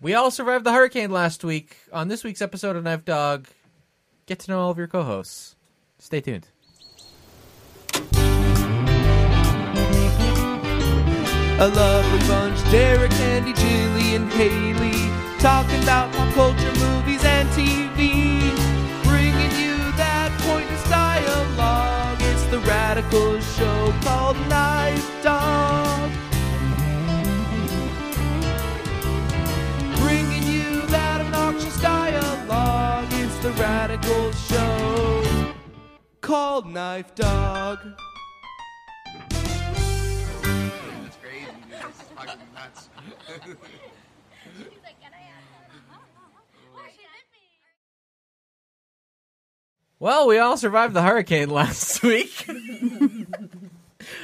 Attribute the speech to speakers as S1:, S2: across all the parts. S1: We all survived the hurricane last week. On this week's episode of Knife Dog, get to know all of your co hosts. Stay tuned.
S2: A lovely bunch, Derek, Andy, Julie, and Haley, talking about pop culture, movies, and TV. Bringing you that pointless dialogue. It's the radical show called Knife Dog. Bringing you that obnoxious dialogue. It's the radical show called Knife Dog.
S3: That's great. You guys are fucking nuts.
S1: Well, we all survived the hurricane last week.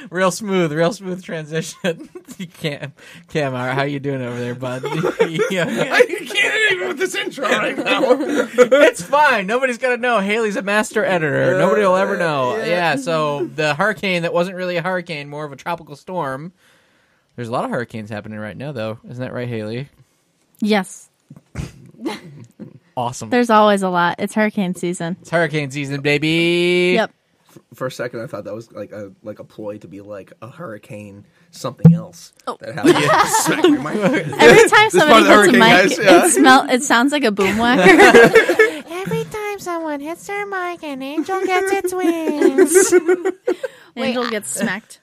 S1: real smooth, real smooth transition. you can't, Cam, how how you doing over there, bud? Yeah.
S3: you can't even with this intro right now.
S1: it's fine. Nobody's gonna know. Haley's a master editor. Nobody will ever know. Yeah. So the hurricane that wasn't really a hurricane, more of a tropical storm. There's a lot of hurricanes happening right now, though. Isn't that right, Haley?
S4: Yes,
S1: Awesome.
S4: there's always a lot. It's hurricane season.
S1: it's hurricane season, baby.
S4: Yep.
S5: For a second, I thought that was like a like a ploy to be like a hurricane, something else
S6: Oh.
S5: that happened.
S4: Every time
S5: This part
S4: somebody hits a mic,
S5: of the hurricane, guys, yeah.
S4: it smell. It sounds like a boom whacker.
S7: Every time someone hits their mic, an angel gets its wings.
S4: Angel gets smacked.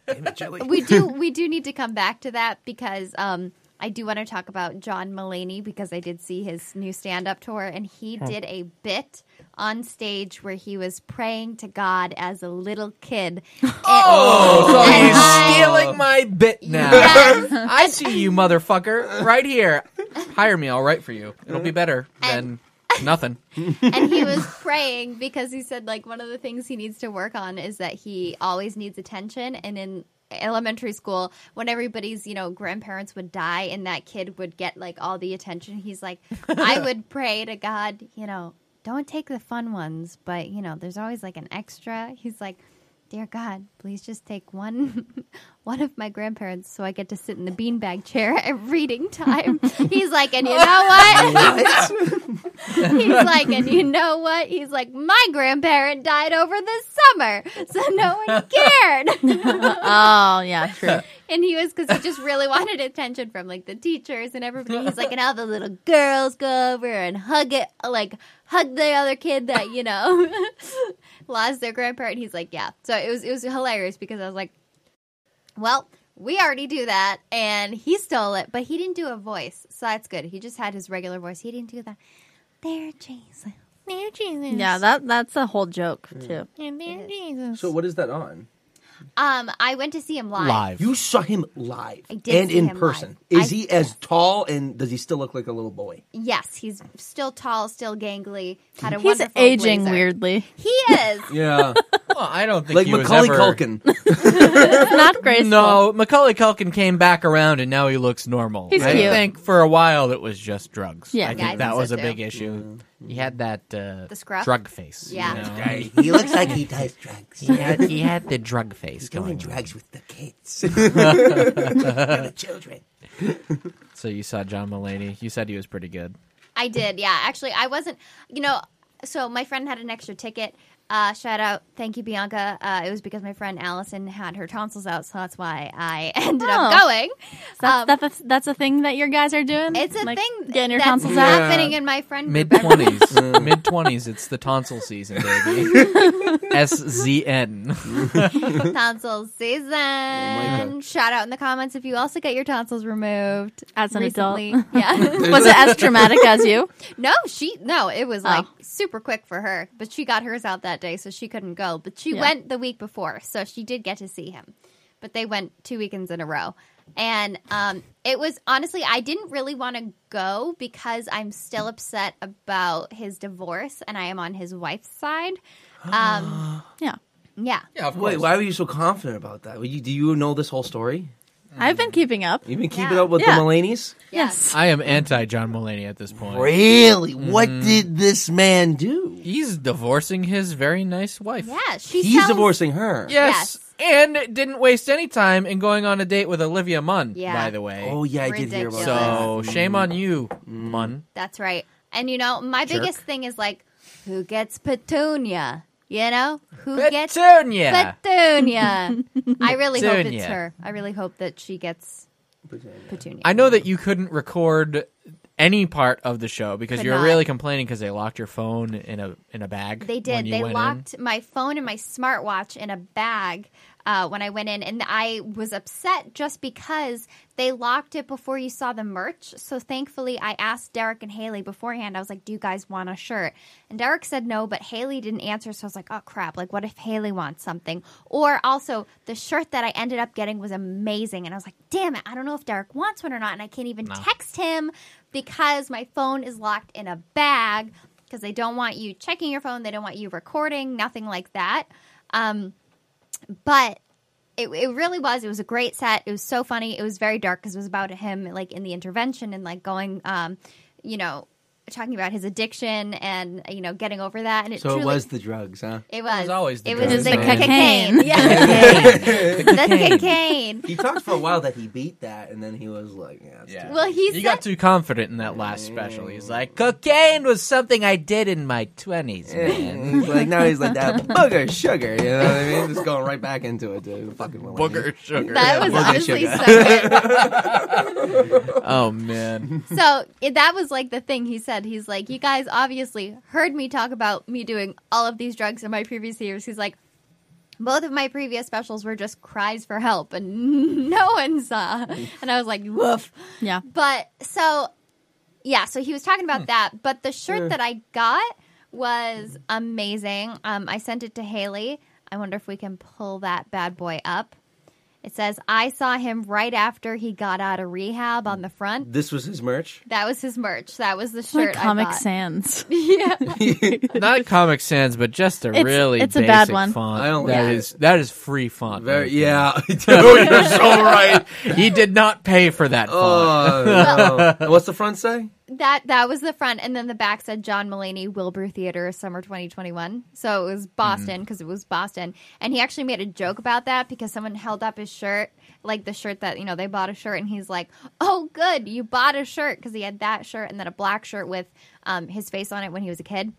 S6: we do we do need to come back to that because um I do want to talk about John Mullaney because I did see his new stand up tour and he did a bit on stage where he was praying to God as a little kid.
S1: Oh, so
S6: And
S1: he's
S6: I-
S1: stealing my bit now.
S6: Yes.
S1: I see you, motherfucker, right here. Hire me, I'll write for you. It'll be better than nothing.
S6: and he was praying because he said like one of the things he needs to work on is that he always needs attention and in elementary school when everybody's you know grandparents would die and that kid would get like all the attention he's like i would pray to god you know don't take the fun ones but you know there's always like an extra he's like dear god please just take one one of my grandparents so i get to sit in the beanbag chair at reading time he's like and you know what He's like, and you know what? He's like, my grandparent died over the summer, so no one cared.
S4: Oh yeah, true.
S6: and he was because he just really wanted attention from like the teachers and everybody. He's like, and all the little girls go over and hug it, like hug the other kid that you know lost their grandparent. He's like, yeah. So it was it was hilarious because I was like, well. We already do that, and he stole it, but he didn't do a voice, so that's good. He just had his regular voice. He didn't do that. There, Jesus.
S7: Dear Jesus.
S4: Yeah, that that's a whole joke
S6: Hmm.
S4: too.
S7: And dear Jesus.
S5: So what is that on?
S6: Um, I went to see him live.
S5: You saw him live
S6: I did
S5: and
S6: see
S5: in
S6: him
S5: person.
S6: live.
S5: Is
S6: I-
S5: he as tall and does he still look like a little boy?
S6: Yes, he's still tall, still gangly. Had a
S4: He's
S6: wonderful
S4: aging
S6: blazer.
S4: weirdly.
S6: He is.
S5: Yeah,
S1: Well, I don't think
S5: like
S1: he was
S5: Macaulay
S1: ever-
S5: Culkin.
S4: It's not graceful.
S1: No, Macaulay Culkin came back around and now he looks normal.
S4: He's
S1: I
S4: cute.
S1: think for a while it was just drugs.
S4: Yeah. Yeah,
S1: I
S4: I
S1: think
S6: think
S1: that
S6: so
S1: was a
S6: too.
S1: big issue. He had that uh,
S6: The scruff?
S1: drug face. you
S6: Yeah.
S1: know?
S5: he looks like he does drugs.
S1: he, had, he had the drug face going. on.
S5: with the kids, the children.
S1: So you saw John Mulaney. You said he was pretty good.
S6: I did, yeah. Actually, I wasn't. You know, so my friend had an extra ticket. Uh, shout out, thank you, Bianca. Uh, it was because my friend Allison had her tonsils out, so that's why I ended
S4: Oh.
S6: up going.
S4: That's,
S6: Um,
S4: that's, a, that's a thing that your guys are doing.
S6: It's a
S4: Like,
S6: thing
S4: Getting your
S6: that's
S4: tonsils out.
S6: happening in my friend
S1: Mid
S6: group.
S1: twenties, mid twenties. It's the tonsil season, baby. S Z N.
S6: Tonsils season. Shout out in the comments if you also get your tonsils removed
S4: As an
S6: recently.
S4: adult,
S6: Yeah.
S4: was it as dramatic as you?
S6: No, she no, it was like
S4: Oh.
S6: super quick for her, but she got hers out that day, so she couldn't go. But she
S4: Yeah.
S6: went the week before, so she did get to see him. But they went two weekends in a row, and um, it was honestly I didn't really want to go because I'm still upset about his divorce, and I am on his wife's side. Um,
S4: Yeah,
S6: yeah,
S1: Yeah, of
S5: Wait, why were you so confident about that? Were you- do you know this whole story?
S4: I've been keeping up.
S5: You've been keeping
S6: Yeah.
S5: up with
S4: Yeah.
S5: the Mulaney's?
S4: Yes,
S1: I am anti John Mulaney at this point.
S5: Really? What did this man do?
S1: He's divorcing his very nice wife.
S6: yeah. She
S5: He's
S6: tells-
S5: divorcing her.
S1: Yes.
S6: Yes.
S1: and didn't waste any time in going on a date with Olivia Munn.
S6: Yeah.
S1: By the way,
S2: Oh yeah, I did hear about
S1: so
S2: that.
S1: shame on you, Munn.
S6: That's right. And you know, my
S1: Jerk.
S6: biggest thing is like, who gets Petunia? You know, who gets
S1: Petunia.
S6: Petunia? I really hope
S1: Petunia.
S6: it's her. I really hope that she gets Petunia.
S1: I know that you couldn't record any part of the show because
S6: Could
S1: you were
S6: not.
S1: really complaining because they locked your phone in a in a bag.
S6: They
S1: when
S6: did.
S1: you
S6: They
S1: went in.
S6: locked my phone and my smartwatch in a bag uh, when I went in, and I was upset just because they locked it before you saw the merch. So thankfully, I asked Derek and Haley beforehand. I was like, "Do you guys want a shirt?" And Derek said no, but Haley didn't answer. So I was like, "Oh crap! Like, what if Haley wants something?" Or also, the shirt that I ended up getting was amazing, and I was like, "Damn it! I don't know if Derek wants one or not, and I can't even text him." Because my phone is locked in a bag because they don't want you checking your phone. They don't want you recording, nothing like that. Um, but it, it really was. It was a great set. It was so funny. It was very dark because it was about him, like in the intervention and like going, um, you know, talking about his addiction and you know getting over that. And it
S2: So
S6: truly,
S2: it was the drugs, huh?
S6: It was,
S1: was always the
S6: it
S1: drugs,
S6: was the
S1: man.
S6: cocaine.
S4: Cocaine.
S6: Yeah, the cocaine.
S5: He talked for a while that he beat that, and then he was like, "Yeah, it's
S2: Yeah.
S5: too-
S6: Well, he
S1: You
S6: said
S1: got too confident in that last special. He's like, cocaine was something I did in my twenties, man.
S5: And he's like now he's like that booger sugar, you know what I mean? Just going right back into it, dude. Fucking millennials.
S1: Booger sugar.
S6: that was
S5: Booger
S6: honestly
S5: sugar.
S6: so good.
S1: Oh man.
S6: so it, that was like the thing he said. He's like, you guys obviously heard me talk about me doing all of these drugs in my previous years. He's like, both of my previous specials were just cries for help, and no one saw. And I was like, woof.
S4: Yeah.
S6: But so, yeah, so he was talking about that. But the shirt that I got was amazing. Um, I sent it to Haley. I wonder if we can pull that bad boy up. It says, I saw him right after he got out of rehab on the front.
S5: This was his merch.
S6: That was his merch. That was the
S4: It's like
S6: shirt. I
S4: Comic
S6: bought.
S4: Sans.
S1: Not Comic Sans, but just a
S4: It's-
S1: really
S4: it's a
S1: basic
S4: bad one.
S1: font.
S5: I don't
S1: That
S5: like
S1: is- that is free font.
S5: Very
S1: right
S5: yeah. Dude, you're so right.
S1: there. He did not pay for that font.
S5: Oh, no. What's the front say?
S6: That that was the front, and then the back said John Mulaney Wilbur Theater summer 2021. So it was Boston because it was Boston, and he actually made a joke about that because someone held up his shirt, like the shirt that you know they bought a shirt, and he's like, "Oh, good, you bought a shirt," because he had that shirt and then a black shirt with um, his face on it when he was a kid,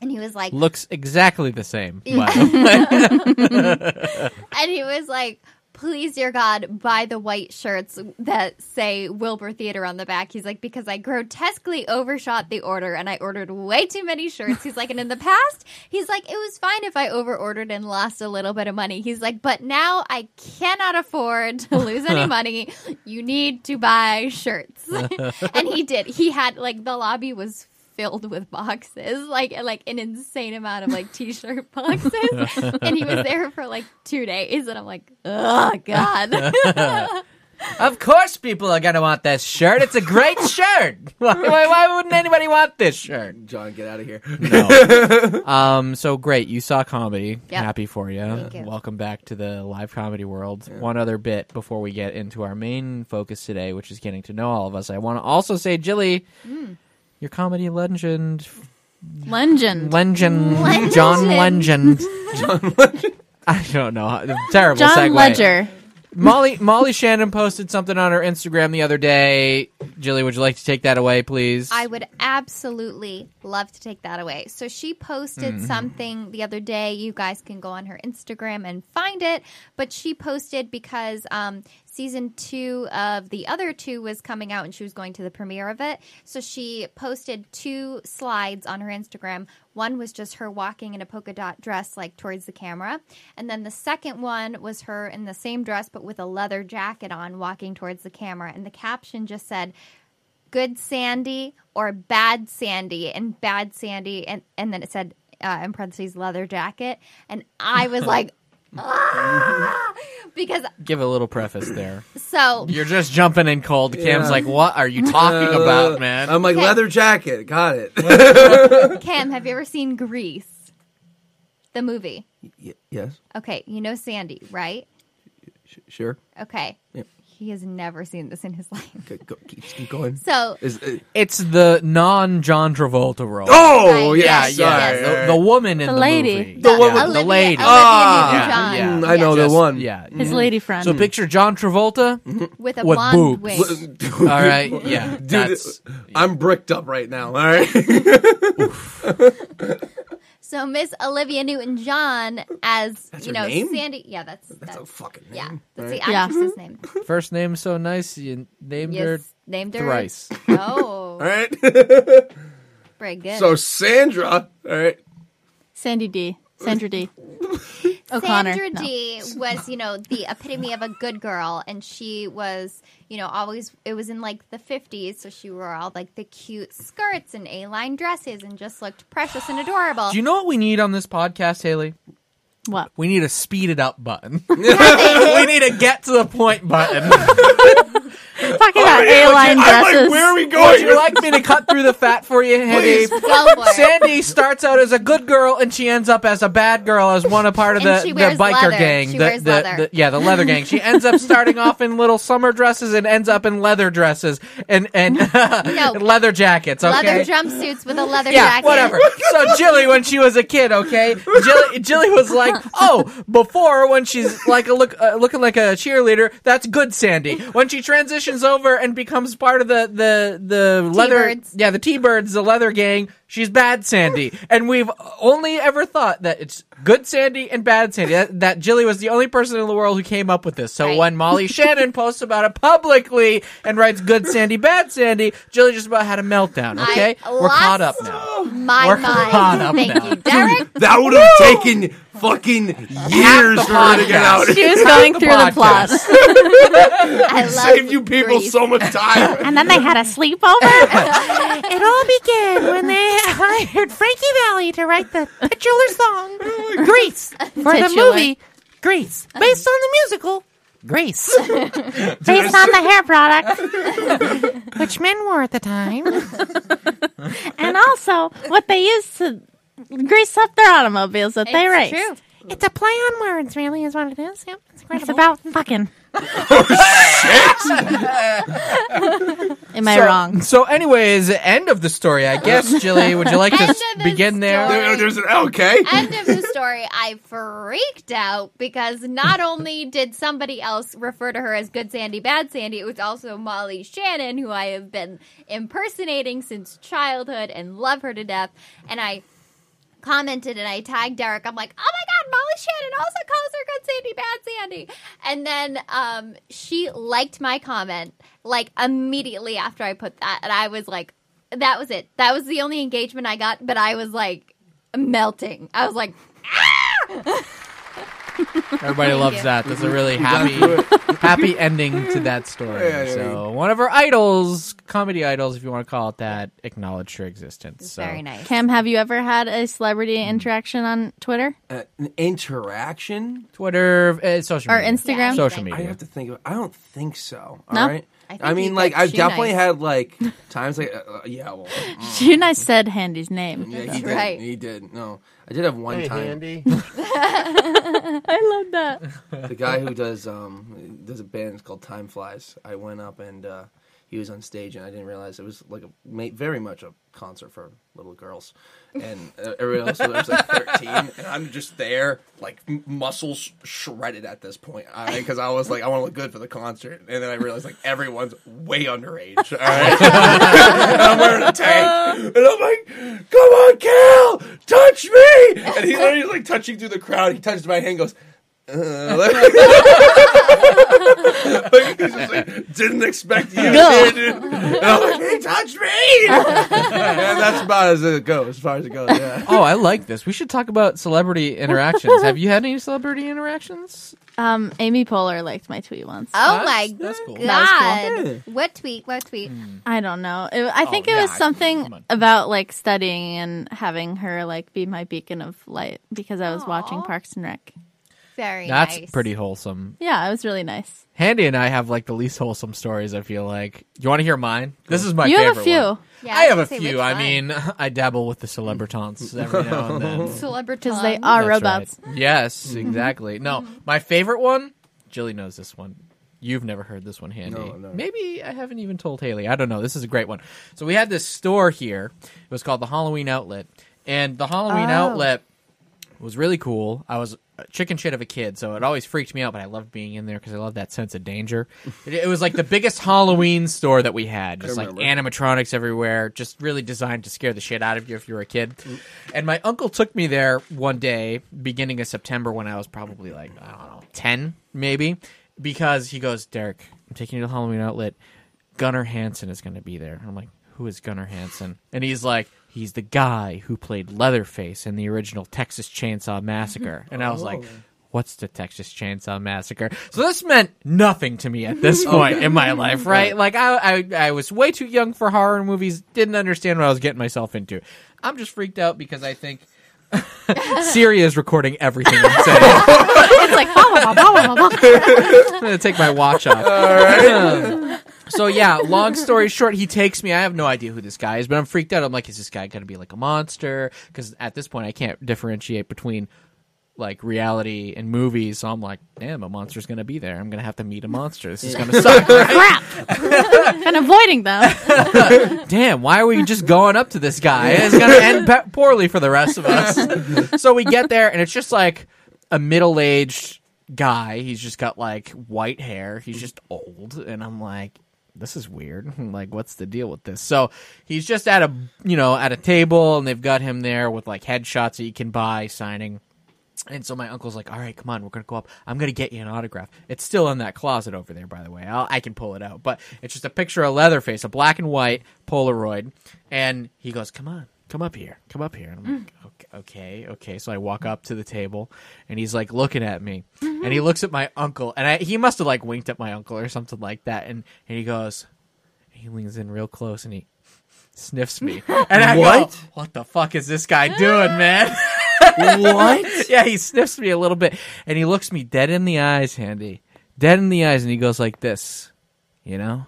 S6: and he was like,
S1: Looks exactly the same. by the way.
S6: and he was like, "Please, dear God, buy the white shirts that say Wilbur Theater on the back." He's like, "Because I grotesquely overshot the order and I ordered way too many shirts." He's like, "And in the past, he's like, it was fine if I overordered and lost a little bit of money." He's like, "But now I cannot afford to lose any money. You need to buy shirts." and he did. He had like the lobby was filled with boxes, like like an insane amount of like t-shirt boxes, and he was there for like two days, and I'm like, oh god,
S1: of course, people are gonna want this shirt. It's a great shirt. Why, why, why wouldn't anybody want this shirt?
S5: John, get out of here.
S1: No. um. So great, you saw comedy.
S6: Yep.
S1: Happy for you.
S6: you.
S1: Welcome back to the live comedy world. One other bit before we get into our main focus today, which is getting to know all of us. I want to also say, Jilly, your comedy legend,
S4: Legend.
S1: legend, John Legend. John I don't know. Terrible
S4: John
S1: segue.
S4: Ledger.
S1: Molly Molly Shannon posted something on her Instagram the other day. Jilly, would you like to take that away, please?
S6: I would absolutely love to take that away. So she posted something the other day. You guys can go on her Instagram and find it. But she posted because um, season two of the other two was coming out and she was going to the premiere of it. So she posted two slides on her Instagram. One was just her walking in a polka dot dress, like towards the camera. And then the second one was her in the same dress, but with a leather jacket on, walking towards the camera. And the caption just said, good Sandy or bad Sandy and bad Sandy and and then it said uh, in parentheses leather jacket and I was like "Ah!" because
S1: Give a little preface there.
S6: so
S1: You're just jumping in cold. Cam's
S5: Yeah. Uh,
S1: like, "What are you talking about, man?"
S5: I'm like
S6: Okay.
S5: leather jacket. Got it.
S6: Cam have you ever seen Grease the movie
S5: Y- yes.
S6: okay you know Sandy right
S5: Sh- sure.
S6: okay
S5: Yep.
S6: He has never seen this in his life.
S5: Okay, go, keep, keep going.
S6: So
S5: Is uh, it,
S1: It's the non John Travolta role.
S5: oh
S6: Right,
S5: yeah,
S6: yes,
S5: sorry.
S6: yes.
S1: the, the woman in the,
S4: The lady.
S1: movie.
S6: the,
S1: yeah.
S6: Olivia,
S1: the lady.
S6: Olivia
S1: Ah, yeah,
S6: Newton-John.
S5: I know
S6: Yes.
S5: the one.
S1: yeah.
S4: His
S5: Mm-hmm.
S4: lady friend.
S1: So picture John Travolta.
S6: with a
S1: With
S6: blonde
S1: boobs.
S6: wig.
S1: All right, yeah,
S5: Dude,
S1: that's
S5: I'm bricked up right now. All right.
S6: So Miss Olivia Newton-John as you
S5: her
S6: know
S5: name?
S6: Sandy. Yeah, that's that's,
S5: That's a fucking name.
S6: yeah, that's
S5: right? Mm-hmm.
S6: the
S4: Yeah.
S6: actress's name.
S1: first name so nice. You named her
S6: Yes, named her
S1: thrice.
S6: Oh,
S5: All right.
S6: very good.
S5: so Sandra. All right.
S4: Sandy D. Sandra D. O'Connor.
S6: Sandra
S4: No.
S6: D was, you know, the epitome of a good girl, and she was, you know, always. It was in like the fifties, so she wore all like the cute skirts and A-line dresses, and just looked precious and adorable.
S1: Do you know what we need on this podcast, Haley?
S4: What?
S1: We need a speed it up button. we need a get to the point button.
S4: Talking about airline
S5: I'm like,
S4: dresses.
S5: where are we
S1: Would
S5: going?
S1: you like me to cut through the fat for you, Henny?
S6: Go for it.
S1: Sandy starts out as a good girl and she ends up as a bad girl as one a part of the,
S6: And she
S1: the
S6: wears
S1: biker
S6: leather.
S1: gang.
S6: She
S1: the,
S6: wears
S1: the-
S6: leather.
S1: the- yeah, the leather gang. She ends up starting off in little summer dresses and ends up in leather dresses and and leather jackets. Okay.
S6: leather jumpsuits with a leather
S1: yeah,
S6: jacket.
S1: whatever. So Jilly, when she was a kid, okay, Jilly, Jilly was like, oh, before when she's like a look uh, looking like a cheerleader, that's good, Sandy. When she transitions over and becomes part of the the the leather,
S6: T-Birds.
S1: yeah, the T Birds, the leather gang, she's bad, Sandy. And we've only ever thought that it's good, Sandy, and bad, Sandy. That, that Jilly was the only person in the world who came up with this. So
S6: Right.
S1: when Molly Shannon posts about it publicly and writes good Sandy, bad Sandy, Jilly just about had a meltdown.
S6: I
S1: Okay, we're caught up
S6: lost
S1: now.
S6: My
S1: We're
S6: mind.
S1: caught up
S6: Thank
S1: now.
S6: you, Derek.
S5: that would have taken fucking years for her to get out.
S4: She was going
S1: the
S4: through the plot.
S1: podcast.
S6: I love
S5: Save you people
S6: grief.
S5: so much time.
S4: And then they had a sleepover.
S7: It all began when they hired Frankie Valley to write the titular song "Grease" for the
S4: Titular.
S7: movie "Grease," based on the musical "Grease,"
S4: based on the hair product.
S7: which men wore at the time.
S4: And also what they used to grease up their automobiles that they
S6: It's
S4: raced.
S6: true.
S7: It's a play on words, really, is what it is. Yep,
S4: It's
S7: it's incredible.
S4: about fucking.
S5: Oh,
S4: Am I
S1: So-
S4: wrong?
S1: So, anyways, end of the story, I guess. Jilly, would you like to
S6: End
S1: s-
S6: of the
S1: begin there?
S6: story.
S5: There- there's an okay.
S6: End of the story. I freaked out because not only did somebody else refer to her as Good Sandy, Bad Sandy, it was also Molly Shannon, who I have been impersonating since childhood and love her to death. And I commented and I tagged Derek. I'm like, oh my god, Molly Shannon also calls her Good Sandy, Bad Sandy. And then um, she liked my comment like immediately after I put that, and I was like, that was it. That was the only engagement I got. But I was like melting. I was like,
S1: Everybody loves
S6: you.
S1: that. That's a really happy, happy ending to that story.
S5: Yeah, yeah,
S1: So, one of our idols, comedy idols, if you want to call it that, acknowledged her existence. So.
S6: very nice.
S4: Cam, have you ever had a celebrity interaction on Twitter
S5: Uh, an interaction?
S1: Twitter, uh, social
S4: or
S1: media.
S4: Instagram?
S6: Yeah.
S1: Social
S6: I
S5: I
S1: media.
S5: have to think. Of, I don't think so.
S4: No?
S5: All right.
S6: I think
S5: I, mean,
S6: you
S5: like
S6: got
S5: I've
S6: shoe
S5: definitely
S6: knives.
S5: had like times like uh, uh, yeah. Well, mm,
S4: You and I said Handy's name.
S5: yeah, he
S6: That's
S5: did.
S6: right.
S5: He did. No, I did have one time.
S4: I love that.
S5: the guy who does um does a band it's called Time Flies. I went up and uh, he was on stage and I didn't realize it was like a ma- very much a concert for little girls, and uh, everyone else was like thirteen, and I'm just there like m- muscles shredded at this point because I was like I want to look good for the concert, and then I realized like everyone's way underage. All right, and I'm wearing a tank, and I'm like, "Come on, Cal, touch me!" And he literally like touching through the crowd. He touches my hand, and goes. Uh, like, he's just like, didn't expect you. Did. And I'm like, he touched me. and that's about as it goes, as far as it goes. Yeah.
S1: Oh, I like this. We should talk about celebrity interactions. Have you had any celebrity interactions?
S4: Um, Amy Poehler liked my tweet once.
S6: Oh
S1: That's-
S6: my
S1: that's cool.
S6: god!
S5: was cool.
S6: What tweet? What tweet?
S1: Hmm.
S4: I don't know. It, I think it
S1: Oh, yeah,
S4: was
S1: I- come on.
S4: something about like studying and having her like be my beacon of light because I was watching
S6: Aw.
S4: Parks and Rec.
S6: Very.
S1: That's
S6: nice.
S1: pretty wholesome.
S4: Yeah, it was really nice.
S1: Handy and I have like the least wholesome stories. I feel like. You want to hear mine? This is my.
S4: you have a
S1: favorite
S4: few.
S1: one.
S6: Yeah,
S1: I have a
S6: was gonna say,
S1: few.
S6: which
S1: I
S6: one?
S1: mean, I dabble with the celebritants every now and then.
S6: celebrity.
S4: Because they are
S1: That's
S4: robots.
S1: right. Yes, exactly. No, my favorite one. Jilly knows this one. You've never heard this one, Handy.
S5: No, no.
S1: Maybe I haven't even told Haley. I don't know. This is a great one. So we had this store here. It was called the Halloween Outlet, and the Halloween
S4: Oh.
S1: Outlet was really cool. I was a chicken shit of a kid, so it always freaked me out, but I loved being in there because I loved that sense of danger. It, it was like the biggest Halloween store that we had, just like
S5: remember.
S1: animatronics everywhere, just really designed to scare the shit out of you if you were a kid. And my uncle took me there one day, beginning of September, when I was probably like, I don't know, 10 maybe, because he goes, Derek, I'm taking you to the Halloween outlet. Gunnar Hansen is going to be there. And I'm like, who is Gunnar Hansen? And he's like, he's the guy who played Leatherface in the original Texas Chainsaw Massacre. And I was like, what's the Texas Chainsaw Massacre? So this meant nothing to me at this point in my life, right? Like I, I, I was way too young for horror movies. Didn't understand what I was getting myself into. I'm just freaked out because I think. Siri is recording everything I'm saying.
S4: It's like, blah, blah, blah, blah, blah, blah.
S1: I'm gonna take my watch off. so yeah, long story short, he takes me. I have no idea who this guy is, but I'm freaked out. I'm like, is this guy gonna be like a monster? Because at this point, I can't differentiate between like reality and movies. So I'm like, damn, a monster's gonna be there. I'm gonna have to meet a monster. This is gonna suck.
S4: crap. and avoiding them.
S1: damn, why are we just going up to this guy? It's going to end pe- poorly for the rest of us. so we get there, and it's just like a middle aged guy. He's just got like white hair. He's just old. And I'm like, this is weird. I'm like, what's the deal with this? So he's just at a, you know, at a table, and they've got him there with like headshots that you can buy, signing. And so my uncle's like, "All right, come on, we're gonna go up. I'm gonna get you an autograph. It's still in that closet over there, by the way. I'll, I can pull it out, but it's just a picture of Leatherface, a black and white Polaroid." And he goes, "Come on, come up here, come up here." And I'm like, okay, "Okay, okay." So I walk up to the table, and he's like looking at me, and he looks at my uncle, and I, he must have like winked at my uncle or something like that, and and he goes, he leans in real close, and he sniffs me, and I
S5: What?
S1: go, "What the fuck is this guy doing, man?"
S5: what?
S1: yeah, he sniffs me a little bit, and he looks me dead in the eyes, Handy, dead in the eyes, and he goes like this, you know.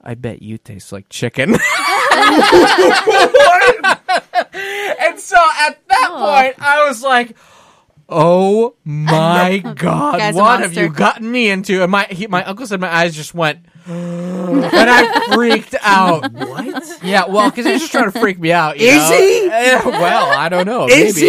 S1: I bet you taste like chicken. and so at that point, I was like, "Oh my god,
S6: Guy's a
S1: what have
S6: monster.
S1: you gotten me into?" And my he, my uncle said my eyes just went, and I freaked out.
S5: What?
S1: Yeah, well, because he's just trying to freak me out. You
S5: Is
S1: know?
S5: he?
S1: Eh, well, I don't know.
S5: Is
S1: maybe.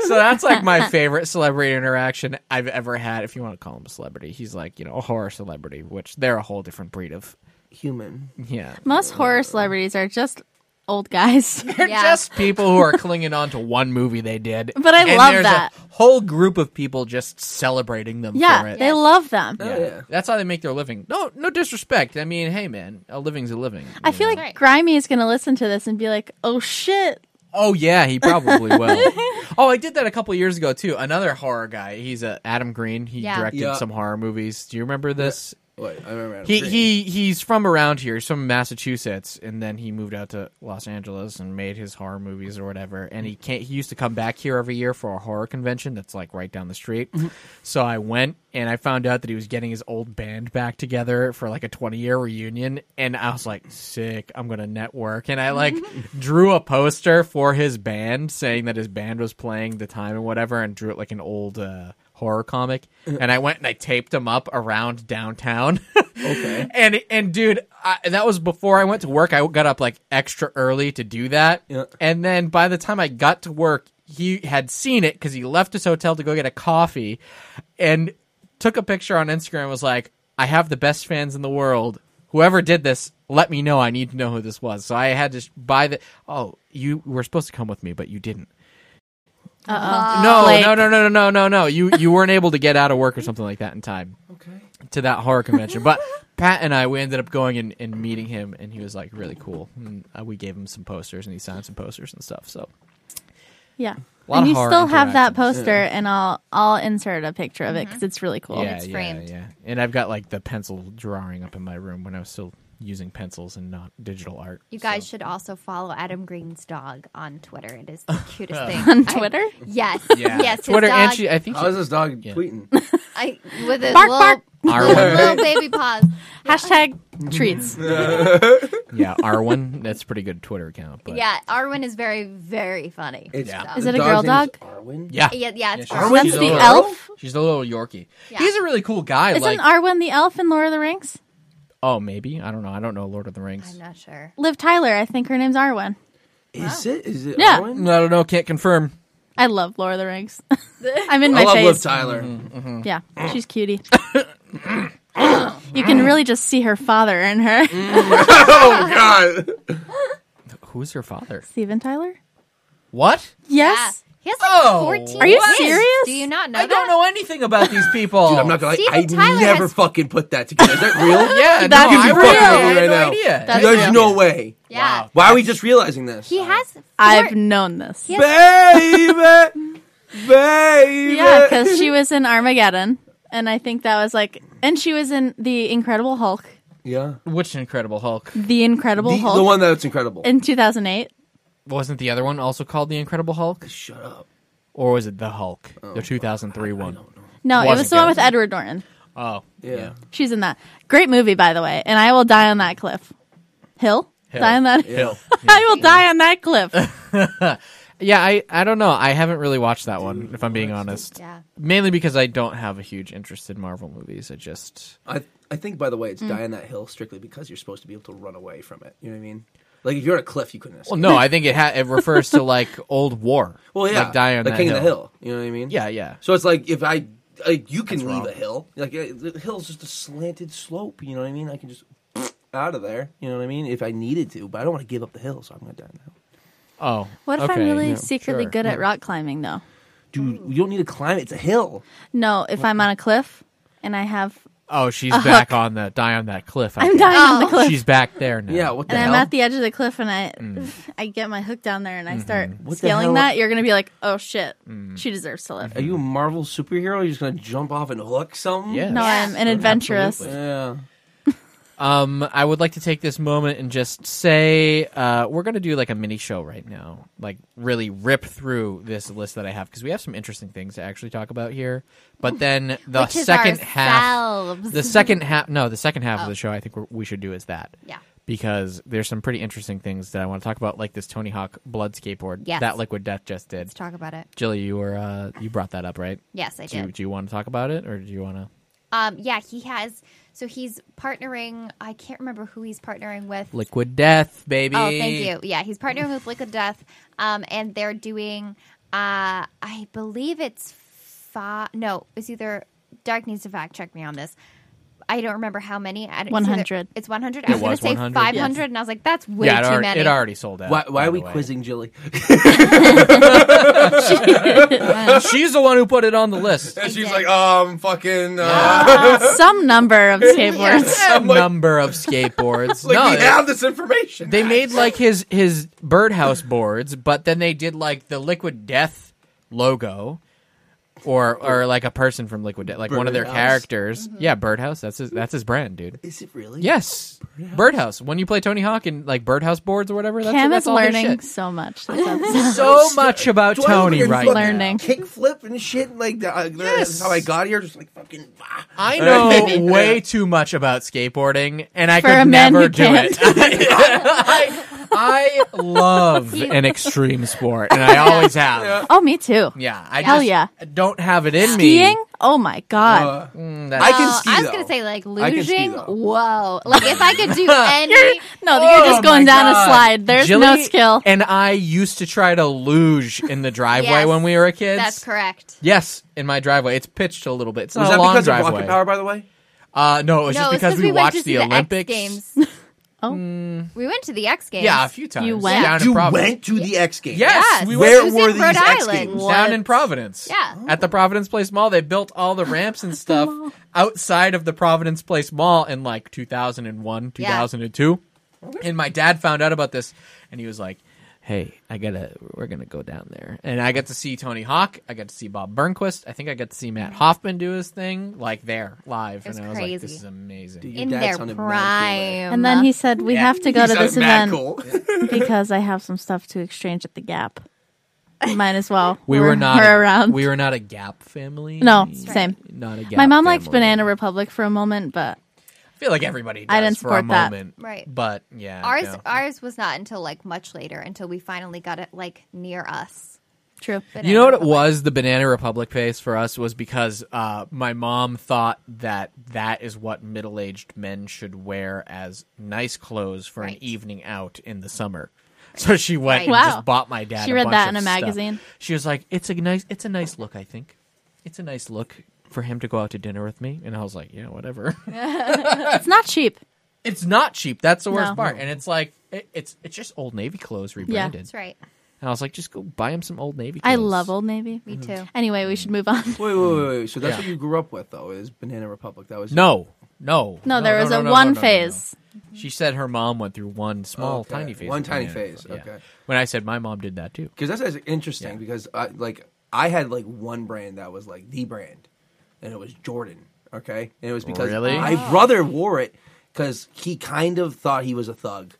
S1: so that's like my favorite celebrity interaction I've ever had. If you want to call him a celebrity, he's like you know a horror celebrity, which they're a whole different breed of.
S5: Human.
S1: Yeah,
S4: Most horror celebrities are just old guys.
S1: they're
S6: Yeah.
S1: just people who are clinging on to one movie they did.
S4: But I
S1: And
S4: love
S1: there's
S4: that.
S1: a whole group of people just celebrating them for
S4: yeah,
S1: it.
S4: they love them.
S1: yeah.
S5: yeah.
S1: that's how they make their living. No, no disrespect. I mean, hey man, a living's a living.
S4: I feel like
S6: Right.
S4: Grimy is going to listen to this and be like, oh shit.
S1: Oh yeah, he probably will. oh, I did that a couple years ago too. Another horror guy. He's uh, Adam Green. He
S6: Yeah.
S1: directed
S5: Yeah.
S1: some horror movies. Do you remember this?
S5: Wait, I remember. Adam
S1: He
S5: Green.
S1: he he's from around here. He's from Massachusetts, and then he moved out to Los Angeles and made his horror movies or whatever. And he can't. He used to come back here every year for a horror convention that's like right down the street. so I went and I found out that he was getting his old band back together for like a twenty year reunion. And I was like, sick. I'm gonna network. And I like drew a poster for his band saying that his band was playing the time and whatever, and drew it like an old. uh horror comic
S5: Uh-huh.
S1: and i went and i taped him up around downtown
S5: Okay.
S1: and and dude, I, that was before I went to work. I got up like extra early to do that,
S5: Yeah.
S1: and then by the time I got to work, he had seen it because he left his hotel to go get a coffee, and took a picture on Instagram. and Was like, I have the best fans in the world. Whoever did this, let me know. I need to know who this was. So I had to sh- buy the. Oh, you were supposed to come with me, but you didn't.
S4: Uh
S1: No,
S4: Blake.
S1: no, no, no, no, no, no, no. You you weren't able to get out of work or something like that in time
S5: Okay.
S1: to that horror convention. But Pat and I, we ended up going and, and meeting him, and he was like really cool. And uh, we gave him some posters, and he signed some posters and stuff. So
S4: Yeah.
S1: A lot
S4: And
S1: of
S4: you
S1: horror
S4: still have that
S1: interactions.
S4: poster, and I'll I'll insert a picture of it because it's really cool.
S1: yeah,
S6: it's
S1: yeah,
S6: framed.
S1: yeah. And I've got like the pencil drawing up in my room when I was still using pencils and not digital art.
S6: You guys
S1: So-
S6: should also follow Adam Green's dog on Twitter. It is the cutest thing. On
S4: Twitter?
S6: yes.
S1: yeah,
S6: Yes. his
S1: Twitter
S6: dog,
S1: and she, I think
S5: How is
S1: she,
S5: this dog
S1: Yeah.
S5: tweeting?
S6: I, with his
S4: Bark,
S6: little,
S4: bark.
S1: R1.
S6: little baby paws.
S4: Hashtag treats.
S1: yeah, R1. That's a pretty good Twitter account. But
S6: Yeah, Arwen is very, very funny.
S5: It's,
S1: Yeah.
S6: So-
S4: Is it a
S5: the
S4: girl
S5: dog's name
S4: dog?
S5: Arwen?
S1: yeah,
S6: Yeah, yeah, it's
S1: Yeah,
S6: Arwen.
S4: That's
S5: she's
S4: the
S5: a-
S4: elf.
S1: She's a little Yorkie.
S6: Yeah.
S1: He's a really cool guy.
S8: Isn't
S1: like,
S8: Arwen the elf in Lord of the Rings?
S1: oh, maybe I don't know. I don't know Lord of the Rings.
S6: I'm not sure.
S8: Liv Tyler, I think her name's Arwen.
S5: Is it? Is it?
S8: Yeah.
S5: Arwen?
S1: I don't know. Can't confirm.
S8: I love Lord of the Rings. I'm in my
S5: I love Liv
S8: phase.
S5: Tyler.
S8: Yeah, she's cutie. you can really just see her father in her.
S5: Oh God!
S1: Who's your father?
S8: Steven Tyler?
S1: What?
S8: Yes.
S6: Yeah. He has like
S1: Oh,
S6: 14
S8: Are you
S6: kids.
S8: serious?
S6: Do you not know
S1: I don't
S6: that?
S1: know anything about these people.
S5: Dude, I'm not gonna. lie. I
S6: Steven Tyler
S5: never
S6: has-
S5: fucking put that together. Is that real?
S1: Yeah,
S8: That's
S1: no, I
S8: real.
S1: wouldn't. I
S5: Right
S1: had no
S5: now.
S1: idea.
S8: That's
S5: There's
S8: real.
S5: no way.
S6: Yeah.
S1: Wow.
S5: Why are we just realizing this?
S6: He has
S8: I've
S6: four-
S8: known this.
S6: Yeah.
S5: baby, baby.
S8: Yeah, because she was in Armageddon. And I think that was like, and she was in The Incredible Hulk.
S5: yeah,
S1: Which Incredible Hulk?
S8: The Incredible
S5: the,
S8: Hulk
S5: the one that's incredible.
S8: in 2008.
S1: Wasn't the other one also called the Incredible Hulk,
S5: Shut up.
S1: or was it the Hulk,
S5: Oh,
S1: the 2003 one?
S8: No, it
S1: Wasn't
S8: was the one
S1: good.
S8: with Edward Norton.
S1: Oh,
S5: Yeah.
S8: She's in that. Great movie, by the way. And I will die on that cliff. Hill?
S1: Hill.
S8: Die on that.
S1: Hill.
S8: I will die on that cliff.
S1: Yeah, I I don't know. I haven't really watched that one, if I'm being honest.
S6: Yeah.
S1: Mainly because I don't have a huge interest in Marvel movies. I just
S5: I I think by the way, it's
S8: Mm.
S5: die on that hill strictly because you're supposed to be able to run away from it. You know what I mean? Like if you're on a cliff, you couldn't. Escape.
S1: well, no, I think it ha- it refers to like old war.
S5: Well, yeah,
S1: like die on
S5: the
S1: that
S5: king
S1: hill.
S5: of the hill. You know what I mean?
S1: Yeah, yeah.
S5: So it's like if I like you can leave
S1: wrong.
S5: a hill. Like uh, the hill's just a slanted slope. You know what I mean? I can just out of there. You know what I mean? If I needed to, but I don't want to give up the hill, so I'm gonna die now.
S1: Oh,
S8: What if
S1: okay.
S8: I'm really
S1: Yeah,
S8: secretly
S1: sure.
S8: good at rock climbing, though? Mm.
S5: Dude, you don't need to climb it. It's a hill.
S8: No, if I'm on a cliff and I have,
S1: Oh, she's
S6: Uh,
S1: back on the die on that cliff. I
S8: I'm
S1: think.
S8: dying on the cliff,
S1: She's back there now.
S5: Yeah. What the
S8: and
S5: hell?
S8: I'm at the edge of the cliff, and I,
S1: Mm.
S8: I get my hook down there, and
S1: Mm-hmm.
S8: I start
S5: What the hell?
S8: scaling that. You're gonna be like, oh shit,
S1: Mm.
S8: she deserves to live.
S5: Are you a Marvel superhero? You're just gonna jump off and hook something?
S1: Yeah.
S8: No,
S1: Yes.
S8: I'm an adventurous.
S1: Absolutely.
S5: Yeah.
S1: Um, I would like to take this moment and just say uh, we're going to do like a mini show right now, like really rip through this list that I have because we have some interesting things to actually talk about here. But then the
S6: Which is
S1: second half,
S6: ourselves. Oh.
S1: the second half, no, the second half of the show, I think we're, we should do is that.
S6: Yeah.
S1: Because there's some pretty interesting things that I want to talk about, like this Tony Hawk blood skateboard
S6: Yes.
S1: that Liquid Death just did.
S6: Let's talk about it.
S1: Jilly, you were uh, you brought that up, right?
S6: Yes, I
S1: Do you,
S6: did.
S1: do you want to talk about it, or do you want to
S6: Um, yeah, he has. So he's partnering. I can't remember who he's partnering with.
S1: Liquid Death, baby?
S6: Oh, thank you. Yeah, he's partnering with Liquid Death, um, and they're doing. Uh, I believe it's five. No, it's either Dark needs to fact check me on this. I don't remember how many. I don't, it's either-
S8: 100.
S6: It's one hundred. I was,
S1: was
S6: going to say
S1: 100.
S6: five hundred, and I was like, that's way
S1: yeah, it,
S6: too
S1: already,
S6: many.
S1: it already sold out.
S5: Why, why
S1: by
S5: are
S1: the
S5: we
S1: way.
S5: quizzing Jilly?
S1: She's the one who put it on the list.
S5: And she's
S6: did.
S5: like, um, fucking. Uh,
S8: Some number of skateboards.
S1: A number of skateboards.
S5: like,
S1: no,
S5: we
S1: they,
S5: have this information.
S1: they made like his his birdhouse boards, but then they did like the Liquid Death logo, or or like a person from Liquid Death, like one of their
S5: Birdhouse.
S1: characters.
S6: Mm-hmm.
S1: Yeah, birdhouse. That's his that's his brand, dude.
S5: Is it really?
S1: Yes, birdhouse. When you play Tony Hawk and like birdhouse boards or whatever, that's,
S8: Cam
S1: that's
S8: is
S1: all their
S8: learning
S1: shit.
S8: so much. This episode.
S1: so much about
S5: Do I
S1: Tony
S5: look at
S1: right
S5: fucking
S1: now.
S8: Learning.
S5: Kickflip and shit. Like, that, uh,
S1: Yes.
S5: that's how I got here. Just like fucking. ah.
S1: I know way too much about skateboarding, and I
S8: For a
S1: could
S8: man
S1: never
S8: who
S1: do
S8: can't.
S1: it. I, I love an extreme sport, and I always have. Yeah,
S8: oh, me too.
S1: I
S8: Hell
S1: just
S8: yeah.
S1: don't have it in
S8: Skiing. Oh my god.
S5: Uh,
S1: me.
S5: I
S1: That's-
S5: can
S6: Oh,
S5: ski.
S6: I was going
S5: though.
S6: to say like
S5: I can ski,
S6: losing.
S5: though.
S6: Whoa! Like if I could do any.
S8: no,
S1: Oh
S8: you're just going
S1: my
S8: down
S1: God.
S8: a slide. There's no
S1: Jilly
S8: skill.
S1: And I used to try to luge in the driveway
S6: Yes,
S1: when we were kids. Oh,
S6: That's correct.
S1: Yes, in my driveway. It's pitched a little bit. It's not
S5: Was
S1: a
S5: that
S1: long
S5: because of
S1: driveway.
S5: rocket power, by the way?
S1: Uh, no, it was just
S6: no, it's
S1: because we,
S6: went
S1: watched
S6: to see
S1: the
S6: X
S1: Olympics. Hmm.
S6: Games.
S8: Oh.
S6: We went to the X Games.
S1: Yeah, a few times.
S8: went?
S1: down in
S5: You
S1: Providence.
S5: went to the X Games.
S1: Yes,
S6: Yes,
S1: we
S6: it
S1: went
S5: Where
S6: was
S5: were
S6: in
S5: these
S6: Rhode
S5: X
S6: Island.
S5: Games?
S1: down in Providence.
S6: Yeah.
S5: Oh.
S1: At the Providence Place Mall, they built all the ramps and stuff outside of the Providence Place Mall in like 2001,
S6: Yeah.
S1: 2002. And my dad found out about this and he was like, "Hey, I got to we're going to go down there." And I got to see Tony Hawk, I got to see Bob Burnquist, I think I got to see Matt Hoffman do his thing like there live
S6: It was
S1: and I was like,
S6: crazy.
S1: "This is amazing."
S5: Dude, your
S6: in
S5: dad
S6: their
S5: sounded mad cool
S6: prime.
S8: And then he said, "We have to go
S5: there.
S8: to
S5: He
S8: this
S5: sounded mad
S8: event
S5: cool.
S8: because I have some stuff to exchange at the Gap. Might as well.
S1: we were not a-
S8: around.
S1: We were not a Gap family.
S8: No, same.
S1: Not a Gap.
S8: My mom liked
S1: family.
S8: Banana Republic for a moment, but
S1: I feel like everybody does
S8: I didn't
S1: for a
S8: support that.
S1: moment.
S6: Right.
S1: But yeah.
S6: ours
S1: no.
S6: ours was not until like much later until we finally got it like near us True.
S1: you know what it was the banana republic face for us was because uh, my mom thought that that is what middle-aged men should wear as nice clothes for an
S6: Right.
S1: evening out in the summer so she went and
S6: Right.
S4: Wow.
S1: just bought my dad
S4: She
S1: a
S4: read
S1: bunch
S4: that
S1: of
S4: in a
S1: stuff.
S4: magazine?
S1: she was like it's a nice it's a nice look i think it's a nice look for him to go out to dinner with me and i was like yeah whatever
S4: It's not cheap.
S1: it's not cheap that's the worst
S4: No.
S1: part and it's like it, it's it's just old navy clothes rebranded
S6: That's right.
S1: and i was like just go buy him some old navy clothes
S4: I love Old Navy.
S6: Me too.
S4: Anyway, we should move on.
S5: Wait, wait, wait, wait. So that's
S1: Yeah.
S5: what you grew up with, though, is Banana Republic. That was
S1: No, no,
S4: No, there was a
S1: no,
S4: one
S1: no, no, no.
S4: phase.
S1: She said her mom went through one small,
S5: Okay,
S1: tiny phase.
S5: one
S1: of
S5: tiny
S1: banana
S5: phase,
S1: flip, yeah.
S5: okay.
S1: When I said my mom did that too.
S5: because that's actually interesting. Because I like I had like one brand that was like the brand, and it was Jordan. Okay, and it was because
S1: Really?
S5: my brother wore it because he kind of thought he was a thug.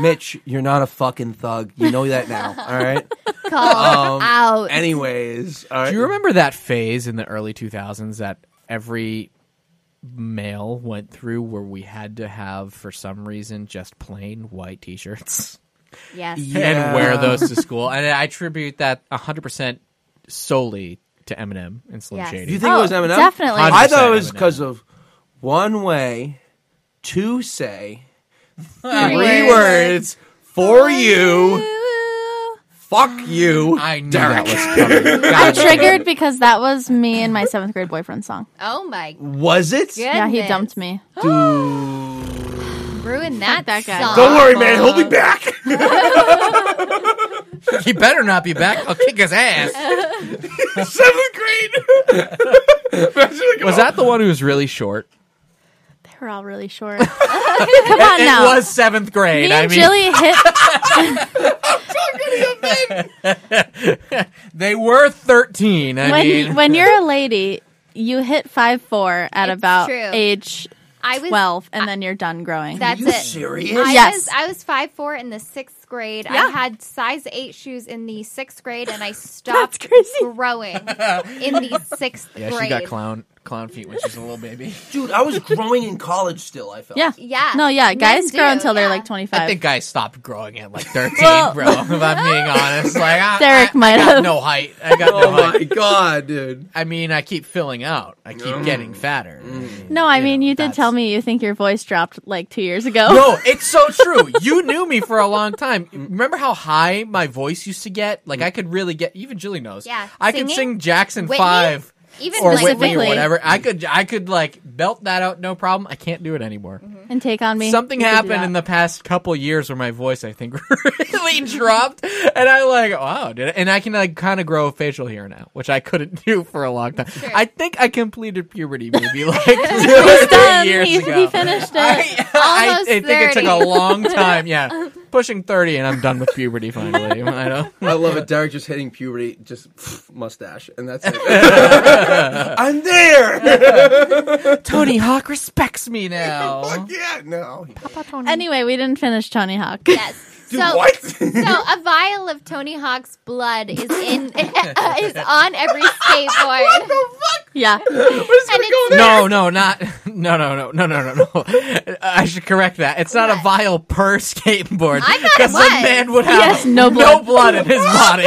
S5: Mitch, you're not a fucking thug. You know that now. All right.
S1: Um,
S6: Call out.
S5: Anyways, all right.
S1: Do you remember that phase in the early 2000s that every male went through where we had to have, for some reason, just plain white t shirts
S6: yes.
S5: Yeah.
S1: and wear those to school? And I attribute that 100% solely to Eminem and Slim
S6: Yes.
S1: Shady.
S5: You think it
S4: Oh,
S5: was
S1: M&M.
S5: Eminem?
S4: definitely.
S5: I thought it
S1: 100%
S5: was
S1: Eminem.
S5: because of one way to say
S6: Three
S5: three
S6: words.
S5: words for you. Fuck you.
S1: I knew that was coming.
S4: I'm triggered because that was me and my seventh grade boyfriend song.
S6: Oh my goodness.
S5: Was it?
S4: Yeah, he dumped me.
S6: Ruin that,
S4: that guy.
S6: song.
S5: Don't worry, man. He'll be back.
S1: he better not be back. I'll kick his ass.
S5: Seventh grade.
S1: Was that the one who was really short?
S4: They were all really short. Come on
S1: It
S4: now.
S1: was seventh grade.
S4: me
S1: I
S4: and
S1: mean,
S4: Jilly hit.
S1: they were thirteen. I
S4: when,
S1: mean,
S4: when you're a lady, you hit five four at
S6: It's
S4: about
S6: true.
S4: age
S6: I was.
S4: twelve, and then you're done growing.
S6: That's
S5: you
S6: it.
S5: serious?
S6: I
S4: Yes.
S6: was I was five four in the sixth grade. I
S4: Yeah.
S6: had size eight shoes in the sixth grade, and I
S4: That's
S6: stopped
S4: crazy.
S6: growing in the sixth
S1: yeah,
S6: grade.
S1: she got clown clown feet when she was a little baby.
S5: Dude, I was growing in college still, I felt.
S4: yeah,
S6: Yeah.
S4: no, yeah.
S6: Men
S4: Guys
S6: do,
S4: grow until they're
S6: yeah.
S4: like twenty
S1: I
S4: five.
S1: think I stopped growing at like thirteen,
S4: Well-
S1: bro. If I'm being honest, like I,
S4: Derek
S1: I- I
S4: might
S1: got
S4: have.
S1: no height. I got
S5: Oh
S1: no height.
S5: my god, dude.
S1: I mean, I keep filling out. I keep getting fatter.
S5: Mm.
S4: No, I
S1: You
S4: mean
S1: know,
S4: you did
S1: that's-
S4: tell me you think your voice dropped like two years ago.
S1: No, it's so true. You knew me for a long time. Remember how high my voice used to get? Like I could really get. Even Julie knows.
S6: Yeah,
S1: I could
S6: singing,
S1: sing Jackson
S6: Whitney,
S1: Five
S6: even
S1: or
S6: like
S1: Whitney or
S4: Specifically.
S1: whatever. I could I could like belt that out no problem. I can't do it anymore.
S4: and take on me.
S1: Something happened in the past couple years where my voice I think really dropped, and I like wow, did it? and I can like kind of grow a facial hair now, which I couldn't do for a long time. I think I completed puberty maybe like two or three
S4: done.
S1: years
S4: He,
S1: ago.
S4: he finished it.
S1: I, I, I
S6: Almost
S1: think it took
S6: 30.
S1: a long time. Yeah, pushing thirty, and I'm done with puberty finally. I don't.
S5: I love it. Derek just hitting puberty, just pff, mustache, and that's it. I'm there.
S1: Tony Hawk respects me now.
S5: Fuck yeah. No.
S4: Anyway, we didn't finish Tony Hawk.
S6: Yes.
S5: Dude,
S6: so
S5: what?
S6: so a vial of Tony Hawk's blood is in is on every skateboard.
S4: Yeah.
S6: and it's
S1: No, no, not no, no, no, no, no, no, no. I should correct that. It's not a vial per skateboard.
S6: I thought it
S1: because
S6: was.
S1: the man would have
S4: Yes, no blood.
S1: in his body.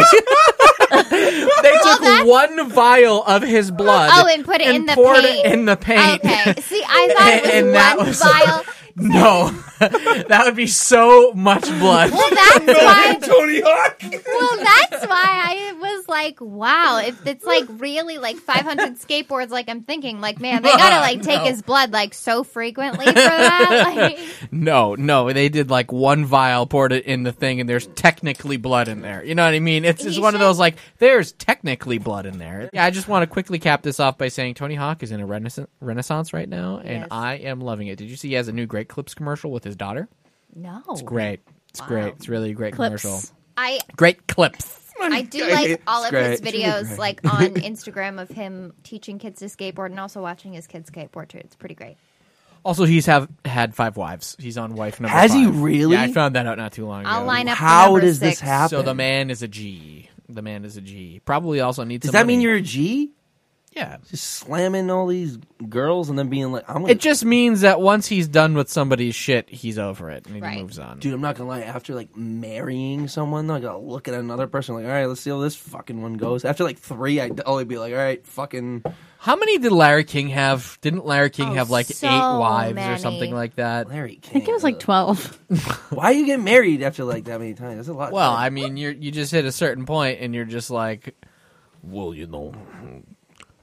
S1: they took
S6: that's-
S1: one vial of his blood.
S6: Oh, and put it in the
S1: poured
S6: paint.
S1: it in the paint.
S6: Okay. See, I thought it was
S1: And
S6: one
S1: that was-
S6: vial.
S1: No, that would be so much blood.
S6: Well, that's why.
S5: Tony Hawk.
S6: Well, that's why I was like, wow. If it's like really like 500 skateboards, like I'm thinking, like man, they gotta like take
S1: No.
S6: his blood like so frequently for that. Like,
S1: No, no, they did like one vial, poured it in the thing, and there's technically blood in there. You know what I mean? It's just
S6: He
S1: one of
S6: should-
S1: those like, there's technically blood in there. Yeah, I just want to quickly cap this off by saying Tony Hawk is in a renaissance, renaissance right now, and
S6: Yes.
S1: I am loving it. Did you see he has a new Great Clips commercial with his daughter?
S6: no,
S1: Great. It's great. It's really a great
S4: Clips.
S1: commercial.
S6: I
S1: Great clips.
S6: I do
S5: Okay,
S6: like
S5: it's
S6: all of his
S5: great.
S6: videos, like on Instagram of him teaching kids to skateboard and also watching his kids skateboard too. It's pretty great.
S1: Also, he's have had five wives. He's on wife number
S5: Has he
S1: five.
S5: really?
S1: Yeah, I found that out not too long ago.
S6: I'll line up. for
S5: How
S6: number
S5: does this
S6: six.
S5: happen?
S1: So the man is a G. The man is a G. Probably also needs.
S5: Does
S1: some
S5: that mean
S1: money.
S5: you're a G?
S1: Yeah.
S5: Just slamming all these girls and then being like, I'm gonna,
S1: It just means that once he's done with somebody's shit, he's over it and he
S6: Right.
S1: moves on.
S5: dude, I'm not gonna lie. After like marrying someone, I gotta look at another person like, all right, let's see how this fucking one goes. After like three, I'd only be like, all right, fucking.
S1: How many did Larry King have? Didn't Larry King
S6: Oh,
S1: have like
S6: so
S1: eight wives or
S6: many.
S1: something like that?
S5: Larry King.
S8: I think it was like
S5: uh,
S8: 12.
S5: Why you get married after like that many times? That's a lot.
S1: Well, I mean, you you just hit a certain point and you're just like,
S2: Well, you know,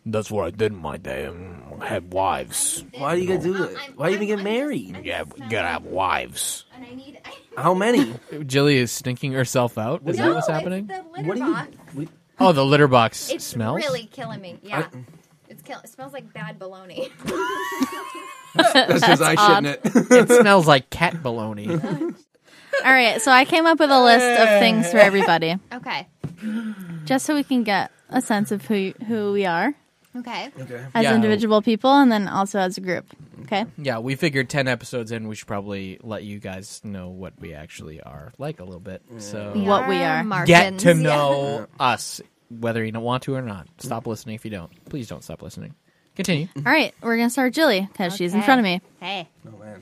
S2: that's what I did in my day. um, I had wives.
S5: why do you get do
S6: Well,
S5: that?
S6: I'm-
S5: Why do you
S6: I'm-
S5: even get
S6: I'm just-
S5: married?
S6: I'm
S2: You have,
S6: just
S2: you
S6: not-
S2: gotta have wives.
S6: And I need.
S5: How many?
S1: Jilly is stinking herself out. Is
S6: No,
S1: that what's
S6: it's
S1: happening?
S6: the litter
S5: What do you?
S6: box.
S5: we-
S1: Oh, the litter box
S6: It's
S1: smells.
S6: really killing me. Yeah. It's kill- it smells like bad bologna.
S5: That's because I
S8: odd.
S5: shouldn't
S1: it
S5: it.
S1: smells like cat baloney.
S8: All right, so I came up with a list of things for everybody,
S6: Okay.
S8: just so we can get a sense of who who we are
S6: Okay.
S5: okay.
S8: as
S1: Yeah. Mm-hmm.
S8: individual people, and then also as a group. Okay.
S1: yeah, we figured ten episodes in, we should probably let you guys know what we actually are like a little bit. So
S8: What we are.
S1: get to
S6: Martians.
S1: know us, whether you don't want to or not. Stop listening if you don't. Please don't stop listening. Continue.
S8: All right, we're gonna start Jilly because she's in
S6: Okay.
S8: front of me.
S6: Hey.
S5: Oh man.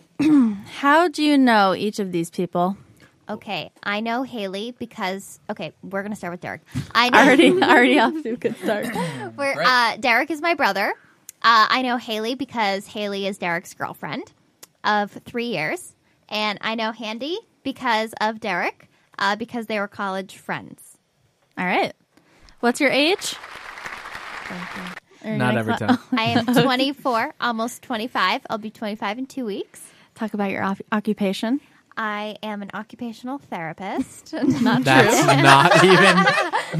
S8: How do you know each of these people?
S6: Okay. I know Haley because okay, we're gonna start with Derek. I know
S8: Already, already off to a good start.
S6: we're, uh, Derek is my brother. Uh, I know Haley because Haley is Derek's girlfriend of three years, and I know Handy because of Derek uh, because they were college friends.
S8: All right. What's your age? Or you're
S1: Not
S8: gonna
S1: every
S8: cla-
S1: time.
S6: I am 24, almost 25. I'll be 25 in two weeks.
S8: Talk about your op- occupation.
S6: I am an occupational therapist.
S8: Not
S1: That's not even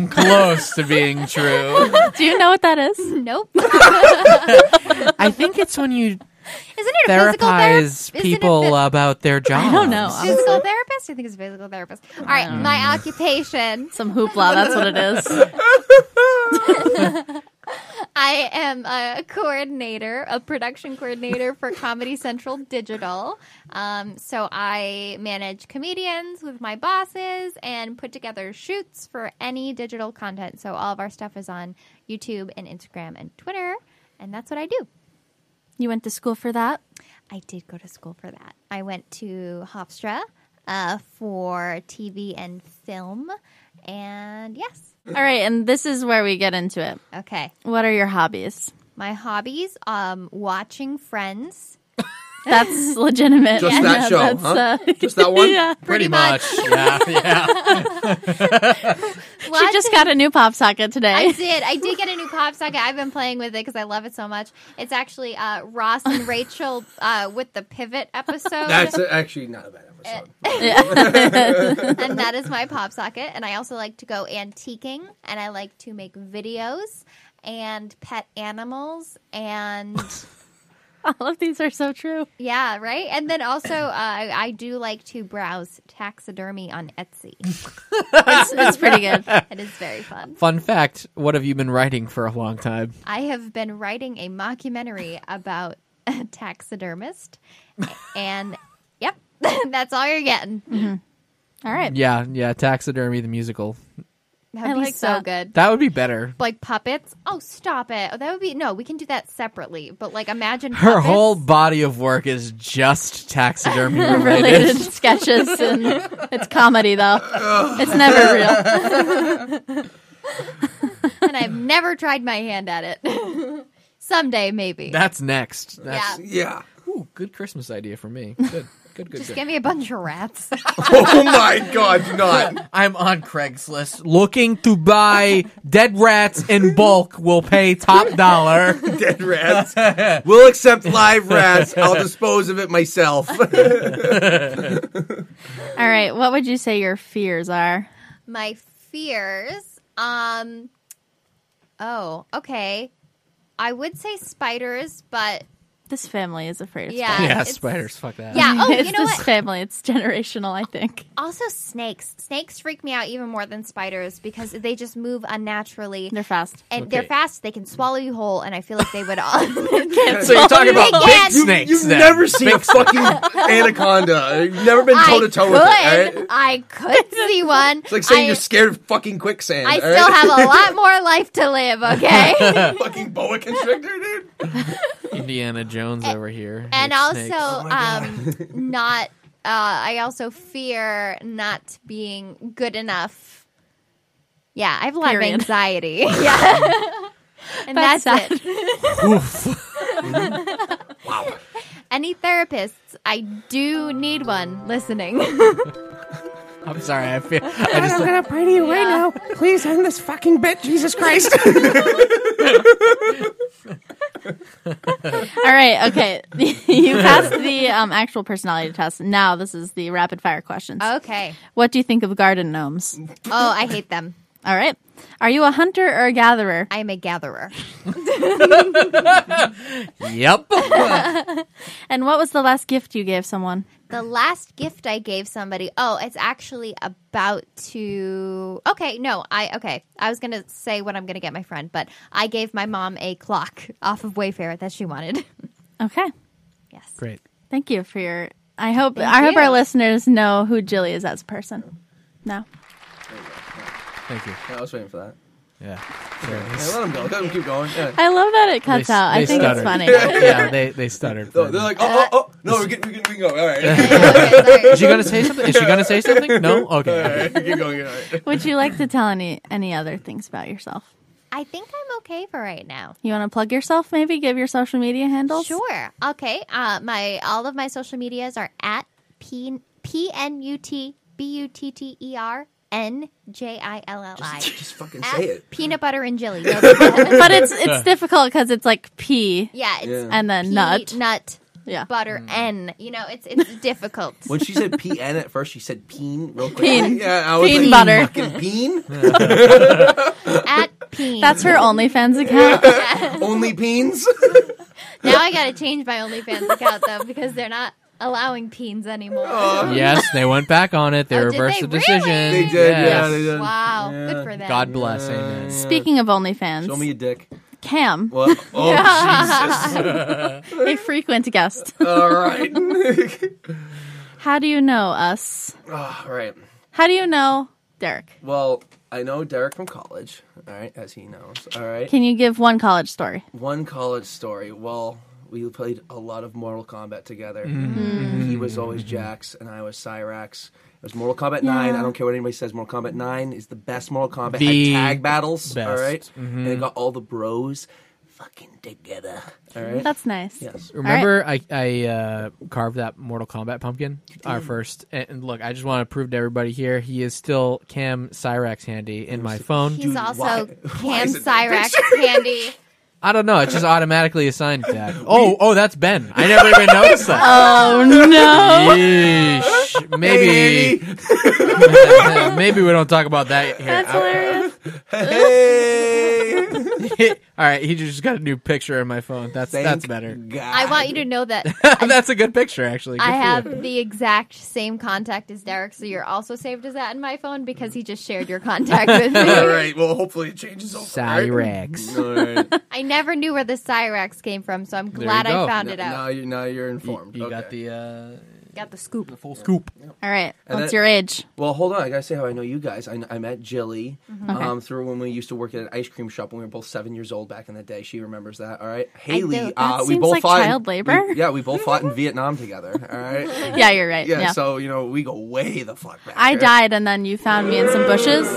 S1: close to being true.
S8: true. Do you know what that is?
S6: nope.
S1: I think it's when you
S6: Isn't it a physical therapist?
S1: therapize people uh, about their jobs.
S8: I don't know. I'm
S6: Physical therapist? I think it's a physical therapist. All right,
S1: Mm.
S6: my occupation.
S8: some hoopla. That's what it is.
S6: I am a coordinator, a production coordinator for Comedy Central Digital. Um, so I manage comedians with my bosses and put together shoots for any digital content. So all of our stuff is on YouTube and Instagram and Twitter, and that's what I do.
S8: You went to school for that.
S6: I did go to school for that. I went to Hofstra uh, for TV and film, and yes,
S8: All right, and this is where we get into it.
S6: okay.
S8: What are your hobbies?
S6: My hobbies: um, watching Friends.
S8: That's legitimate.
S5: Just
S8: Yeah,
S5: that show,
S8: that's, uh,
S5: huh? Just that one.
S8: yeah.
S1: Pretty, much. yeah, yeah.
S8: She just got a new pop socket
S6: I
S8: today.
S6: did. I did get a new pop socket. I've been playing with it because I love it so much. It's actually uh, Ross and Rachel uh, with the pivot episode,
S5: That's actually not a bad episode.
S6: Uh, and that is my pop socket. And I also like to go antiquing, and I like to make videos and pet animals and
S8: All of these are so true.
S6: yeah, right. And then also, uh, I, I do like to browse taxidermy on Etsy.
S8: It's, it's pretty good.
S6: It is very fun.
S1: Fun fact: What have you been writing for a long time?
S6: I have been writing a mockumentary about a taxidermist, and yep, that's all you're getting.
S8: All right.
S1: Yeah, yeah. Taxidermy the musical.
S6: That would
S8: I
S6: be
S8: like
S6: so
S8: that.
S6: good.
S1: That would be better.
S6: Like puppets. Oh, stop it. Oh, that would be no. We can do that separately. But like, imagine
S1: Her
S6: puppets.
S1: whole body of work is just taxidermy related.
S8: Related sketches and it's comedy though. It's never real.
S6: and I've never tried my hand at it. Someday, maybe.
S1: That's next. That's
S6: yeah.
S5: Yeah.
S1: ooh, good Christmas idea for me. Good, good, good.
S6: Just
S1: good.
S6: give me a bunch of rats.
S5: Oh my god, do not.
S1: I'm on Craigslist looking to buy dead rats in bulk. Will pay top dollar.
S5: Dead rats. We'll accept live rats. I'll dispose of it myself.
S8: All right. What would you say your fears are?
S6: my fears. Um. Oh, okay. I would say spiders, but
S8: This family is afraid of
S6: Yeah.
S8: spiders.
S1: yeah,
S6: it's-
S1: spiders. Fuck that.
S6: Yeah. Oh,
S8: it's
S6: you know
S8: this
S6: what?
S8: family. It's generational, I think.
S6: Also, snakes. Snakes freak me out even more than spiders because they just move unnaturally.
S8: They're fast.
S6: and they're
S1: Okay.
S6: fast. They can swallow you whole, and I feel like they would all.
S1: So you're talking about
S6: Big
S1: big
S6: ants. You-
S1: snakes.
S5: You've
S1: then.
S5: never seen a fucking anaconda. You've never been toe
S6: I
S5: to
S6: could.
S5: toe with it. All right?
S6: I could see one.
S5: It's like saying
S6: I,
S5: you're scared of fucking quicksand.
S6: I
S5: all
S6: still
S5: right?
S6: have a lot more life to live. Okay.
S5: fucking boa constrictor, dude.
S1: Indiana Jones over here.
S6: and
S1: Big
S6: also,
S1: snakes.
S6: um, not. Uh, I also fear not being good enough. Yeah, I have a lot
S8: Period.
S6: of anxiety. yeah. And
S8: That's
S6: that's, it. Any therapists, I do need one listening.
S1: I'm sorry. I feel. I
S9: God,
S1: just.
S9: I'm gonna pray to you right now. Please end this fucking bit, Jesus Christ.
S8: All right, okay. you passed the um, actual personality test. Now this is the rapid fire questions.
S6: okay.
S8: What do you think of garden gnomes?
S6: Oh, I hate them.
S8: All right. Are you a hunter or a gatherer?
S6: I am a gatherer.
S1: Yep.
S8: And what was the last gift you gave someone?
S6: The last gift I gave somebody. Oh, it's actually about to. Okay, no, I okay. I was gonna say what I'm gonna get my friend, but I gave my mom a clock off of Wayfair that she wanted.
S8: Okay.
S6: yes.
S1: Great.
S8: Thank you for your. I hope
S6: Thank
S8: I hope our
S6: you.
S8: listeners know who Jilly is as a person. No.
S1: Thank you.
S5: I was waiting for that.
S1: Yeah.
S5: Yeah, let them go. Let them keep going. Yeah.
S8: I love that it cuts
S1: They-
S8: out. I
S1: they
S8: think
S1: stuttered.
S8: it's funny.
S1: yeah. They they stuttered.
S5: Oh, They're like, oh, oh, oh. No, we're getting, we can, we can go. All right.
S1: Is she gonna say something? Is she gonna say something? No. Okay. okay.
S5: keep going. All right.
S8: Would you like to tell any any other things about yourself?
S6: I think I'm okay for right now.
S8: You want to plug yourself? Maybe give your social media handles.
S6: Sure. Okay. Uh, my all of my social medias are at p p n u t b u t t e r n j i l l i.
S5: Just fucking say it.
S6: Peanut butter and jelly. No, but-
S8: But it's it's difficult because it's like P
S6: yeah, it's
S5: Yeah.
S8: and then
S6: pea,
S8: nut.
S6: nut
S8: Yeah.
S6: butter n. You know, it's it's difficult.
S5: When she said PN at first, she said peen real quick.
S8: Peen.
S5: Yeah, I was
S8: Peen
S5: like,
S8: butter.
S5: Fucking peen?
S6: at peen.
S8: That's her OnlyFans account.
S5: Only peens?
S6: now I gotta change my OnlyFans account though because they're not allowing peens anymore.
S5: Oh,
S1: Yes, they went back on it. They
S6: Oh, did
S1: reversed
S6: they
S1: the decision.
S6: really?
S5: They did, yeah,
S1: Yes.
S5: they did.
S6: Wow,
S5: Yeah.
S6: good for them.
S1: God bless. Amen.
S8: Speaking of OnlyFans,
S5: Show me your dick.
S8: Cam,
S5: Well, oh, Jesus.
S8: a frequent guest.
S5: All right.
S8: How do you know us?
S5: Ah, All right.
S8: How do you know Derek?
S5: Well, I know Derek from college. All right, as he knows. All right.
S8: Can you give one college story?
S5: One college story. Well, we played a lot of Mortal Kombat together.
S1: Mm-hmm.
S6: Mm-hmm.
S5: He was always Jax, and I was Cyrax. It was Mortal Kombat 9. I don't care what anybody says. Mortal Kombat 9 is the best Mortal Kombat.
S1: The
S5: Had tag battles. All
S1: best. Mm-hmm.
S5: right? And it got all the bros fucking together. All right?
S8: That's nice.
S5: yes.
S1: Remember, I I uh, carved that Mortal Kombat pumpkin, our first. And, and look, I just want to prove to everybody here, he is still Cam Cyrax handy in my phone.
S6: He's also
S5: why- why
S6: Cam
S5: is it that
S6: Cyrax Candy.
S1: I don't know. It's just automatically assigned to that. Oh, oh, that's Ben. I never even noticed that.
S8: Oh no!
S1: Yeesh.
S5: Hey,
S1: Maybe, maybe we don't talk about that here.
S8: That's hilarious.
S5: Hey!
S1: All right, he just got a new picture in my phone. That's that's
S5: Thank
S1: better.
S5: God.
S6: I want you to know that
S1: that's a good picture, actually. Good
S6: I
S1: for you.
S6: have the exact same contact as Derek, so you're also saved as that in my phone because he just shared your contact with
S5: All
S6: me.
S5: right. Well, hopefully it changes over. all right?
S1: Cyrax.
S5: All right.
S6: I never knew where the Cyrax came from, so I'm
S1: you
S6: glad I
S1: go.
S6: found
S5: Now,
S6: it out.
S5: now you're, now you're
S1: You,
S5: informed.
S1: you
S5: Okay.
S1: got the uh,
S6: Got the scoop.
S1: full scoop.
S8: All right.
S5: And
S8: What's
S5: that-
S8: your age?
S5: Well, hold on. I gotta say how I know you guys. I, kn- I met Jilly
S8: Okay.
S5: um, through when we used to work at an ice cream shop when we were both seven years old back in the day. She remembers that. All right, Haley.
S6: do.
S5: Uh,
S8: That
S5: we
S8: seems
S5: both
S8: like
S5: fought in-
S8: child labor.
S5: we- yeah, we both fought in Vietnam together. All right.
S8: Yeah, you're right.
S5: Yeah,
S8: Yeah.
S5: So you know we go way the fuck back.
S8: I
S5: here.
S8: died, and then you found me in some bushes.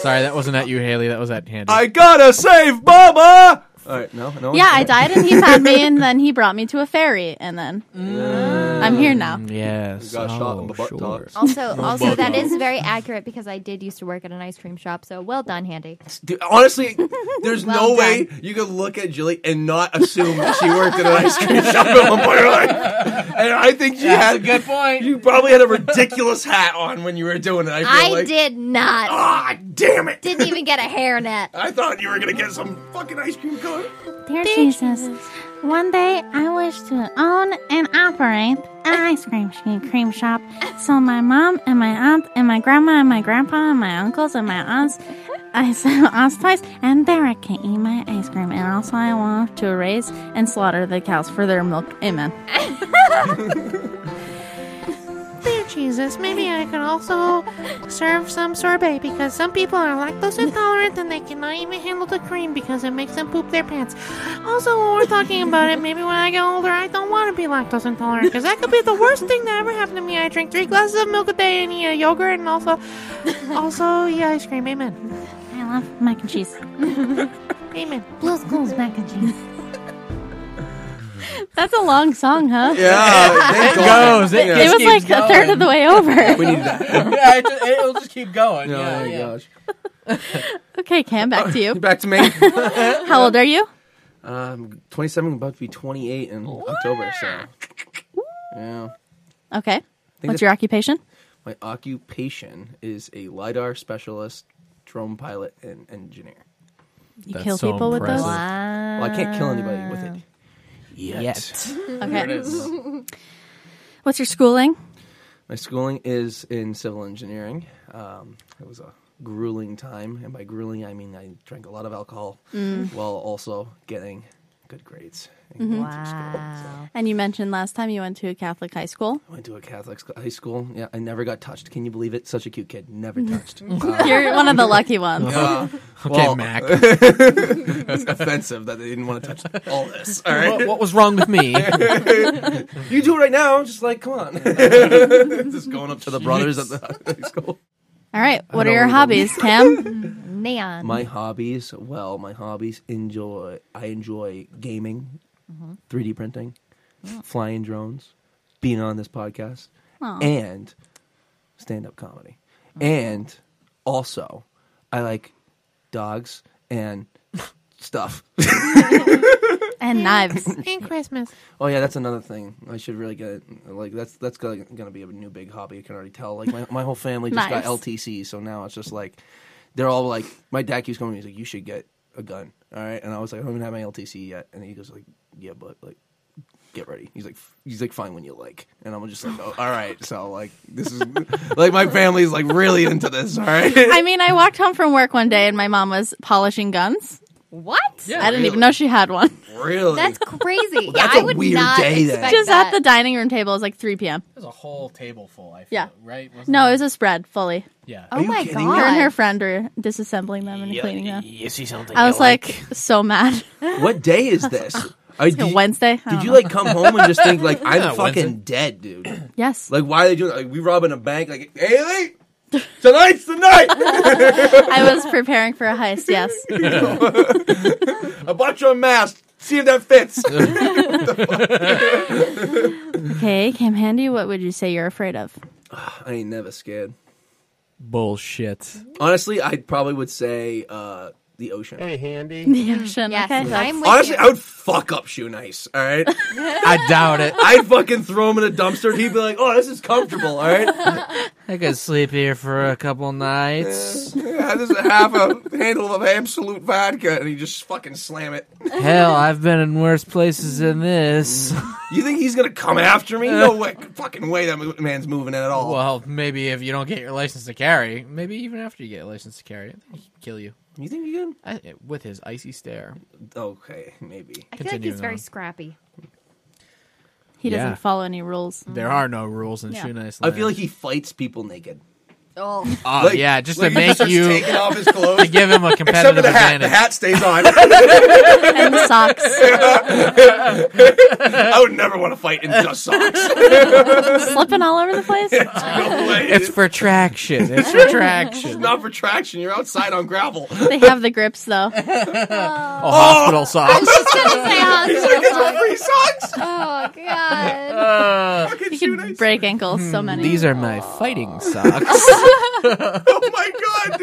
S1: Sorry, that wasn't at you, Haley. That was at Handy.
S5: I gotta save Mama. All right. No. No.
S8: Yeah, I died, and he found me, and then he brought me to a ferry, and then I'm here now.
S1: Yes.
S5: Got shot in
S1: Oh,
S5: the butt
S1: sure.
S5: talks.
S6: Also, also
S1: bother.
S6: that is very accurate because I did used to work at an ice cream shop. So well done, Handy.
S5: Dude, honestly, there's
S6: Well
S5: no way you could look at Jilly and not assume that she worked at an ice cream shop at one point in her life. And I think she had a good point. You probably had a ridiculous hat on when you were doing it. I, feel
S6: I
S5: like.
S6: did not.
S5: Ah, damn it!
S6: Didn't even get a hairnet.
S5: I thought you were gonna get some fucking ice cream color.
S8: Dear Jesus, One day, I wish to own and operate an ice cream sh- cream shop. So my mom and my aunt and my grandma and my grandpa and my uncles and my aunts, I said aunts twice, and Derek can eat my ice cream. And also, I want to raise and slaughter the cows for their milk. Amen.
S7: Dear Jesus, maybe I could also serve some sorbet because some people are lactose intolerant and they cannot even handle the cream because it makes them poop their pants. Also, when we're talking about it, maybe when I get older, I don't want to be lactose intolerant because that could be the worst thing that ever happened to me. I drink three glasses of milk a day and eat a yogurt and also, also eat ice cream. Amen.
S8: I love mac and cheese.
S7: Amen.
S8: Blue school's mac and cheese. That's a long song, huh?
S5: Yeah, thank God.
S1: goes. It,
S5: Yeah.
S8: It
S1: just
S8: was like
S1: keeps
S8: a third
S1: going.
S8: of the way over.
S5: We need that.
S1: yeah, it just, it'll just keep going.
S5: Oh
S1: yeah,
S5: my
S1: yeah.
S5: gosh.
S8: okay, Cam, back to you.
S5: Back to me.
S8: How old are you?
S5: um, 27, about to be 28 in October, so. Yeah.
S8: Okay.
S5: think
S8: What's
S5: that's-
S8: your occupation?
S5: My occupation is a LiDAR specialist, drone pilot, and engineer.
S8: You
S1: That's
S8: kill
S1: so
S8: people with those?
S1: impressive.
S5: Well, I can't kill anybody with
S1: Uh,
S5: it. Yet.
S8: Okay. What's your schooling?
S5: My schooling is in civil engineering. Um, it was a grueling time, and by grueling, I mean I drank a lot of alcohol while also getting good grades. and going through school.
S10: Wow.
S8: And you mentioned last time you went to a Catholic high school.
S5: I went to a Catholic sc- high school. Yeah, I never got touched. Can you believe it? Such a cute kid. Never touched. Uh,
S8: You're one of the lucky ones.
S1: Okay,
S5: Well,
S1: Mac.
S5: It's offensive that they didn't want to touch all this. All right,
S1: what, what was wrong with me?
S5: you do it right now. Just like, come on. just going up to the brothers at the high school.
S8: All right. What are
S5: don't
S8: your
S5: know.
S8: hobbies, Cam?
S10: Neon.
S5: My hobbies. Well, my hobbies enjoy. I enjoy gaming, 3D printing, flying drones, being on this podcast, and stand-up comedy, and also I like dogs and stuff.
S8: and knives.
S7: And Christmas.
S5: Oh yeah, that's another thing. I should really get like that's that's gonna, gonna be a new big hobby. I can already tell. Like my, my whole family just
S8: Nice.
S5: got LTC, so now it's just like they're all like. My dad keeps coming. He's like, "You should get a gun." All right, and I was like, "I don't even have my LTC yet," and he goes like, "Yeah, but like." Get ready. He's like, f- he's like, fine when you like, and I'm just like, oh, all right. So like, this is like my family's like really into this. All right,
S8: I mean, I walked home from work one day and my mom was polishing guns.
S10: what?
S8: I didn't even know she had one.
S5: really.
S6: That's crazy. yeah,
S5: that's
S6: I
S5: a
S6: would
S5: weird
S6: not
S5: day then.
S6: expect
S8: Just
S6: that.
S8: at the dining room table. It was like 3 p.m.
S1: There's a whole table full. I feel,
S8: Yeah.
S1: Right? Wasn't
S8: No,
S1: there?
S8: it was a spread fully.
S1: yeah.
S6: oh my
S5: kidding me?
S6: god.
S8: Her and her friend were disassembling them and cleaning Ah, them.
S5: you see something?
S8: I
S5: you
S8: was like, so mad.
S5: what day is this? Are, do you-
S8: Wednesday. I
S5: Did
S8: don't
S5: you
S8: know.
S5: like come home and just think like I'm
S1: Yeah,
S5: fucking
S1: Wednesday.
S5: dead, dude?
S8: Yes.
S5: Like why are they doing? Like we robbing a bank? Like Haley, tonight's the night.
S8: I was preparing for a heist. Yes.
S5: I bought you a mask. See if that fits.
S8: Okay, Cam Handy, what would you say you're afraid of?
S5: I ain't never scared.
S1: Bullshit.
S5: Honestly, I probably would say uh the ocean.
S8: The ocean.
S6: Yes,
S8: okay, that's-
S6: I'm with
S5: Honestly,
S6: you.
S5: I would fuck up shoe nice. All right,
S1: I doubt it.
S5: I'd fucking throw him in a dumpster. and He'd be like, "Oh, this is comfortable." All right,
S1: I could sleep here for a couple nights.
S5: yeah, this is a half a handle of absolute vodka, and he just fucking slam it.
S1: Hell, I've been in worse places than this.
S5: You think he's gonna come after me? No way, fucking way that man's moving in at all.
S1: Well, maybe if you don't get your license to carry, maybe even after you get a license to carry, I think he can kill you
S5: You think he can?
S1: I, with his icy stare.
S5: Okay,
S6: I feel
S5: maybe.
S6: like
S1: Continue
S6: he's very
S1: on.
S6: scrappy.
S8: he doesn't
S1: Yeah.
S8: follow any rules.
S1: There are no rules in
S8: Yeah.
S1: shoe nice.
S5: I feel like uh, he fights people naked.
S6: Oh,
S1: oh
S5: like-
S1: yeah, just
S5: like,
S1: to make
S5: starts
S1: you
S5: taking off his clothes.
S1: to give him a
S5: Except for
S1: competitive
S5: the hat. The
S1: advantage.
S5: hat stays on.
S8: And the socks.
S5: I would never want to fight in just socks.
S8: Slipping all over the place.
S5: No way.
S1: It's for traction. It's for traction.
S5: not for traction. You're outside on gravel.
S8: They have the grips, though.
S1: Oh, hospital socks.
S6: just gonna say hospital.
S5: It's free socks.
S6: Oh god.
S1: Uh,
S5: Fucking
S8: You
S5: shoe
S8: can
S5: nice.
S8: break ankles
S5: Hmm,
S8: so many.
S1: these are my fighting socks.
S5: Oh my god,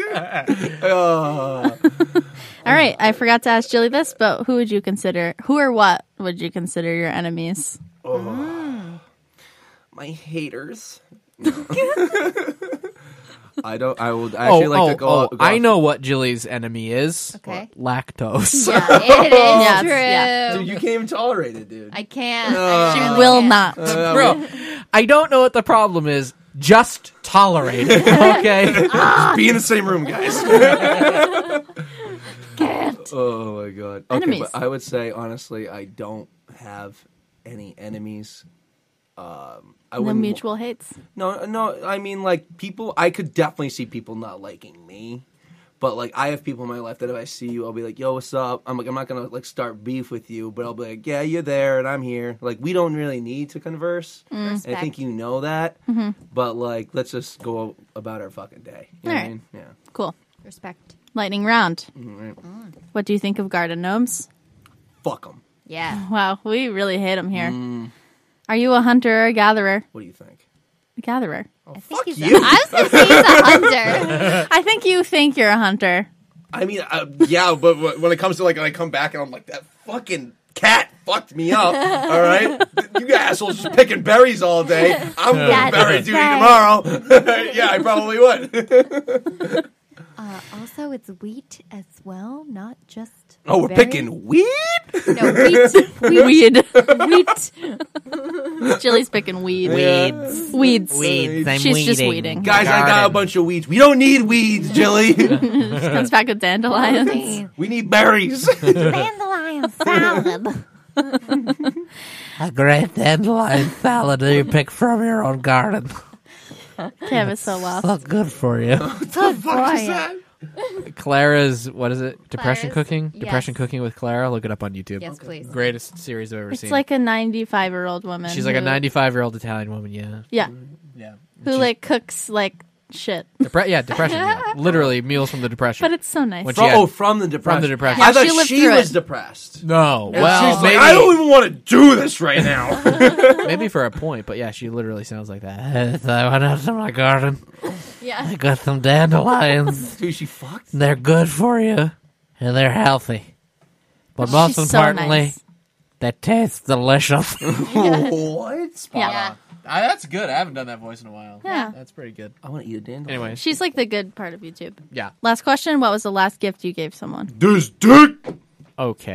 S5: dude. Uh,
S8: all right, I forgot to ask Jilly this, but who would you consider, who or what would you consider your enemies?
S5: my haters. I don't. I would I actually
S1: oh,
S5: like
S1: oh,
S5: to go.
S1: oh,
S5: go
S1: I
S5: off-
S1: know what Jilly's enemy is.
S6: Okay.
S1: Lactose.
S6: Yeah, it is
S8: Yes,
S6: Oh, true.
S8: yeah.
S5: Dude, you can't even tolerate it, dude.
S6: I can't.
S5: Uh,
S6: I
S8: She
S6: really
S8: will
S6: can't.
S8: not.
S1: Bro, I don't know what the problem is. Just tolerate it, okay?
S5: Just be in the same room, guys. Oh my god. Okay,
S8: Enemies.
S5: but I would say honestly, I don't have any enemies. Um, I
S8: The
S5: wouldn't.
S8: mutual hates.
S5: No, no. I mean, like people. I could definitely see people not liking me. But like I have people in my life that if I see you, I'll be like, "Yo, what's up?" I'm like, I'm not gonna like start beef with you, but I'll be like, "Yeah, you're there, and I'm here." Like we don't really need to converse. I
S6: Respect.
S5: think you know that. But like, let's just go about our fucking day. You know what I
S8: Alright.
S5: mean? Yeah.
S8: Cool.
S6: Respect.
S8: Lightning round.
S5: Alright.
S8: What do you think of garden gnomes?
S5: Fuck them.
S6: Yeah.
S8: Wow, we really hate them here. Are you a hunter or a gatherer?
S5: Hmm. What do you think?
S8: A gatherer.
S6: I think he's
S5: Oh, you.
S6: A, I was gonna say he's a hunter.
S8: I think you think you're a hunter.
S5: I mean, uh, yeah, but wh- when it comes to like, I come back and I'm like, that fucking cat fucked me up. All right, you assholes just picking berries all day. I'm
S6: That
S5: going berry
S6: is
S5: duty
S6: right.
S5: tomorrow. yeah, I probably would.
S6: Uh, also, it's wheat as well, not just.
S5: Oh, we're
S6: berry.
S5: picking weed.
S6: No, wheat.
S8: Weed. Wheat. Jilly's picking weed.
S1: Weeds.
S8: Weeds.
S1: Weeds. I'm
S8: She's just
S1: weeding.
S8: weeding.
S5: Guys, I got a
S1: Garden.
S5: bunch of weeds. We don't need weeds, Jilly.
S8: She comes back with dandelions.
S5: we need berries.
S6: Dandelion salad.
S1: A great dandelion salad that you pick from your own garden.
S8: Tim is so well.
S1: That's good for you.
S6: Good boy.
S1: Clara's, what is it? Depression
S6: Clara's-
S1: Cooking?
S6: yes.
S1: Depression Cooking with Clara? Look it up on YouTube.
S6: Yes, please.
S1: Greatest series I've ever
S8: It's
S1: seen.
S8: like a 95 year old woman.
S1: She's like a
S8: who-
S1: 95 year old Italian woman, yeah.
S8: Yeah.
S1: Yeah.
S8: Who like cooks like shit.
S1: Depre- yeah, depression. Yeah. Literally, meals from the depression.
S8: But it's so nice.
S1: When she-
S5: From,
S1: Yeah.
S5: Oh, from the depression.
S1: From the depression.
S8: Yeah,
S5: I thought
S8: she lived
S5: she,
S8: through
S5: was
S8: it.
S5: depressed.
S1: no,
S5: And
S1: well, Oh,
S5: she's like,
S1: maybe,
S5: I don't even want to do this right now.
S1: maybe for a point, but yeah, she literally sounds like that. I went out to my garden.
S8: yeah.
S1: I got some dandelions.
S5: Dude, she fucked.
S1: They're good for you, and they're healthy. But most
S8: She's so
S1: importantly,
S8: nice.
S1: they taste delicious.
S5: what?
S6: Yeah.
S8: Yeah.
S1: that's good. I haven't done that voice in a while.
S8: Yeah.
S1: that's pretty good.
S5: I want to eat a dandelion.
S1: Anyways,
S8: She's like the good part of YouTube.
S1: yeah.
S8: Last question What was the last gift you gave someone?
S5: This dick.
S1: Okay.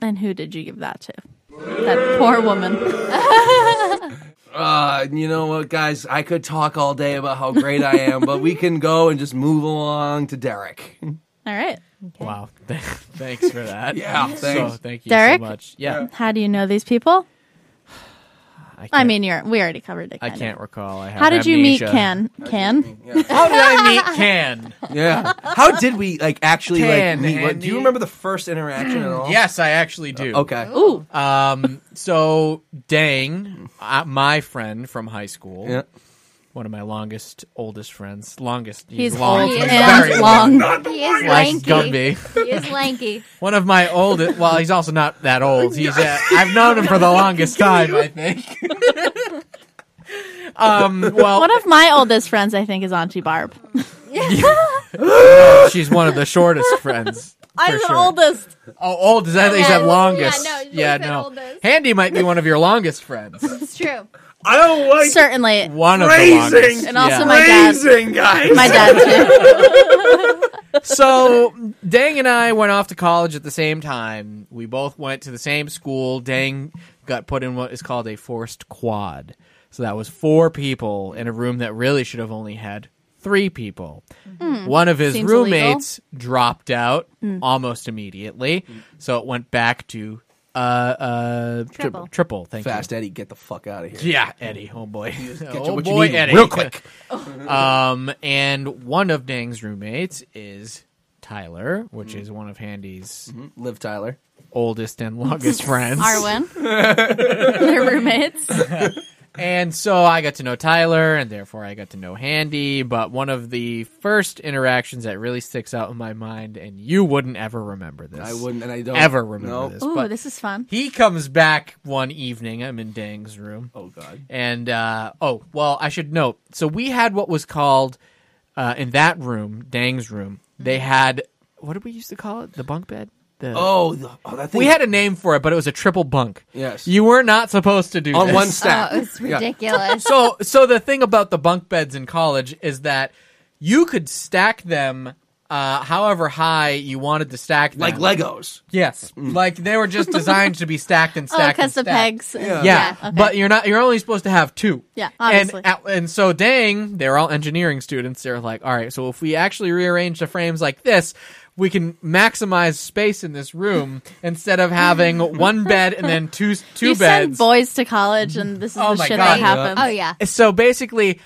S8: And who did you give that to? That poor woman.
S5: Uh, you know what, guys? I could talk all day about how great I am, but we can go and just move along to Derek.
S8: All right.
S1: Wow. thanks for that.
S5: Yeah,
S1: So
S5: thanks.
S1: thank you
S8: Derek?
S1: so much. Yeah.
S8: How do you know these people? I
S1: can't-
S8: mean, you're we already covered it.
S1: I
S8: kinda.
S1: can't recall. I have
S8: How did you meet
S1: amnesia.
S8: Can? Can?
S5: yeah.
S1: How did I meet Can?
S5: yeah. How did we like actually
S1: Tan,
S5: like meet? What- do
S1: Andy. Mm,
S5: you remember the first interaction at all?
S1: yes, I actually do.
S5: Uh, Okay.
S8: Ooh,
S1: Um. So Dang, uh, my friend from high school.
S5: Yeah.
S1: One of my longest, oldest friends. Longest.
S8: he's,
S1: long.
S8: old
S6: He's
S8: and
S1: very
S8: long.
S5: Uh,
S6: He is
S1: Like
S6: lanky.
S1: Gumby.
S6: He is lanky.
S1: One of my oldest. Well, he's also not that old. He's. Uh, I've known him for the longest time. I think. um. Well,
S8: One of my oldest friends, I think, is Auntie Barb.
S1: she's one of the shortest friends.
S8: I'm
S1: for
S8: the
S1: sure.
S8: oldest.
S1: Oh, oldest. I think you
S6: Yeah,
S1: said longest.
S6: yeah, no, you
S1: Yeah,
S6: said
S1: no.
S6: oldest.
S1: Handy might be one of your longest friends.
S6: It's true.
S5: I don't like
S8: Certainly.
S1: One of
S5: Phrasing.
S1: the longest.
S8: And also
S1: yeah.
S8: my dad.
S5: raising guys.
S8: My dad, too.
S1: so Dang and I went off to college at the same time. We both went to the same school. Dang got put in what is called a forced quad. So that was four people in a room that really should have only had three people. One of his
S8: Mm-hmm. Seems Mm.
S1: roommates dropped out almost immediately.
S5: Mm.
S1: So it went back to uh uh tri-
S8: Triple.
S1: triple thank you.
S5: Fast Eddie, get the fuck out of here.
S1: Yeah, Eddie, oh boy.
S5: Get you
S1: oh
S5: what
S1: boy,
S5: you need
S1: Eddie.
S5: real quick.
S1: Um, and one of Dang's roommates is Tyler, which
S5: Mm-hmm.
S1: is one of Handy's
S5: Liv Tyler.
S1: oldest and longest friends.
S8: Arwen. They're roommates.
S1: And so I got to know Tyler, and therefore I got to know Handy. But one of the first interactions that really sticks out in my mind, and you wouldn't ever remember this.
S5: I wouldn't, and I don't
S1: ever remember
S5: Nope.
S1: this.
S8: Ooh,
S1: but
S8: this is fun.
S1: he comes back one evening. I'm in Dang's room.
S5: Oh God.
S1: And uh, oh, well, I should note. So we had what was called
S5: Mm-hmm.
S1: uh, in that room, Dang's room. They had what did we used to call it? The bunk bed. the
S5: Oh, the- oh, that thing.
S1: we had a name for it, but it was a triple bunk.
S5: Yes.
S1: you were not supposed to do
S5: on
S1: this.
S5: one stack.
S8: Uh,
S6: Oh, it's
S5: Yeah.
S6: ridiculous.
S1: so so the thing about the bunk beds in college is that you could stack them uh, however high you wanted to stack them.
S5: Like Mm. Legos.
S1: yes, like they were just designed to be stacked and
S4: Oh,
S1: stacked. and
S4: because the
S1: stacked.
S4: pegs.
S5: Yeah.
S1: Yeah,
S4: Yeah, okay.
S1: but you're not. You're only supposed to have two.
S4: Yeah,
S1: and
S4: obviously.
S1: at- and so dang, they're all engineering students. They're like, all right, so if we actually rearrange the frames like this, we can maximize space in this room instead of having one bed and then two two
S4: you send
S1: beds.
S4: boys to college, and this is
S1: Oh
S4: the
S1: my
S4: shit
S1: God,
S4: that
S1: yeah.
S4: happens.
S6: oh yeah.
S1: So basically,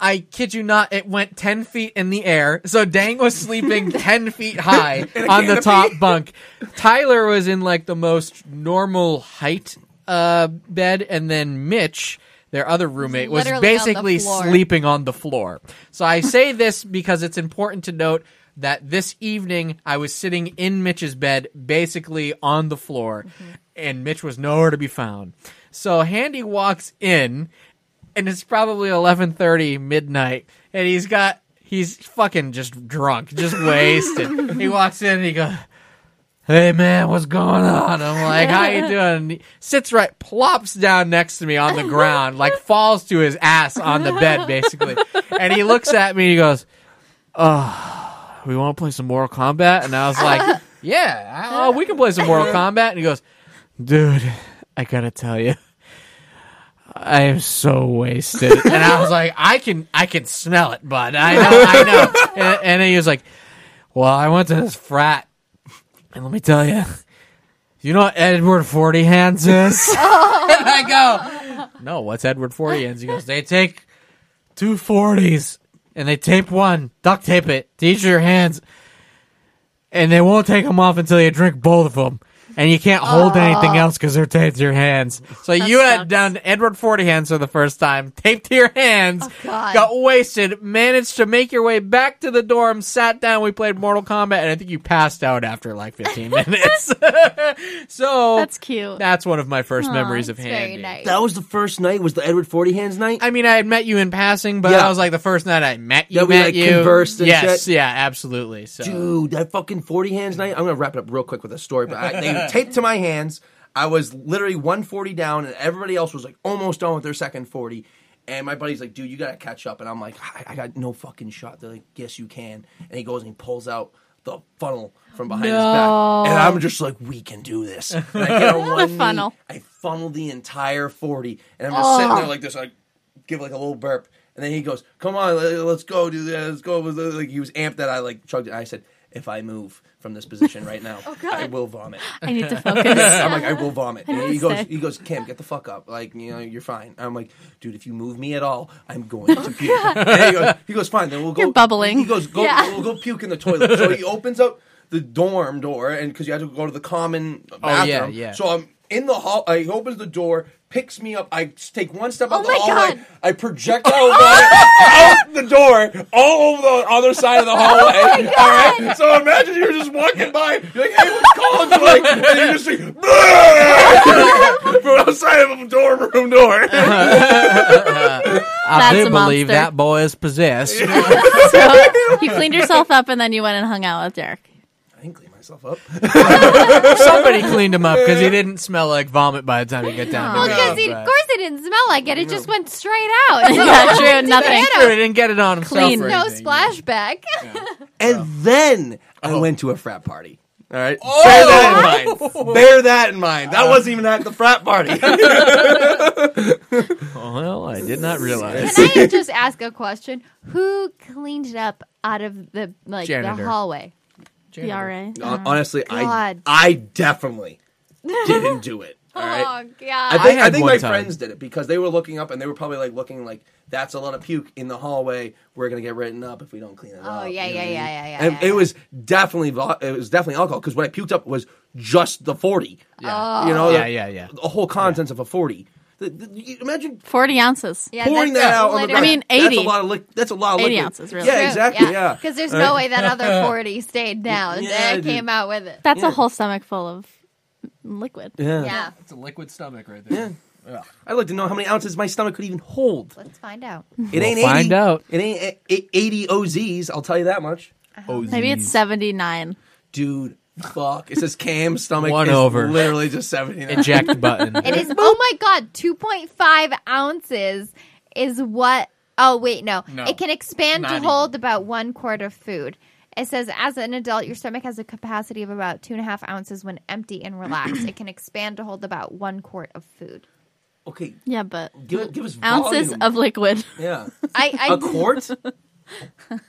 S1: I kid you not, it went 10 feet in the air. So Dang was sleeping 10 feet high on the top bunk. Tyler was in like the most normal height uh, bed, and then Mitch. Their other roommate was
S6: literally on the
S1: basically
S6: floor.
S1: sleeping on the floor. So I say this because it's important to note that this evening I was sitting in Mitch's bed, basically on the floor,
S6: Mm-hmm.
S1: and Mitch was nowhere to be found. So Handy walks in and it's probably 11:30 midnight and he's got he's fucking just drunk just wasted he walks in and he goes hey man what's going on i'm like how you doing And he sits right plops down next to me on the ground like falls to his ass on the bed basically and he looks at me and he goes oh we want to play some mortal kombat and i was like yeah I- oh, we can play some mortal kombat and he goes dude i gotta tell you I am so wasted. and I was like, I can I can smell it, bud. I know, I know. And, and he was like, Well, I went to this frat, and let me tell you, you know what Edward Forty Hands is? and I go, No, what's Edward Forty Hands? He goes, They take two forties and they tape one, duct tape it to each of your hands, and they won't take them off until you drink both of them. And you can't hold anything else because they're taped to your hands. So you
S4: sucks.
S1: had done Edward Forty Hands for the first time, taped to your hands,
S6: God.
S1: got wasted, managed to make your way back to the dorm, sat down, we played Mortal Kombat, and I think you passed out after like 15 minutes. so
S4: That's cute.
S1: that's one of my first
S4: Aw,
S1: memories of
S6: It's very
S1: Handy.
S6: nice.
S5: That was the first night. Was the Edward Forty Hands night?
S1: I mean, I had met you in passing, but
S5: Yeah.
S1: that was like the first night I met you.
S5: That we,
S1: met
S5: like,
S1: you.
S5: conversed and
S1: yes,
S5: shit?
S1: yeah, absolutely. So
S5: Dude, that fucking 40 hands night. I'm going to wrap it up real quick with a story, but I, they taped to my hands. I was literally 140 down, and everybody else was like almost done with their second 40. And my buddy's like, dude, you got to catch up. And I'm like, I, I got no fucking shot. They're like, yes, you can. And he goes and he pulls out the funnel from behind his back. And I'm just like, we can do this. And I get on one knee,
S4: funnel.
S5: I funnel the entire 40. And I'm just sitting there like this, like, give like a little burp, and then he goes, "Come on, let- let's go, do that, let's go." Like he was amped that I like chugged it. I said, "If I move from this position right now, I will vomit."
S4: I need to focus.
S5: I'm like, "I will vomit." And he goes,
S4: sick.
S5: "He goes, Kim, get the fuck up. Like you know, you're fine." I'm like, "Dude, if you move me at all, I'm going to puke." And he goes, "He goes, fine. Then we'll go."
S4: You're bubbling.
S5: He goes, "Go,
S4: Yeah.
S5: we'll go puke in the toilet." So he opens up the dorm door, and because you had to go to the common
S1: Oh, yeah,
S5: bathroom.
S1: yeah.
S5: So I'm in the hall. I, he opens the door, picks me up. I s- take one step out
S6: Oh
S5: the
S6: my
S5: hallway.
S6: God.
S5: I projectile out the door, all over the other side of
S6: Oh
S5: the hallway. All right. So imagine you're just walking by. You're like, hey, what's calling? you like, and you just see "Bruh!" from outside of a dorm room door.
S1: I
S4: That's
S1: do
S4: a
S1: believe
S4: monster.
S1: that boy is possessed.
S4: so you cleaned yourself up, and then you went and hung out with Derek.
S5: I didn't clean myself up.
S1: Somebody cleaned him up because he didn't smell like vomit by the time he got down.
S6: well,
S1: to
S6: because
S1: bed,
S6: he, of
S1: but-
S6: course it didn't smell like it. It just went straight out.
S4: yeah, true. Nothing.
S1: That's true. He didn't get it on himself.
S4: Clean.
S1: or
S6: no
S1: anything.
S6: splashback.
S5: And then I went to a frat party. All right.
S6: Oh!
S1: Bear
S5: that
S1: in mind.
S5: Bear that in mind. That wasn't even at the frat party.
S1: Well, I did not realize.
S6: Can I just ask a question? Who cleaned it up out of the like
S1: Janitor.
S6: the hallway?
S4: The RA.
S5: Hon- Oh, Honestly,
S6: God.
S5: I I definitely didn't do it. All right.
S6: Oh
S5: I
S6: god.
S5: think,
S1: I
S5: I,
S1: had
S5: think
S1: one
S5: my
S1: time.
S5: friends did it because they were looking up and they were probably like looking like that's a lot of puke in the hallway. We're gonna get written up if we don't clean it up.
S6: Oh, yeah,
S5: You know
S6: yeah,
S5: what I
S6: yeah,
S5: mean?
S6: yeah, yeah,
S5: And
S6: yeah,
S5: it
S6: yeah.
S5: was definitely vo- it was definitely alcohol because what I puked up was just the forty.
S1: Yeah.
S5: You know,
S1: Yeah,
S5: Oh, the,
S1: yeah, yeah.
S5: the whole contents of a forty. The- the- you imagine
S4: Forty ounces.
S6: Yeah,
S5: pouring
S6: that's
S5: that out. On the
S6: literally-
S5: ground.
S4: I mean, 80.
S5: That's a lot of liquid. That's a lot of
S4: 80
S5: liquid.
S4: ounces, really.
S5: Yeah,
S4: True,
S5: exactly. Yeah.
S6: Because there's no way that other 40 stayed down.
S5: Yeah,
S6: that
S5: dude.
S6: came out with it.
S4: That's
S5: Yeah.
S4: a whole stomach full of liquid.
S5: yeah.
S6: yeah.
S1: It's a liquid stomach right there.
S5: I'd like to know how many ounces my stomach could even hold.
S6: Let's find out.
S5: It ain't
S1: find
S5: 80,
S1: out.
S5: It ain't a- a- 80 OZs, I'll tell you that much.
S1: Oh,
S4: Maybe it's seventy nine.
S5: Dude, Fuck. It says Cam's stomach
S1: One
S5: is
S1: over.
S5: literally just 79.
S1: Eject button.
S6: It is. Oh my god, two point five ounces is what. Oh wait, no.
S1: No.
S6: It can expand
S1: Not
S6: to
S1: even.
S6: hold about one quart of food. It says, as an adult, your stomach has a capacity of about two and a half ounces when empty and relaxed. it can expand to hold about one quart of food.
S5: Okay,
S8: Yeah, but
S5: give, give us
S8: ounces
S5: volume.
S8: of liquid.
S5: Yeah.
S6: I, I
S5: A quart?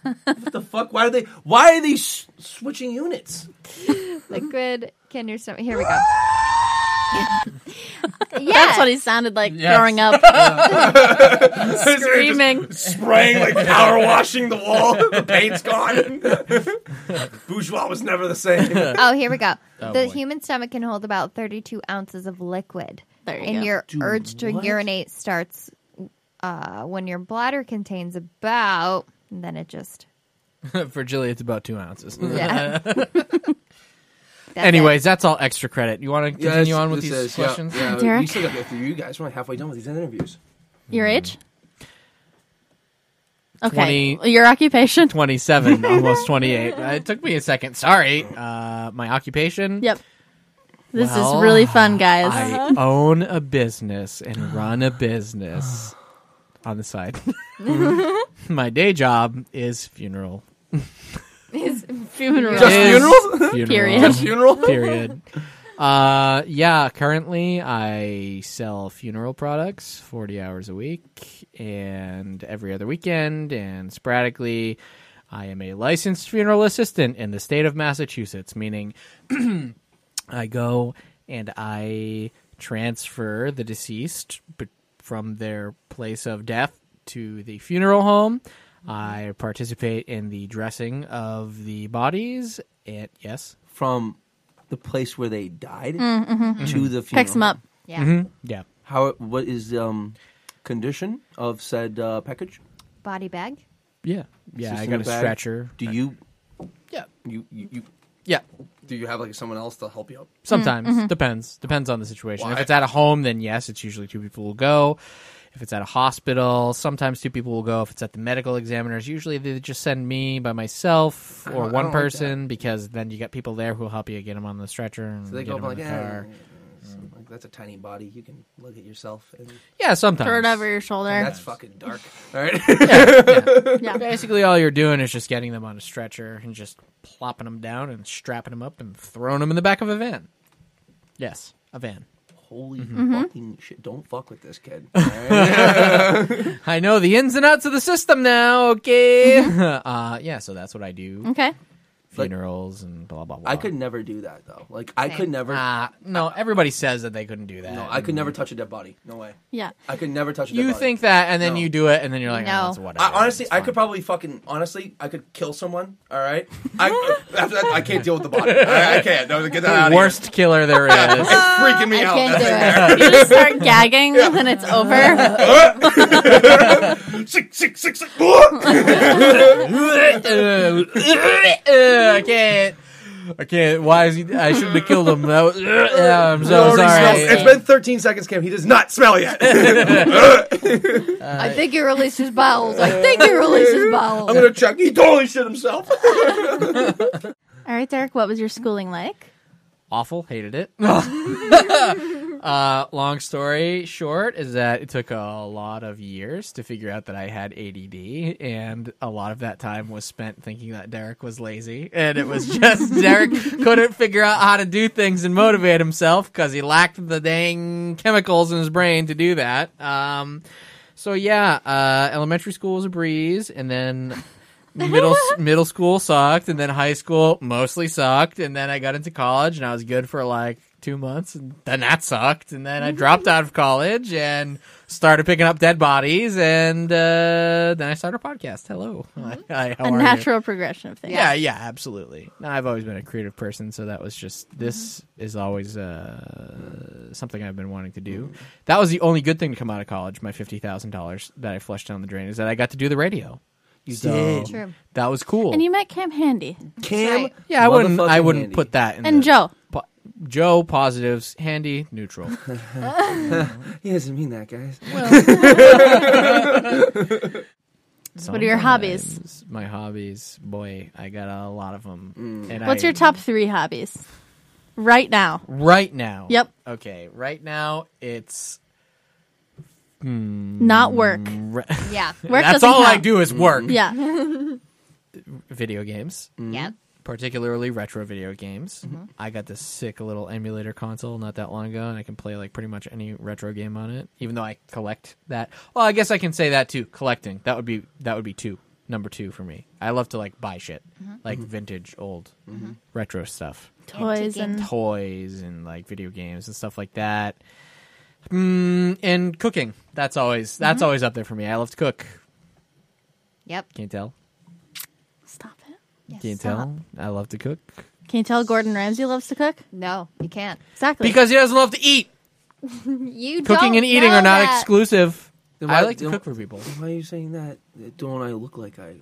S5: what the fuck? Why are they? Why are they s- switching units?
S6: liquid can your stomach. Here we go. yeah,
S8: That's what he sounded like
S1: Yes.
S8: growing up, screaming.
S5: spraying like power washing the wall. The paint's gone. Bourgeois was never the same.
S6: Oh, here we go.
S1: Oh,
S6: the
S1: boy.
S6: human stomach can hold about 32 ounces of liquid.
S8: There you
S6: and
S8: go.
S6: your
S5: Dude,
S6: urge to
S5: what?
S6: urinate starts uh, when your bladder contains about. And then it just.
S1: For Jilly, it's about two ounces.
S6: Yeah. That's
S1: Anyways, that's all extra credit. You want to continue on with these
S5: is- yeah,
S1: questions?
S5: Yeah,
S8: Derek?
S5: You still got to go through you guys. We're only halfway done with these interviews.
S8: Your age? Okay.
S1: 20
S8: Your occupation?
S1: 27, almost 28. Uh, it took me a second. Sorry. Uh, my occupation?
S8: Yep. This
S1: Well,
S8: is really fun, guys.
S1: I own a business and run a business on the side. my day job is funeral.
S8: Funeral.
S5: Just
S1: Is
S5: funerals?
S1: funeral.
S8: Period.
S5: Just funeral?
S1: Period. Uh, yeah, currently I sell funeral products 40 hours a week and every other weekend and sporadically. I am a licensed funeral assistant in the state of Massachusetts, meaning I go and I transfer the deceased b- from their place of death to the funeral home. I participate in the dressing of the bodies. And yes,
S5: From the place where they died
S1: Mm-hmm.
S5: to the funeral.
S8: Picks them up.
S6: it. Yeah.
S1: yeah.
S5: How? What is the um, condition of said uh, package?
S6: Body bag.
S1: Yeah, yeah.
S5: Just
S1: I
S5: in
S1: got
S5: a
S1: a
S5: bag?
S1: stretcher.
S5: Do you?
S1: Yeah.
S5: You, you, you
S1: Yeah,
S5: do you have like someone else to help you up?
S1: sometimes
S8: Mm-hmm.
S1: depends depends on the situation. If
S5: Why?
S1: it's at a home, then yes, it's usually two people will go. If it's at a hospital, sometimes two people will go. If it's at the medical examiners, usually they just send me by myself
S5: don't-
S1: or
S5: I
S1: one
S5: don't like
S1: person because then you got people there who will help you get them on the stretcher and
S5: So they
S1: get
S5: go up
S1: 'em
S5: like,
S1: in the
S5: yeah,
S1: car.
S5: like that's a tiny body. You can look at yourself, and
S1: Yeah, sometimes.
S8: Throw it over your shoulder.
S5: that's fucking dark. All right.
S8: yeah.
S1: Basically, all you're doing is just getting them on a stretcher and just plopping them down and strapping them up and throwing them in the back of a van. Yes, a van.
S5: Holy
S1: Mm-hmm.
S5: fucking shit! Don't fuck with this kid. all right?
S1: I know the ins and outs of the system now. Okay.
S5: Mm-hmm.
S1: uh, yeah, so that's what I do:
S8: Okay.
S1: funerals and blah blah blah.
S5: I could never do that though. Like I could
S6: Same.
S5: never.
S1: Uh, no, everybody says that they couldn't do that.
S5: no, I could never touch a dead body. No way.
S8: Yeah.
S5: I could never touch. a dead
S1: You
S5: body.
S1: think that, and then
S5: No.
S1: you do it, and then you're like,
S6: No.
S1: oh, it's whatever.
S5: I, honestly,
S1: it's
S5: I
S1: fine."
S5: could probably fucking honestly, I could kill someone. All right. I after that, I can't deal with the body. All right? I can't. No, get that out.
S1: worst killer there is.
S5: Of here. It's freaking me
S8: Uh, I
S5: out.
S8: can't do
S5: That thing
S8: it. You just start gagging and then it's over.
S5: Sick, sick, sick, sick. Ugh.
S1: I can't. I can't. Why is he? I shouldn't have killed him. That was- Yeah, I'm so
S5: Already smells-
S1: sorry.
S5: It's been 13 seconds, Cam. He does not smell yet.
S6: I think you released his bowels. I think you released his
S5: I'm
S6: bowels.
S5: gonna check. He totally shit himself.
S8: All right, Derek, what was your schooling like?
S1: Awful. Hated it. uh, long story short is that it took a lot of years to figure out that I had ADD, and a lot of that time was spent thinking that Derek was lazy, and it was just Derek couldn't figure out how to do things and motivate himself because he lacked the dang chemicals in his brain to do that. Um, so yeah, uh, elementary school was a breeze, and then middle middle school sucked, and then high school mostly sucked, and then I got into college, and I was good for like two months, and then that sucked, and then I dropped out of college and started picking up dead bodies, and uh, then I started a podcast. Hello, hi, hi, how
S8: A
S1: are you?
S8: natural progression of things.
S1: Yeah, yeah, absolutely. No, I've always been a creative person, so that was just this is always uh, something I've been wanting to do. That was the only good thing to come out of college. My fifty thousand dollars that I flushed down the drain is that I got to do the radio. You
S5: did.
S6: True.
S1: That was cool.
S8: And you met Cam Handy
S1: Mm-hmm.
S5: Cam,
S6: Right.
S1: yeah, I wouldn't. I
S5: motherfucking
S1: wouldn't
S5: handy.
S1: put that in.
S8: and
S1: the-
S8: Joe.
S1: po- Joe positives, handy neutral.
S5: He doesn't mean that, guys.
S8: What are your hobbies?
S1: Sometimes My hobbies, boy, I got a lot of them. And
S8: What's
S1: I-
S8: your top three hobbies right now?
S1: right now?
S8: Yep.
S1: Okay, right now it's Mm.
S8: Not work.
S1: re-
S6: Yeah.
S8: Work
S1: that's
S8: doesn't
S1: all I
S8: count.
S1: do is work.
S8: Yeah.
S1: Video games,
S6: Yeah.
S1: particularly retro video games. I got this sick little emulator console not that long ago, and I can play like pretty much any retro game on it. Even though I collect that, well, I guess I can say that too. Collecting that would be that would be two number two for me. I love to like buy shit, like vintage old retro stuff.
S8: Toys and
S1: toys and like video games and stuff like that. Mm, and cooking. That's always that's always up there for me. I love to cook.
S6: Yep.
S1: Can't tell.
S8: stop it.
S1: Can't tell. I love to cook
S8: Can you tell Gordon Ramsay loves to cook?
S6: No, you can't.
S8: Exactly.
S1: because he doesn't love to eat.
S6: You
S1: Cooking
S6: don't
S1: and eating
S6: know
S1: are not
S6: that.
S1: exclusive.
S5: Then
S1: I
S5: why-
S1: like to
S5: then-
S1: cook for people.
S5: Why are you saying that? Don't I look like I?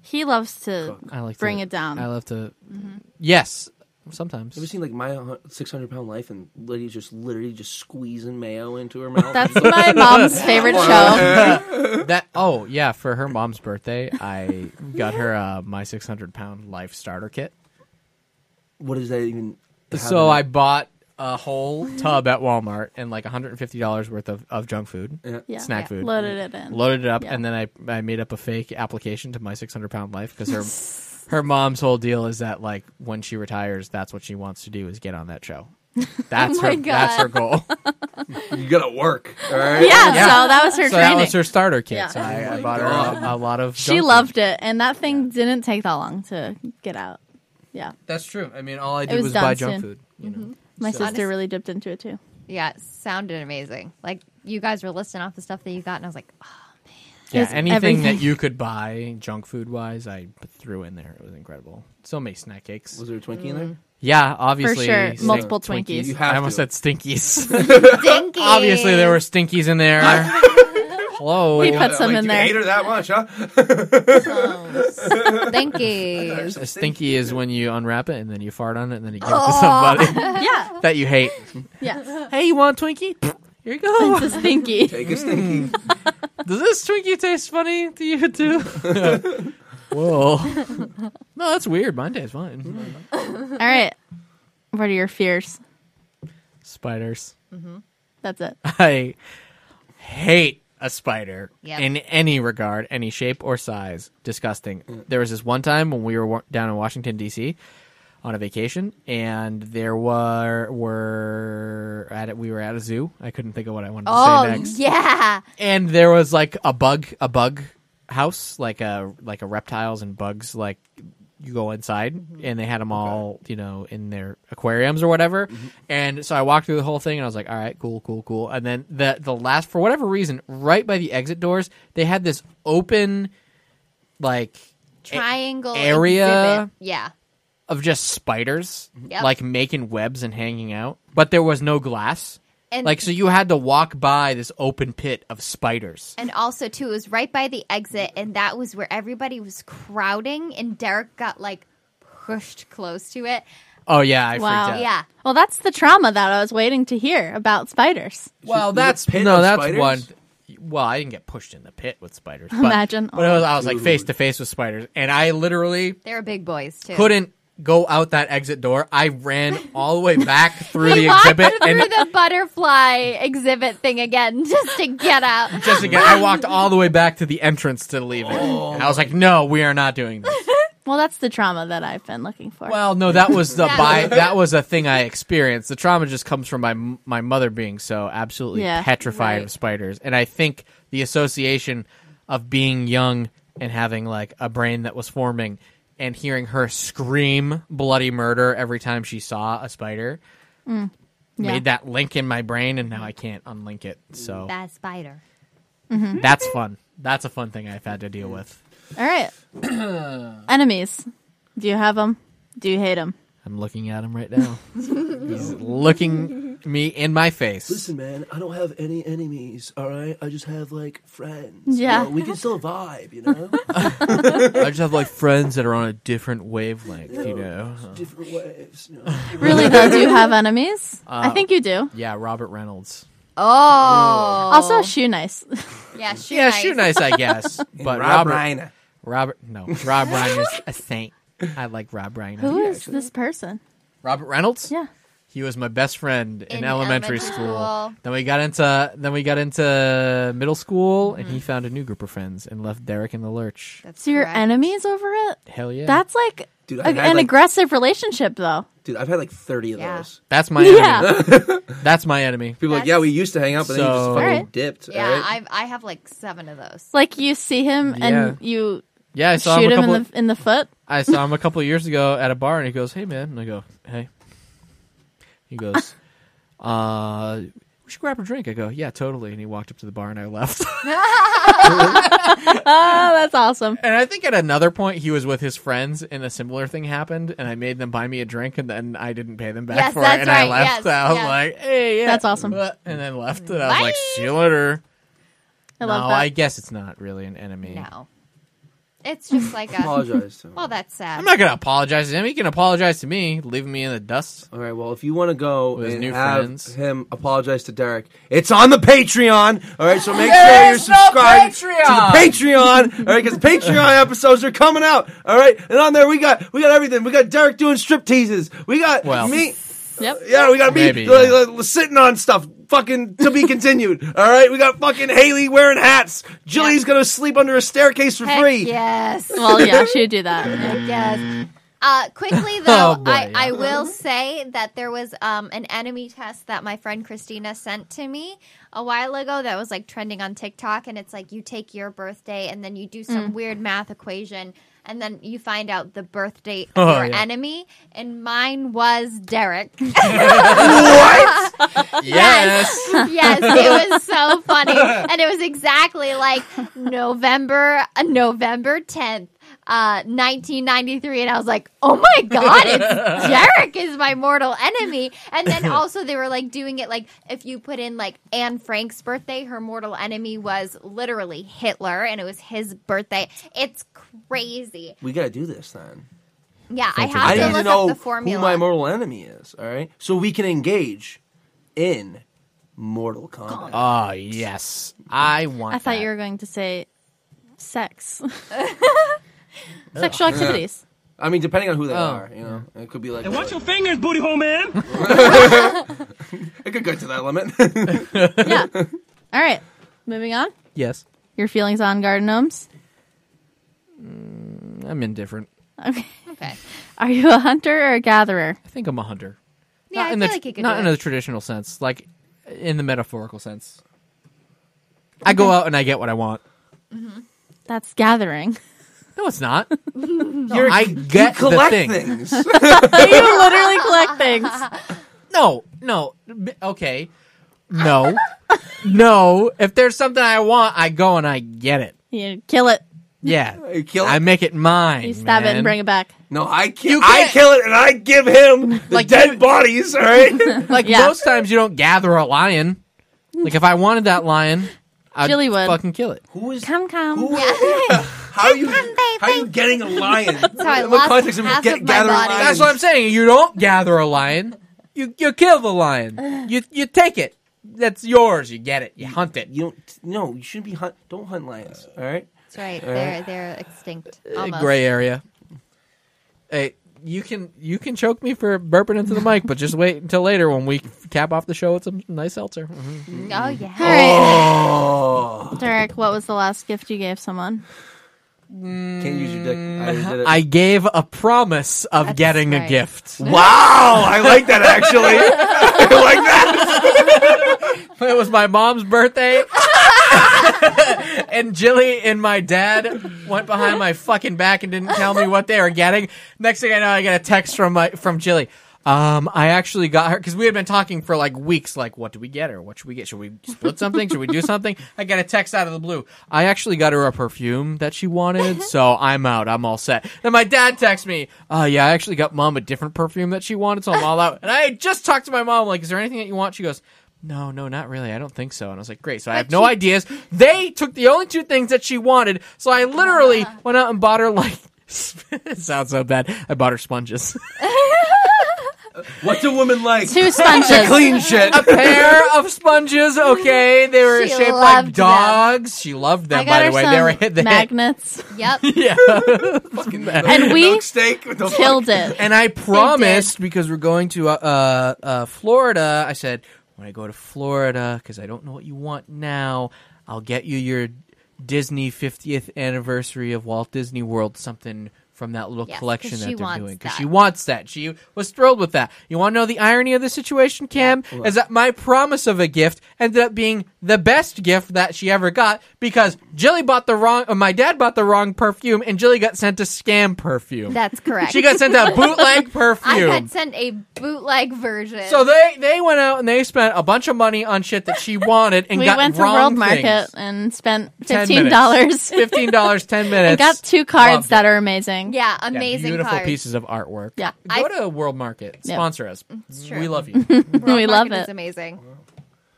S8: he loves to
S1: I like
S8: bring
S1: to,
S8: it down.
S1: I love to.
S6: Mm-hmm.
S1: Yes, sometimes.
S5: Ever seen like my six hundred pound life and lady just literally just squeezing mayo into her mouth?
S8: That's my mom's favorite show.
S1: that oh yeah for her mom's birthday i got her uh, my 600 pound life starter kit
S5: what is that even? have
S1: so
S5: in
S1: i
S5: it?
S1: bought a whole tub at walmart and like $150 worth of, of junk food
S8: Yeah.
S1: snack food
S8: Loaded it in.
S1: loaded it up
S8: Yeah.
S1: and then I, I made up a fake application to my 600 pound life because her her mom's whole deal is that like when she retires that's what she wants to do is get on that show that's her
S6: Oh my God.
S1: that's her goal so
S5: you gotta work. All right.
S8: yeah, so that was her
S1: that
S8: training.
S1: was her starter kit
S8: Yeah.
S1: so i, I bought her a, a lot of
S8: she
S1: junk food.
S8: loved it, and that thing didn't take that long to get out. Yeah.
S1: that's true i mean all i did
S8: was
S1: was,
S8: Mm-hmm.
S1: buy
S8: done
S1: junk
S8: soon.
S1: food you know
S8: My
S1: So-
S8: sister really dipped into it too.
S6: Yeah, it sounded amazing. Like you guys were listing off the stuff that you got, and I was like, oh,
S1: Yeah,
S8: It's
S1: anything that
S8: everything.
S1: you could buy, junk food wise, I p- threw in there. It was incredible. Still make snack cakes.
S5: Was there a Twinkie in there?
S1: Yeah, obviously.
S8: sure,
S5: Mm.
S1: stink-
S8: multiple Twinkies.
S5: You have
S1: I almost
S5: to.
S1: said stinkies.
S6: dinky.
S1: obviously, there were stinkies in there. Hello.
S8: He put some
S5: Like,
S8: in
S5: you
S8: there.
S5: Hate her that much, huh?
S6: dinky.
S1: A stinky is when you unwrap it and then you fart on it and then you give it to somebody
S8: Yeah.
S1: that you hate.
S8: Yeah.
S1: Hey, you want a Twinkie? Pfft, Here you go.
S8: It's a stinky.
S5: Take a stinky.
S1: Does this Twinkie taste funny to you too? Whoa. No, that's weird. Mine tastes fine.
S8: All right. What are your fears?
S1: Spiders.
S8: That's it.
S1: I hate a spider
S6: Yep.
S1: in any regard, any shape or size. Disgusting. There was this one time when we were wa- down in Washington D.C. on a vacation, and there were were at it. We were at a zoo. I couldn't think of what I wanted to say
S6: Oh
S1: next
S6: yeah,
S1: and there was like a bug a bug house like a like a reptiles and bugs like you go inside and they had them all you know in their aquariums or whatever and so i walked through the whole thing and i was like all right cool cool cool and then the the last for whatever reason right by the exit doors they had this open like
S6: triangle
S1: area.
S6: exhibit. Yeah,
S1: of just spiders
S6: Yep.
S1: like making webs and hanging out but there was no glass
S6: and
S1: like so you had to walk by this open pit of spiders
S6: and also too it was right by the exit, and that was where everybody was crowding, and Derek got like pushed close to it.
S1: oh yeah i
S8: Wow.
S1: freaked out
S6: Yeah,
S8: Well, that's the trauma that I was waiting to hear about spiders.
S1: Well,
S5: Is it
S1: that's
S5: a pit
S1: no,
S5: of
S1: that's
S5: spiders?
S1: one. Well, I didn't get pushed in the pit with spiders. But,
S8: Imagine.
S1: but it was, I was like face to face with spiders, and I literally
S6: they were big boys too.
S1: couldn't go out that exit door. I ran all the way back through the
S6: He walked
S1: exhibit,
S6: through
S1: and
S6: the butterfly exhibit thing again just to get out.
S1: just again, I walked all the way back to the entrance to leave it.
S5: Oh
S1: And I was like, "No, we are not doing this."
S8: Well, that's the trauma that I've been looking for.
S1: Well, no, that was the
S6: Yeah.
S1: by that was a thing I experienced. The trauma just comes from my my mother being so absolutely
S8: Yeah.
S1: petrified
S6: Right.
S1: of spiders, and I think the association of being young and having like a brain that was forming and hearing her scream bloody murder every time she saw a spider
S8: yeah.
S1: made that link in my brain, and now I can't unlink it. So
S6: That spider.
S1: that's fun. That's a fun thing I've had to deal with.
S8: All right. Enemies. Do you have them? Do you hate them?
S1: I'm looking at him right now. He's looking me in my face.
S5: Listen, man, I don't have any enemies. All right, I just have like friends.
S8: Yeah.
S5: You know, we can still vibe. You know,
S1: I just have like friends that are on a different wavelength, you know.
S5: different waves. You know?
S1: Uh,
S8: Really, though, do you have enemies? I think you do.
S1: Yeah, Robert Reynolds.
S6: Oh.
S8: Also, shoe nice.
S6: yeah, shoe
S1: yeah,
S6: nice.
S1: shoe nice, I guess.
S5: And
S1: but
S5: Rob
S1: Robert,
S5: Reiner.
S1: Robert, no, Rob Reiner's a saint. I like Rob Reiner.
S8: Who is this person?
S1: Robert Reynolds?
S8: Yeah.
S1: He was my best friend in,
S6: In
S1: elementary,
S6: elementary
S1: school.
S6: school.
S1: Then we got into then we got into middle school, and he found a new group of friends and left Derek in the lurch.
S6: That's
S8: So your
S6: correct.
S8: enemies over it?
S1: Hell yeah,
S8: That's like
S5: Dude,
S8: a-
S5: I
S8: an
S5: had, like-
S8: aggressive relationship, though.
S5: Dude, I've had like 30 of
S6: Yeah.
S5: those.
S1: that's my enemy.
S8: Yeah.
S1: That's my enemy.
S5: People are like,
S6: That's-
S5: yeah, we used to hang out, but then you just
S1: So-
S5: fucking
S8: Alright.
S5: dipped.
S6: Yeah,
S5: alright?
S6: I've, I have like seven of those.
S8: like you see him and you
S1: Yeah, I saw him
S8: shoot
S1: a
S8: him
S1: couple.
S8: in the in the foot.
S1: I saw him a couple of years ago at a bar, and he goes, "Hey, man," and I go, "Hey." He goes, "Uh, we should grab a drink." I go, "Yeah, totally." And he walked up to the bar, and I left.
S8: Oh, that's awesome.
S1: And I think at another point he was with his friends, and a similar thing happened, and I made them buy me a drink, and then I didn't pay them back
S6: Yes,
S1: for
S6: that's
S1: it, and I
S6: right.
S1: left.
S6: Yes,
S1: I was
S6: yes.
S1: like, "Hey, yeah,
S8: That's awesome.
S1: uh, And then left, and I was
S6: Bye.
S1: like, "See you later."
S8: I love
S1: no,
S8: that.
S1: I guess it's not really an enemy.
S6: No. It's just like a.
S5: apologize to him.
S6: Well, that's sad.
S1: I'm not gonna apologize to him. He can apologize to me, leaving me in the dust.
S5: All right. Well, if you want to go
S1: With his
S5: and
S1: new
S5: have
S1: friends.
S5: him apologize to Derek, it's on the Patreon. All right. So make sure you're
S1: There's no
S5: subscribed to the
S1: Patreon!
S5: Patreon. All right, because Patreon episodes are coming out. All right, and on there we got we got everything. We got Derek doing strip teases. We got
S1: Well.
S5: me.
S8: Yep.
S5: Yeah, we got me
S1: Maybe,
S5: like,
S1: yeah.
S5: like, sitting on stuff. Fucking to be continued. All right, we got fucking Haley wearing hats. Jilly's gonna sleep under a staircase for
S6: Heck
S5: free.
S6: Yes.
S8: Well, yeah, she would do that. Yeah.
S6: yes. Uh, quickly though,
S1: Oh, boy,
S6: I,
S1: yeah.
S6: I will say that there was um, an enemy test that my friend Christina sent to me a while ago that was like trending on TikTok, and it's like you take your birthday and then you do some
S1: Mm.
S6: weird math equation, and then you find out the birth date of
S1: Oh,
S6: your
S1: yeah.
S6: enemy, and mine was Derek.
S1: Yes.
S6: yes, it was so funny, and it was exactly like November, uh, November tenth. Uh, 1993, and I was like, "Oh my god, it's Derek is my mortal enemy." And then also they were like doing it like if you put in like Anne Frank's birthday, her mortal enemy was literally Hitler, and it was his birthday. It's crazy.
S5: We gotta do this then.
S6: Yeah, I
S1: Thank you.
S6: have
S5: I
S6: to
S5: need
S6: look
S5: to know
S6: up the
S5: who
S6: formula.
S5: my mortal enemy is. All right, so we can engage in Mortal Kombat.
S1: Oh yes. I want.
S8: I thought
S1: that.
S8: you were going to say sex, sexual activities.
S5: I mean, depending on who they
S1: Oh,
S5: are, you know, it could be like.
S11: Watch your fingers, booty hole man.
S5: it could go to that limit.
S8: Yeah. All right. Moving on.
S1: Yes.
S8: Your feelings on garden gnomes?
S1: I'm indifferent.
S8: Okay.
S6: okay,
S8: Are you a hunter or a gatherer?
S1: I think I'm a hunter.
S6: yeah,
S1: not
S6: I
S1: in
S6: feel
S1: the
S6: like you could
S1: not
S6: do
S1: in
S6: it.
S1: the traditional sense, like in the metaphorical sense. I go out and I get what I want.
S8: That's gathering.
S1: No, it's not. I get
S5: you collect
S1: the thing.
S5: things.
S8: you literally collect things.
S1: No, no. B- Okay, no, no. If there's something I want, I go and I get it.
S8: You kill it.
S1: Yeah,
S5: You kill it.
S1: I make it mine.
S8: You stab it and bring it back.
S5: no, I
S1: You
S5: kill. I
S1: can't-
S5: kill it, and I give him the
S1: Like,
S5: dead
S1: you-
S5: bodies. All right.
S1: Like
S8: Yeah.
S1: most times, you don't gather a lion. Like if I wanted that lion, I'd
S8: Jilly would.
S1: fucking kill it.
S5: who is?
S8: Come, come.
S5: Who, How you? How you getting a lion?
S6: So I
S5: In what
S6: lost
S5: context of
S6: half
S5: get-
S6: of my
S5: gathering
S6: body.
S5: lions?
S1: That's what I'm saying. You don't gather a lion. You you kill the lion. You you take it. That's yours. You get it. You hunt it.
S5: You don't. No, you shouldn't be hunt. Don't hunt lions. All right.
S6: That's right. They're they're extinct.
S1: Uh,
S6: Almost.
S1: Gray area. Hey, you can you can choke me for burping into the mic, but just wait until later when we cap off the show with some nice seltzer.
S6: Oh yeah.
S8: All right.
S5: Oh.
S8: Derek, what was the last gift you gave someone?
S5: Can't use your dick.
S8: Mm.
S5: I already did it.
S1: I gave a promise of getting a
S6: right.
S1: gift.
S5: Wow, I like that actually. I like that.
S1: it was my mom's birthday. and Jilly and my dad went behind my fucking back and didn't tell me what they were getting. Next thing I know, I get a text from my from Jilly. Um, I actually got her because we had been talking for like weeks. Like, what do we get her? What should we get? Should we split something? Should we do something? I got a text out of the blue. I actually got her a perfume that she wanted, so I'm out. I'm all set. Then my dad texts me. Uh, yeah, I actually got mom a different perfume that she wanted, so I'm all out. And I had just talked to my mom. Like, is there anything that you want? She goes. No, no, not really. I don't think so. And I was like, great. So I have no ideas. They took the only two things that she wanted. So I literally went out and bought her like. it sounds so bad. I bought her sponges.
S5: What's a woman like?
S8: Two sponges.
S5: Clean shit.
S1: pair of sponges. Okay, they were
S6: She
S1: shaped
S6: loved
S1: like
S6: them.
S1: dogs. She loved them.
S8: I got
S1: By
S8: her
S1: the way, they were
S8: some
S1: hit the
S8: magnets.
S6: Yep.
S1: Yeah,
S8: And we
S5: steak. What the fuck?
S8: killed it.
S1: and I promised because we're going to uh, uh, uh, Florida. I said when I go to Florida because I don't know what you want now. I'll get you your Disney 50th anniversary of Walt Disney World something from that little
S6: Yes, 'cause
S1: collection that
S6: she
S1: they're
S6: wants
S1: doing because
S6: that.
S1: she wants that. She was thrilled with that. You want to know the irony of the situation, Cam? Is that my promise of a gift ended up being the best gift that she ever got because Jilly bought the wrong, uh, my dad bought the wrong perfume, and Jilly got sent a scam perfume.
S6: That's correct.
S1: She got sent a bootleg
S6: I got
S1: perfume.
S6: sent a bootleg version.
S1: So they they went out and they spent a bunch of money on shit that she wanted and
S8: We
S1: got
S8: went to
S1: wrong
S8: World
S1: things.
S8: Market and spent
S1: Ten
S8: fifteen dollars.
S1: Fifteen dollars, ten minutes.
S8: and got two cards
S1: Loved
S8: that are amazing.
S6: yeah,
S1: Yeah,
S6: amazing
S1: beautiful
S6: cards.
S1: pieces of artwork.
S8: Yeah.
S1: Go
S6: I-
S1: to World Market.
S8: Yeah.
S1: Sponsor us.
S6: true.
S1: We love you.
S6: World
S8: We love
S6: Market is
S8: it.
S6: amazing.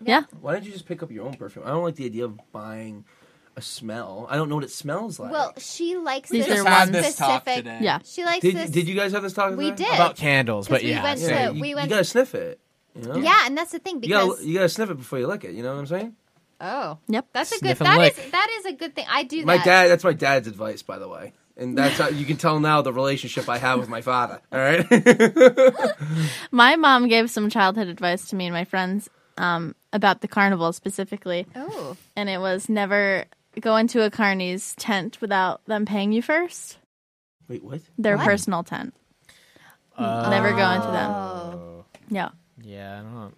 S8: Yeah.
S5: Why don't you just pick up your own perfume? I don't like the idea of buying a smell. I don't know what it smells like.
S6: Well, she likes
S8: These
S6: this
S8: are ones-
S6: specific.
S8: Yeah.
S6: She likes
S5: did,
S6: this.
S5: did you guys have this talk?
S6: we
S5: today?
S6: did.
S1: About candles, but
S6: we
S1: yeah.
S6: went
S1: yeah.
S5: Yeah,
S6: So
S5: you,
S6: we
S5: you
S6: went-
S5: gotta sniff it. You know?
S6: yeah, and that's the thing
S5: You
S6: because
S5: gotta, you gotta sniff it before you lick it. You know what I'm saying?
S6: oh,
S8: Yep.
S6: that's a
S1: Sniff
S6: good.
S1: and
S6: That
S1: lick.
S6: is that is a good thing. I do
S5: My
S6: that.
S5: dad. That's my dad's advice, by the way. And that's how you can tell now the relationship I have with my father. All right.
S8: My mom gave some childhood advice to me and my friends um, about the carnival specifically,
S6: Oh,
S8: and it was never go into a carney's tent without them paying you first.
S5: Wait, what?
S8: Their
S6: What?
S8: personal tent.
S1: Oh.
S8: never go into them.
S6: Oh.
S8: Yeah.
S1: Yeah, I don't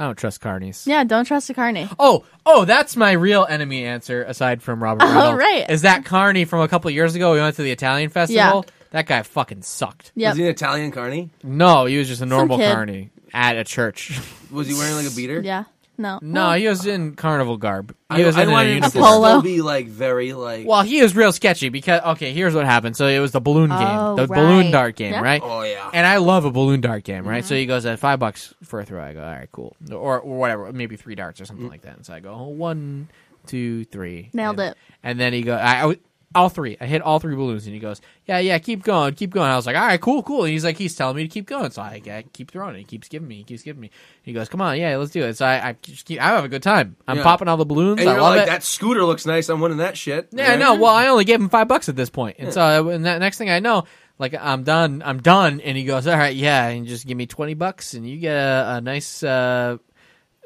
S1: I don't trust carnies.
S8: Yeah, don't trust a carney.
S1: Oh, oh, that's my real enemy answer aside from Robert
S8: Oh,
S1: Reynolds.
S8: right.
S1: Is that Carney from a couple years ago we went to the Italian festival?
S8: Yeah.
S1: That guy fucking sucked.
S8: Yep.
S5: Was he an Italian carny?
S1: No, he was just a normal
S8: kid.
S1: carny at a church.
S5: Was he wearing like a beater?
S8: Yeah. No.
S1: No, he was in carnival garb.
S5: I,
S1: He was
S5: I
S1: in a
S5: wanted him to
S1: uniform.
S8: polo.
S5: still be like very like.
S1: Well, he was real sketchy because okay, here's what happened. So it was the balloon game,
S6: Oh,
S1: the balloon
S6: right.
S1: dart game,
S8: Yeah.
S1: right?
S5: oh yeah. Mm-hmm.
S1: And I love a balloon dart game, right? So he goes at five bucks for a throw. I go, all right, cool, or, or whatever, maybe three darts or something
S5: Mm.
S1: like that. And so I go, oh, one, two, three,
S8: Nailed
S1: And-
S8: it.
S1: And then he goes, I, I was- all three. I hit all three balloons, and he goes, yeah, yeah, keep going, keep going. I was like, all right, cool, cool. And he's like, he's telling me to keep going, so I, I keep throwing it. He keeps giving me, he keeps giving me. He goes, come on, yeah, let's do it. So I, I just keep, I have a good time. I'm
S5: Yeah.
S1: popping all the balloons.
S5: And
S1: I
S5: you're
S1: love
S5: like,
S1: it.
S5: that scooter looks nice. I'm winning that shit.
S1: Yeah, no. Well, I only gave him five bucks at this point, and so I, and that next thing I know, like I'm done, I'm done, and he goes, "All right, yeah, and just give me twenty bucks, and you get a, a nice uh,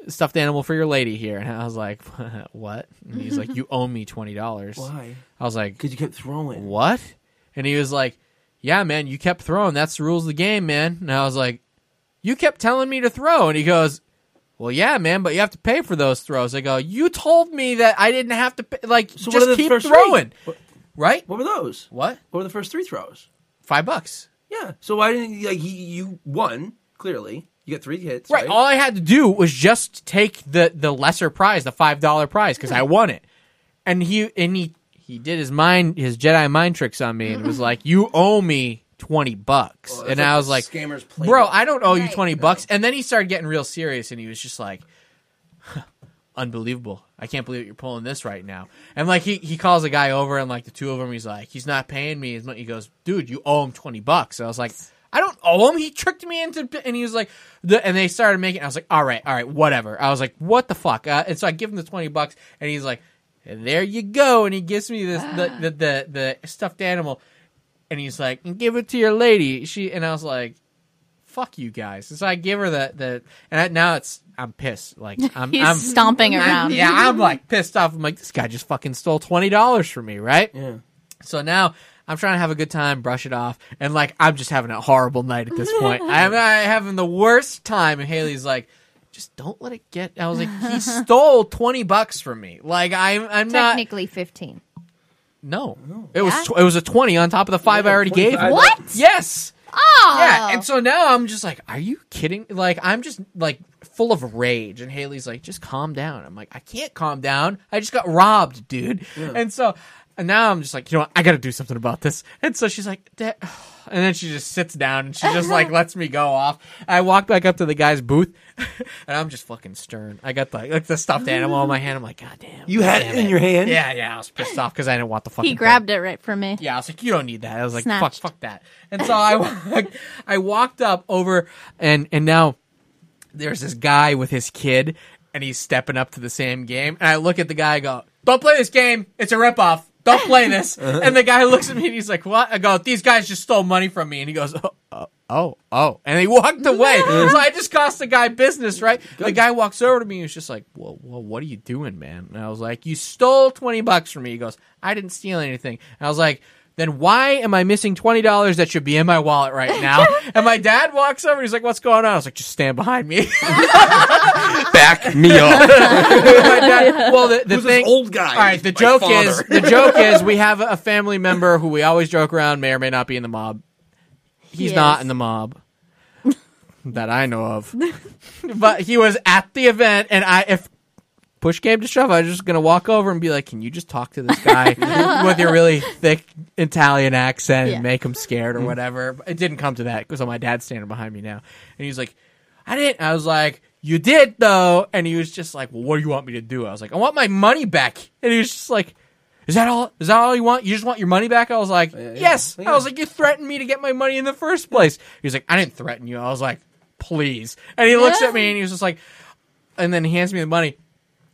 S1: stuffed animal for your lady here." And I was like, "What?" And he's like, "You owe me twenty dollars."
S5: Why?
S1: I was like,
S5: Because you kept throwing.
S1: "What?" And he was like, "Yeah, man, you kept throwing. That's the rules of the game, man." And I was like, "You kept telling me to throw," and he goes. Well, yeah, man, but you have to pay for those throws. I go, you told me that I didn't have to pay. Like,
S5: So what are
S1: just
S5: the
S1: keep
S5: first
S1: throwing.
S5: three? What,
S1: Right?
S5: what were those?
S1: What?
S5: What were the first three throws?
S1: Five bucks.
S5: Yeah. So why didn't you, like you, you won clearly? You got three hits.
S1: Right.
S5: Right.
S1: All I had to do was just take the the lesser prize, the five dollar prize, because I won it. And he and he he did his mind his Jedi mind tricks on me and was like, "You owe me twenty bucks."
S5: that's
S1: and
S5: like
S1: I was
S5: the
S1: like,
S5: scammer's playbook.
S1: "Bro, I don't owe you
S6: Right.
S1: twenty bucks." And then he started getting real serious, and he was just like. Unbelievable! I can't believe you're pulling this right now. And like he he calls a guy over, and like the two of them, he's like, he's not paying me as much. He goes, dude, you owe him twenty bucks. I was like, I don't owe him. He tricked me into, and he was like, the, and they started making. I was like, all right, all right, whatever. I was like, what the fuck? Uh, and so I give him the twenty bucks, and he's like, and there you go. And he gives me this the the the, the stuffed animal, and he's like, give it to your lady. She and I was like, fuck you guys. And so I give her the the, and I, now it's I'm pissed. Like I'm
S8: He's
S1: I'm
S8: stomping around.
S1: yeah, I'm like pissed off. I'm like, this guy just fucking stole twenty dollars from me, right?
S5: Yeah.
S1: So now I'm trying to have a good time, brush it off, and like I'm just having a horrible night at this point. I'm, I'm having the worst time, and Haley's like, just don't let it get. I was like, he stole twenty bucks from me. Like I'm, I'm not.
S6: technically fifteen.
S1: No, it was
S6: Yeah?
S1: tw- it was a twenty on top of the five I already gave. him.
S5: 25.
S6: What?
S1: Yes.
S6: Oh,
S1: Yeah, and so now I'm just like, are you kidding? Like I'm just like full of rage, and Haley's like, just calm down. I'm like, I can't calm down. I just got robbed, dude. And so And now I'm just like, you know what? I got to do something about this. And so she's like, "Dad," and then she just sits down and she just like lets me go off. I walk back up to the guy's booth and I'm just fucking stern. I got the, like the stuffed animal in my hand. I'm like, God damn.
S5: You had it in your hand.
S1: Yeah, yeah. I was pissed off because I didn't want the fucking
S8: He grabbed it right from me.
S1: yeah, I was like, you don't need that. I was like,
S8: Snatched.
S1: fuck, fuck that. And so I, wa- I walked up over, and and now there's this guy with his kid, and he's stepping up to the same game. And I look at the guy, I go, don't play this game. It's a ripoff. Don't play this. and the guy looks at me, and he's like, what? I go, these guys just stole money from me. And he goes, oh. oh, Oh, oh. And he walked away. so I just cost the guy business, right? The guy walks over to me and he's just like, Whoa, whoa, what are you doing, man? And I was like, You stole 20 bucks from me. He goes, I didn't steal anything. And I was like, then why am I missing twenty dollars that should be in my wallet right now? and my dad walks over. He's like, "What's going on?" I was like, "Just stand behind me."
S2: Back me up.
S1: My dad- well, the, the
S5: Who's
S1: thing,
S5: this old guy?
S1: all right. The
S5: My
S1: joke
S5: father.
S1: is the joke is we have a family member who we always joke around may or may not be in the mob. He's
S8: He
S1: not
S8: is.
S1: in the mob that I know of, but he was at the event, and I if push came to shove, I was just gonna walk over and be like, "Can you just talk to this guy with your really thick Italian accent
S8: Yeah.
S1: and make him scared or whatever?" But it didn't come to that because my dad's standing behind me now, and he's like, "I didn't." I was like. You did though, and he was just like, "Well, what do you want me to do?" I was like, "I want my money back," and he was just like, "Is that all? Is that all you want? You just want your money back?" I was like,
S5: yeah.
S1: "Yes."
S5: Yeah.
S1: I was like, "You threatened me to get my money in the first place." He was like, "I didn't threaten you." I was like, "Please," and he looks at me and he was just like, and then he hands me the money.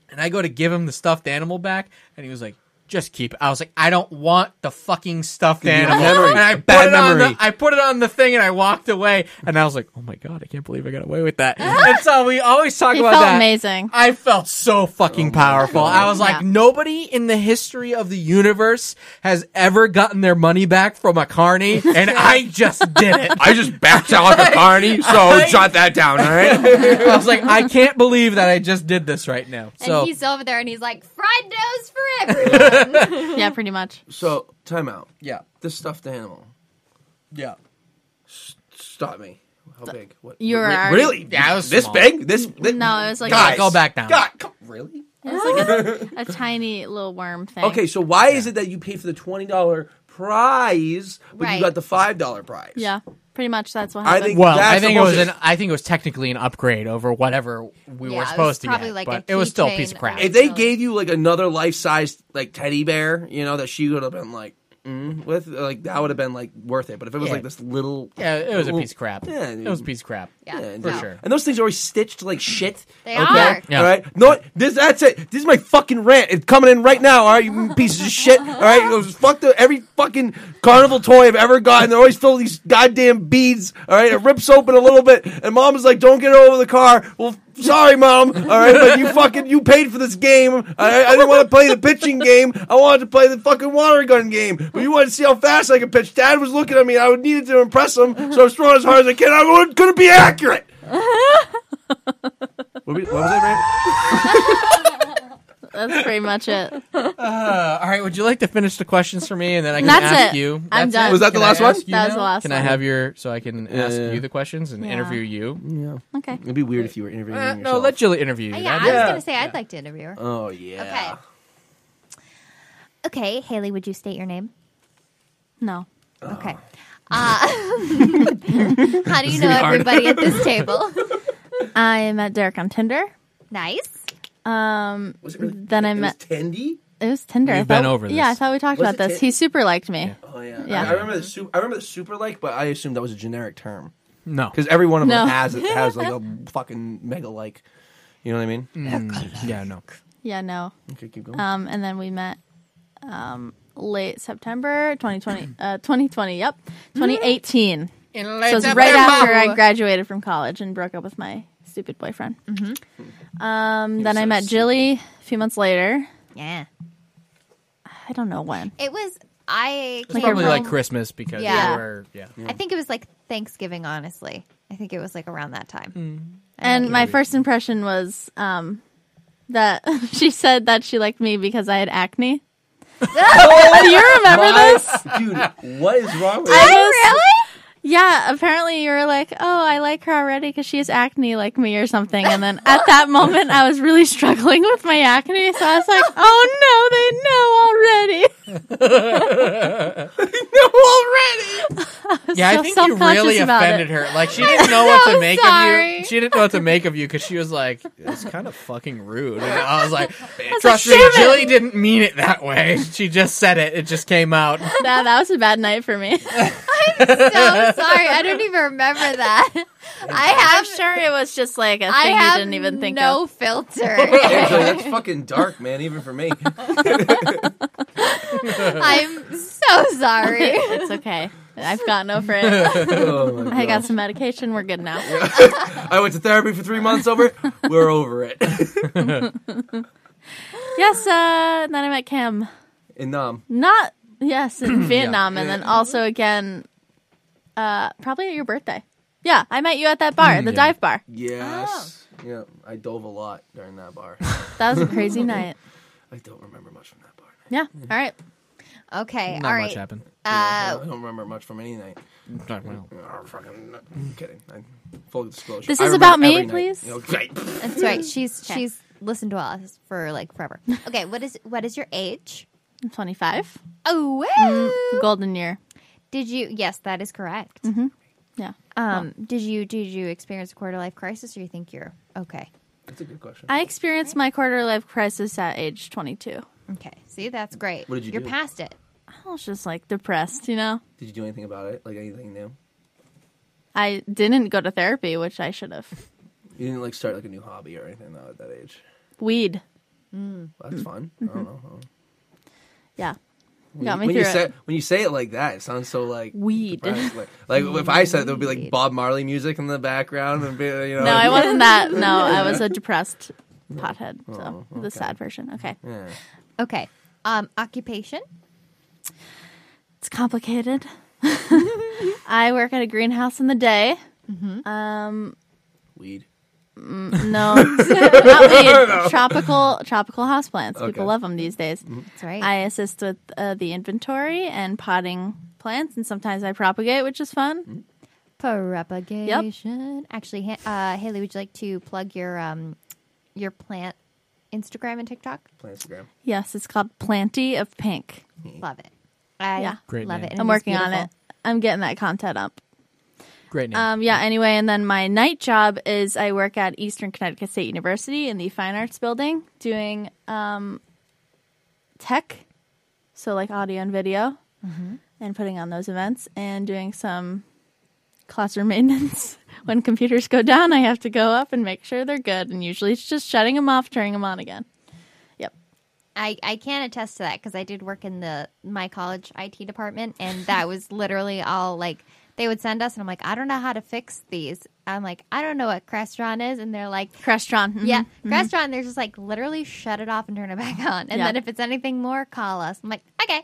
S1: And I go to give him the stuffed animal back, and he was like, "Just keep." it. I was like, "I don't want the fucking stuffed animal."
S5: memory.
S1: And I
S5: A
S1: put
S5: bad
S1: it on the
S5: memory.
S1: I put it on the thing, and I walked away. And I was like, "Oh my god, I can't believe I got away with that." and so we always talk
S8: He
S1: about
S8: felt
S1: that.
S8: amazing.
S1: I felt so
S2: Oh
S1: fucking powerful. I was like,
S8: Yeah.
S1: nobody in the history of the universe has ever gotten their money back from a carny, and I just did it.
S2: I just backed out the Carney, so jot that down, all right?
S1: I was like, I can't believe that I just did this right now. So
S6: and he's over there and he's like, fried nose for everyone.
S8: yeah, pretty much.
S5: So time out.
S1: yeah,
S5: This stuffed animal.
S1: yeah.
S5: Stop me. How big? What?
S8: You're
S5: re-
S8: already-
S5: really?
S1: Yeah, it was
S5: this
S1: small.
S5: big? This, thi-
S8: No, it was like
S5: guys,
S1: Go back down.
S5: God, come- really?
S8: it was like a, a tiny little worm thing.
S5: Okay, so why is it that you paid for the twenty dollar prize, but
S6: Right.
S5: you got the five dollar prize?
S8: Yeah, pretty much that's what
S5: I
S8: happened.
S5: think-
S1: Well,
S5: That's
S1: I think it was
S5: bullshit.
S1: an. I think it was technically an upgrade over whatever we
S6: Yeah, it
S1: were
S6: was
S1: supposed to
S6: probably
S1: get,
S6: like a
S1: but it was still a
S6: keychain
S1: piece of crap.
S6: or-
S5: If they
S6: So-
S5: gave you like another life sized like teddy bear, you know that she would have been like mm, with like that would have been like worth it. But if it was
S1: Yeah.
S5: like this little,
S1: yeah, it was a piece of crap.
S5: Yeah, I
S1: it was a
S5: mean-
S1: piece of crap.
S6: yeah, Oh,
S5: and-
S1: for sure.
S5: And those things are always stitched like shit.
S6: They
S5: okay?
S6: are.
S1: Yeah.
S5: All right. No, this that's it. This is my fucking rant. It's coming in right now. All right, you pieces of shit. All right, it was fuck the every fucking carnival toy I've ever gotten. They're always filled with these goddamn beads. All right, it rips open a little bit, and mom's like, "Don't get over the car." Well, sorry, mom. All right, but you fucking you paid for this game. All right, I didn't want to play the pitching game. I wanted to play the fucking water gun game. But you wanted to see how fast I could pitch. Dad was looking at me. I needed to impress him, so I was throwing as hard as I can. I would- couldn't be accurate. What we- what was I rant?
S8: That's pretty much it.
S1: Uh, all right, would you like to finish the questions for me, and then I can
S8: That's
S1: ask
S8: it.
S1: you?
S8: I'm
S1: That's
S8: done.
S1: it?
S5: Was that the
S1: Can I
S5: last one?
S1: ask you
S8: That was
S1: now?
S8: the last
S1: Can I
S8: one.
S1: have your so I can ask
S5: yeah.
S1: you the questions and
S8: Yeah.
S1: interview you?
S8: Okay.
S5: It'd be weird if you were interviewing
S1: Uh,
S5: yourself.
S1: no, let Julie interview you.
S6: Uh, Yeah, I
S1: That'd
S6: was
S5: Yeah.
S6: gonna say I'd like to interview her.
S5: Oh yeah.
S6: Okay. Okay, Haley, would you state your name?
S8: No.
S6: Okay.
S1: Oh.
S6: Uh, how do you know everybody at this table?
S8: I met Derek on Tinder.
S6: nice.
S8: Um,
S5: Was it really?
S8: then I
S5: It was
S8: met.
S5: Tendy.
S8: It was Tinder. I
S1: We've been
S8: thought-
S1: over
S8: Yeah, I
S1: this.
S8: thought we talked
S5: Was
S8: about
S5: it
S8: this.
S5: Tin-
S8: He super liked me.
S5: Oh yeah.
S8: Yeah.
S5: I remember the super. I remember the super like, but I assumed that was a generic term
S1: No,
S5: because every one of
S8: No.
S5: them has it has like a fucking mega like. You know what I mean?
S1: Mm, yeah, no.
S8: Yeah, no.
S5: Okay, keep going.
S8: Um, and then we met um, late September 2020. uh, 2020, yep. 2018.
S1: In
S8: So it was right after I graduated from college and broke up with my stupid boyfriend.
S5: Mm-hmm.
S8: Um, then I
S5: so
S8: met
S5: stupid.
S8: Jilly a few months later.
S6: Yeah.
S8: I don't know when.
S6: It was I came
S1: probably
S6: home-
S1: like Christmas because
S6: Yeah.
S1: we were yeah.
S6: I think it was like Thanksgiving, honestly. I think it was like around that time.
S1: Hmm.
S8: And my first impression was um, that she said that she liked me because I had acne.
S6: Oh,
S8: Do you remember this?
S5: Dude, what is wrong with
S8: I
S5: you?
S8: was- Yeah, apparently you were like, oh, I like her already because she has acne like me or something. And then at that moment, I was really struggling with my acne. So I was like, oh no, they know already.
S1: yeah, I think you
S8: so
S1: really
S8: self-conscious about
S1: offended
S8: it.
S1: her. Like she didn't know what to make of you.
S6: sorry.
S1: She didn't know what to make of you because she was like, "It's kind of fucking rude." And I was like,
S8: like,
S1: "Trust me,
S8: "Damn it."
S1: Jilly didn't mean it that way. She just said it. It just came out."
S8: That, that was a bad night for me.
S6: So sorry, I don't even remember that. I
S8: I'm
S6: have
S8: sure it was just like a
S6: I
S8: thing you
S6: have
S8: didn't even think
S6: no
S8: of.
S6: filter.
S5: Angela, that's fucking dark, man. Even for me.
S6: I'm so sorry.
S8: it's okay. I've gotten over it.
S5: Oh my
S8: I got
S5: gosh.
S8: some medication. We're good now.
S5: I went to therapy for three months over. We're over it.
S8: Yes, uh, then I met Kim.
S5: And um,
S8: Not, yes, in Vietnam. And then also again, uh, probably at your birthday. Yeah, I met you at that bar, the dive bar.
S5: yes, yeah, I dove a lot during that bar.
S8: That was a crazy night.
S5: I don't remember much from that bar.
S8: Yeah. All right.
S6: Okay,
S1: Not
S6: all
S1: much
S6: right.
S1: happened.
S5: I
S6: Uh,
S5: don't remember much from any night.
S1: Not well.
S5: Oh, fucking, I'm kidding. I, full disclosure.
S8: This
S5: I
S8: is
S5: remember
S8: about me,
S5: every night. Oh,
S8: please?
S5: Okay.
S6: that's right. She's she's listened to us for like forever. Okay, what is what is your age?
S8: I'm 25.
S6: Oh, woo.
S8: The golden year.
S6: did you? Yes, that is correct.
S8: Yeah.
S6: Um, did you did you experience a quarter life crisis, or you think you're okay?
S5: That's a good question.
S8: I experienced my quarter life crisis at age 22.
S6: Okay, see, that's great.
S5: What did you
S6: You're
S5: do?
S6: past it.
S8: I was just like depressed, you know?
S5: Did you do anything about it? Like anything new?
S8: I didn't go to therapy, which I should have.
S5: You didn't like start like a new hobby or anything though at that age.
S8: Weed.
S5: Well,
S8: Mm.
S5: that's fun. I don't know.
S8: Yeah.
S5: When,
S8: Got
S5: you-
S8: me
S5: when
S8: through
S5: you
S8: it.
S5: say when you say it like that, it sounds so like
S8: Weed.
S5: depressed. Like, like if I said it, there would be like Bob Marley music in the background and be you know.
S8: No, I wasn't that. No, I was a depressed pothead. So
S5: Oh,
S8: the sad version. Okay.
S5: Yeah.
S6: Okay. Um, occupation.
S8: It's complicated. I work at a greenhouse in the day.
S5: Weed.
S8: No, not weed. Tropical tropical houseplants.
S5: Okay. Mm-hmm.
S8: People love them these days.
S6: That's right.
S8: I assist with uh, the inventory and potting plants, and sometimes I propagate, which is fun.
S5: Mm-hmm.
S6: Propagation. Actually, Ha- uh, Haley, would you like to plug your um, your plant Instagram and TikTok?
S5: Play Instagram.
S8: Yes, it's called Planty of Pink.
S6: Love it. I
S8: Yeah.
S1: Great
S6: love
S1: name.
S6: it. and
S8: I'm
S6: is
S8: working on
S6: beautiful.
S8: it. I'm getting that content up.
S1: Great name.
S8: Um, yeah, anyway, and then my night job is I work at Eastern Connecticut State University in the Fine Arts Building doing um, tech, so like audio and video, and putting on those events and doing some classroom maintenance. when computers go down, I have to go up and make sure they're good, and usually it's just shutting them off, turning them on again. Yep.
S6: I, I can attest to that because I did work in the my college IT department, and that was literally all like they would send us, and I'm like, I don't know how to fix these. I'm like, I don't know what Crestron is, and they're like,
S8: Crestron. mhm.
S6: Yeah, Crestron. They're just like literally shut it off and turn it back on, and
S8: Yeah.
S6: then if it's anything more, call us. I'm like, okay,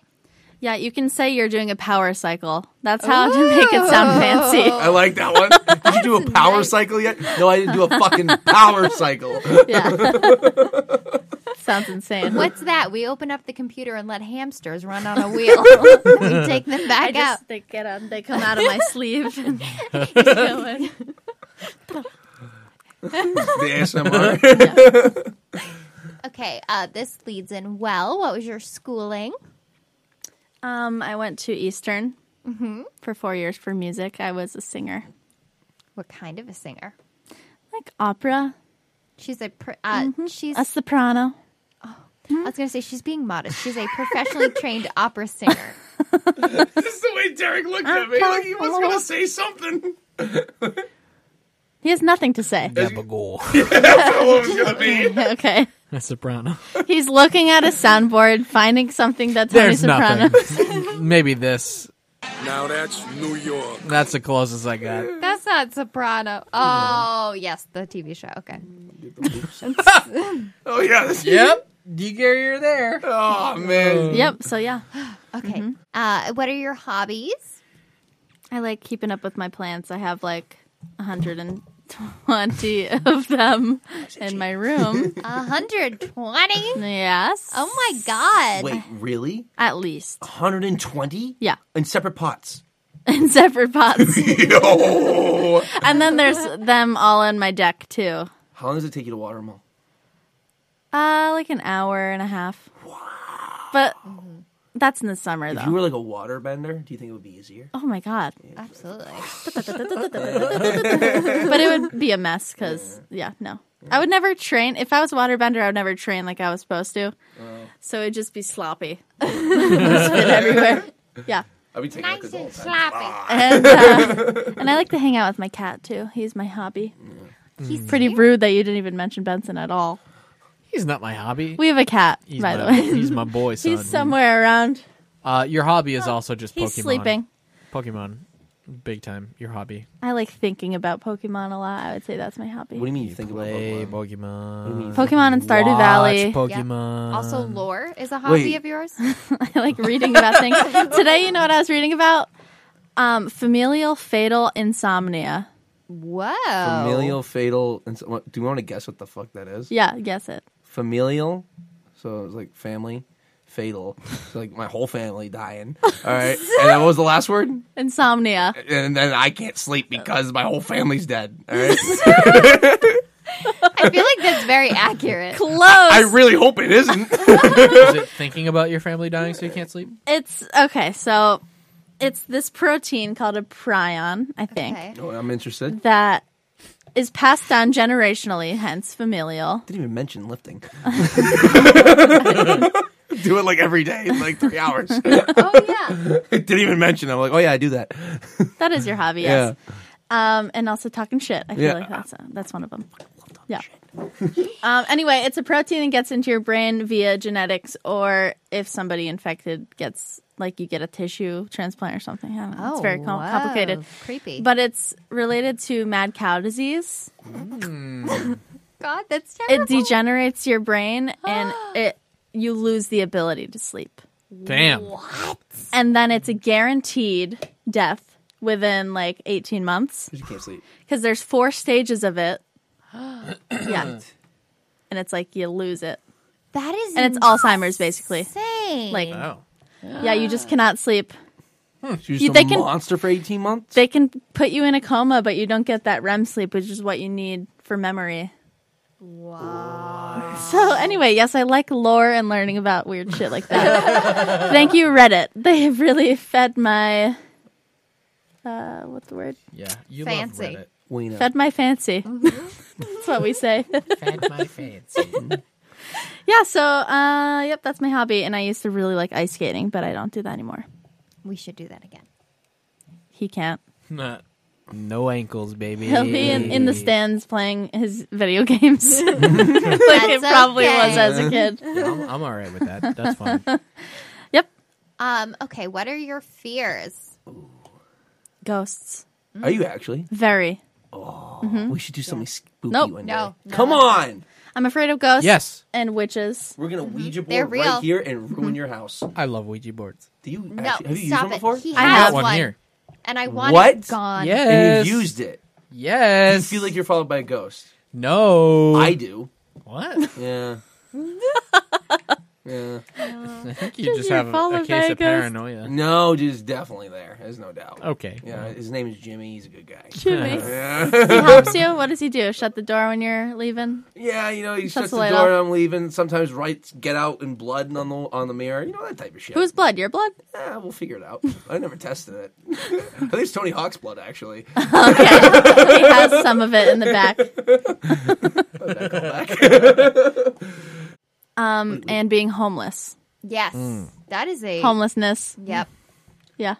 S8: Yeah, you can say you're doing a power cycle. That's how to make it sound fancy.
S5: I like that one. Did you do a power
S6: nice.
S5: cycle yet? No, I didn't do a fucking power cycle.
S8: Yeah. Sounds insane.
S6: what's that? We open up the computer and let hamsters run on a wheel. we take them
S8: I
S6: back out.
S8: just they get on they come out of my sleeve. And
S5: The ASMR.
S6: Okay, uh, this leads in well. What was your schooling?
S8: um, I went to Eastern for four years for music. I was a singer,
S6: What kind of a singer?
S8: like opera,
S6: She's a pr- uh, she's
S8: Mm-hmm. a soprano.
S6: I was going to say she's being modest. She's a professionally trained opera singer.
S5: this is the way Derek looked at me. Like he was gonna say something.
S8: He has nothing to say.
S1: Gabagool.
S5: What was Oh, gonna be?
S8: okay,
S1: A soprano.
S8: he's looking at a soundboard, finding something that's Tony
S1: There's
S8: Soprano.
S1: nothing. Maybe this.
S11: Now that's New York.
S1: That's the closest I got.
S6: That's not soprano. Oh, yes, the TV show. Okay.
S5: Oh yeah. This,
S1: Yep. You you're there.
S5: Oh man.
S8: Yep. So yeah,
S6: Okay. Uh, what are your hobbies?
S8: I like keeping up with my plants. I have like 120 of them in my room.
S6: 120?
S8: yes.
S6: Oh my god.
S5: Wait, really?
S8: At least.
S5: 120?
S8: Yeah.
S5: In separate pots.
S8: In separate pots.
S5: Yo.
S8: and then there's them all in my deck too.
S5: How long does it take you to water them all?
S8: Uh like an hour and a half. Wow. But That's in the summer
S5: If
S8: though.
S5: you were like a waterbender, do you think it would be easier?
S8: oh my god.
S6: Absolutely.
S8: but it would be a mess because yeah, no. I would never train if I was a waterbender. I would never train like I was supposed to, so it'd just be sloppy, spit everywhere. Yeah,
S5: I'd be taking a look at the whole time. Ah.
S6: sloppy.
S8: and uh, and I like to hang out with my cat too. He's my hobby. He's
S5: Mm.
S8: pretty
S5: Um,
S8: rude that you didn't even mention Benson at all.
S1: He's not my hobby.
S8: We have a cat,
S1: he's
S8: by
S1: my,
S8: the way.
S1: he's my boy. Son.
S8: He's somewhere around.
S1: Uh, your hobby is also just
S8: He's
S1: Pokemon.
S8: sleeping.
S1: Pokemon, big time. Your hobby.
S8: I like thinking about Pokemon a lot. I would say that's my hobby.
S5: What do you mean you, think about
S1: Play
S5: Pokemon? Mm-hmm.
S1: Pokemon.
S8: Pokemon and Stardew
S1: Watch
S8: Valley.
S1: Pokemon.
S6: Also, lore is a hobby
S5: wait.
S6: of yours.
S8: I like reading about things. Today, you know what I was reading about? Um, familial fatal insomnia.
S6: Whoa.
S5: Familial fatal. Ins- what- do you want to guess what the fuck that is?
S8: Yeah, guess it.
S5: Familial. So it was like family. Fatal. So like my whole family dying. All right. And then what was the last word?
S8: Insomnia.
S5: And then I can't sleep because my whole family's dead. All right.
S6: I feel like that's very accurate.
S8: Close.
S5: I really hope it isn't.
S1: is it thinking about your family dying so you can't sleep?
S8: it's okay. So, it's this protein called a prion. I think
S6: Okay.
S5: oh, I'm interested.
S8: that is passed on generationally, hence familial.
S5: Didn't even mention lifting. do it like every day, like three hours.
S6: Oh yeah.
S5: Didn't even mention. I'm like, oh yeah, I do that.
S8: That is your hobby, yes. Um, and also talking shit. I feel
S5: Yeah.
S8: like that's that's one of them. Yeah. um, anyway, it's a protein that gets into your brain via genetics, or if somebody infected gets like you get a tissue transplant or something. I don't know. it's very com-
S6: Oh, wow.
S8: complicated,
S6: Creepy.
S8: but it's related to mad cow disease.
S6: God, that's terrible.
S8: It degenerates your brain, and it you lose the ability to sleep.
S1: Damn.
S5: Oh.
S8: And then it's a guaranteed death within like 18 months.
S5: You can't sleep.
S8: because there's four stages of it. yeah, and it's like you lose it,
S6: that is
S8: and it's Alzheimer's basically.
S6: insane.
S8: Like,
S1: Oh.
S8: yeah, you just cannot sleep.
S5: She was
S8: You-
S5: a
S8: they can-
S5: monster for 18 months.
S8: They can put you in a coma, but you don't get that REM sleep, which is what you need for memory. Wow. So anyway, yes, I like lore and learning about weird shit like that. Thank you, Reddit. They have really fed my. Uh, what's the word?
S1: Yeah. You
S6: Fancy.
S1: love
S5: Weena.
S8: Fed my fancy.
S6: Mm-hmm.
S8: That's what we say.
S1: Reddit. Fed my fancy.
S8: Yeah, so uh yep, that's my hobby and I used to really like ice skating, but I don't do that anymore.
S6: we should do that again.
S8: He can't.
S1: Not. No ankles, baby.
S8: He'll be in, in the stands playing his video games. like
S6: That's
S8: it probably
S6: okay.
S8: was as a kid.
S1: Yeah, I'm, I'm all right with that. That's fine.
S8: Yep.
S6: Um. Okay. What are your fears?
S8: Ghosts.
S5: Are you actually?
S8: Very.
S5: We should do something spooky
S8: Nope.
S5: one day.
S6: Hmm? No, no.
S5: Come on.
S8: I'm afraid of ghosts
S1: yes,
S8: and witches.
S5: We're gonna Ouija board
S6: Mm-hmm. They're real. Mm-hmm.
S5: right here and ruin your house.
S1: I love Ouija boards.
S5: Do you
S6: No.
S5: actually, have you used
S6: stop
S5: one
S6: it.
S5: before?
S6: He
S8: I
S6: has
S8: have
S1: one here.
S6: and I want
S5: What?
S6: it gone.
S1: Yes,
S5: And you used it. You
S1: Yes,
S5: feel like you're followed by a ghost.
S1: no.
S5: I do.
S1: what?
S5: Yeah. yeah.
S1: I think you just
S8: you're
S1: have a, a
S8: followed by
S1: case
S8: a
S1: of
S8: ghost.
S1: paranoia.
S5: No, dude, it's definitely there. There's no doubt.
S8: Oh.
S1: Okay.
S5: Yeah, his name is Jimmy. He's a good guy.
S8: Jimmy.
S5: Yeah,
S8: he helps you. What does he do? Shut the door when you're leaving?
S5: yeah you know, he shuts
S8: the
S5: the
S8: light
S5: door and
S8: off.
S5: I'm leaving. Sometimes writes get out in blood and on the on the mirror. You know that type of shit.
S8: Whose blood? Your blood?
S5: Yeah, we'll figure it out. I never tested it. I think it's Tony Hawk's blood, actually.
S8: He has some of it in the back. um and being homeless.
S6: Yes.
S5: Mm.
S6: That is a
S8: Homelessness.
S6: Yep.
S8: Yeah.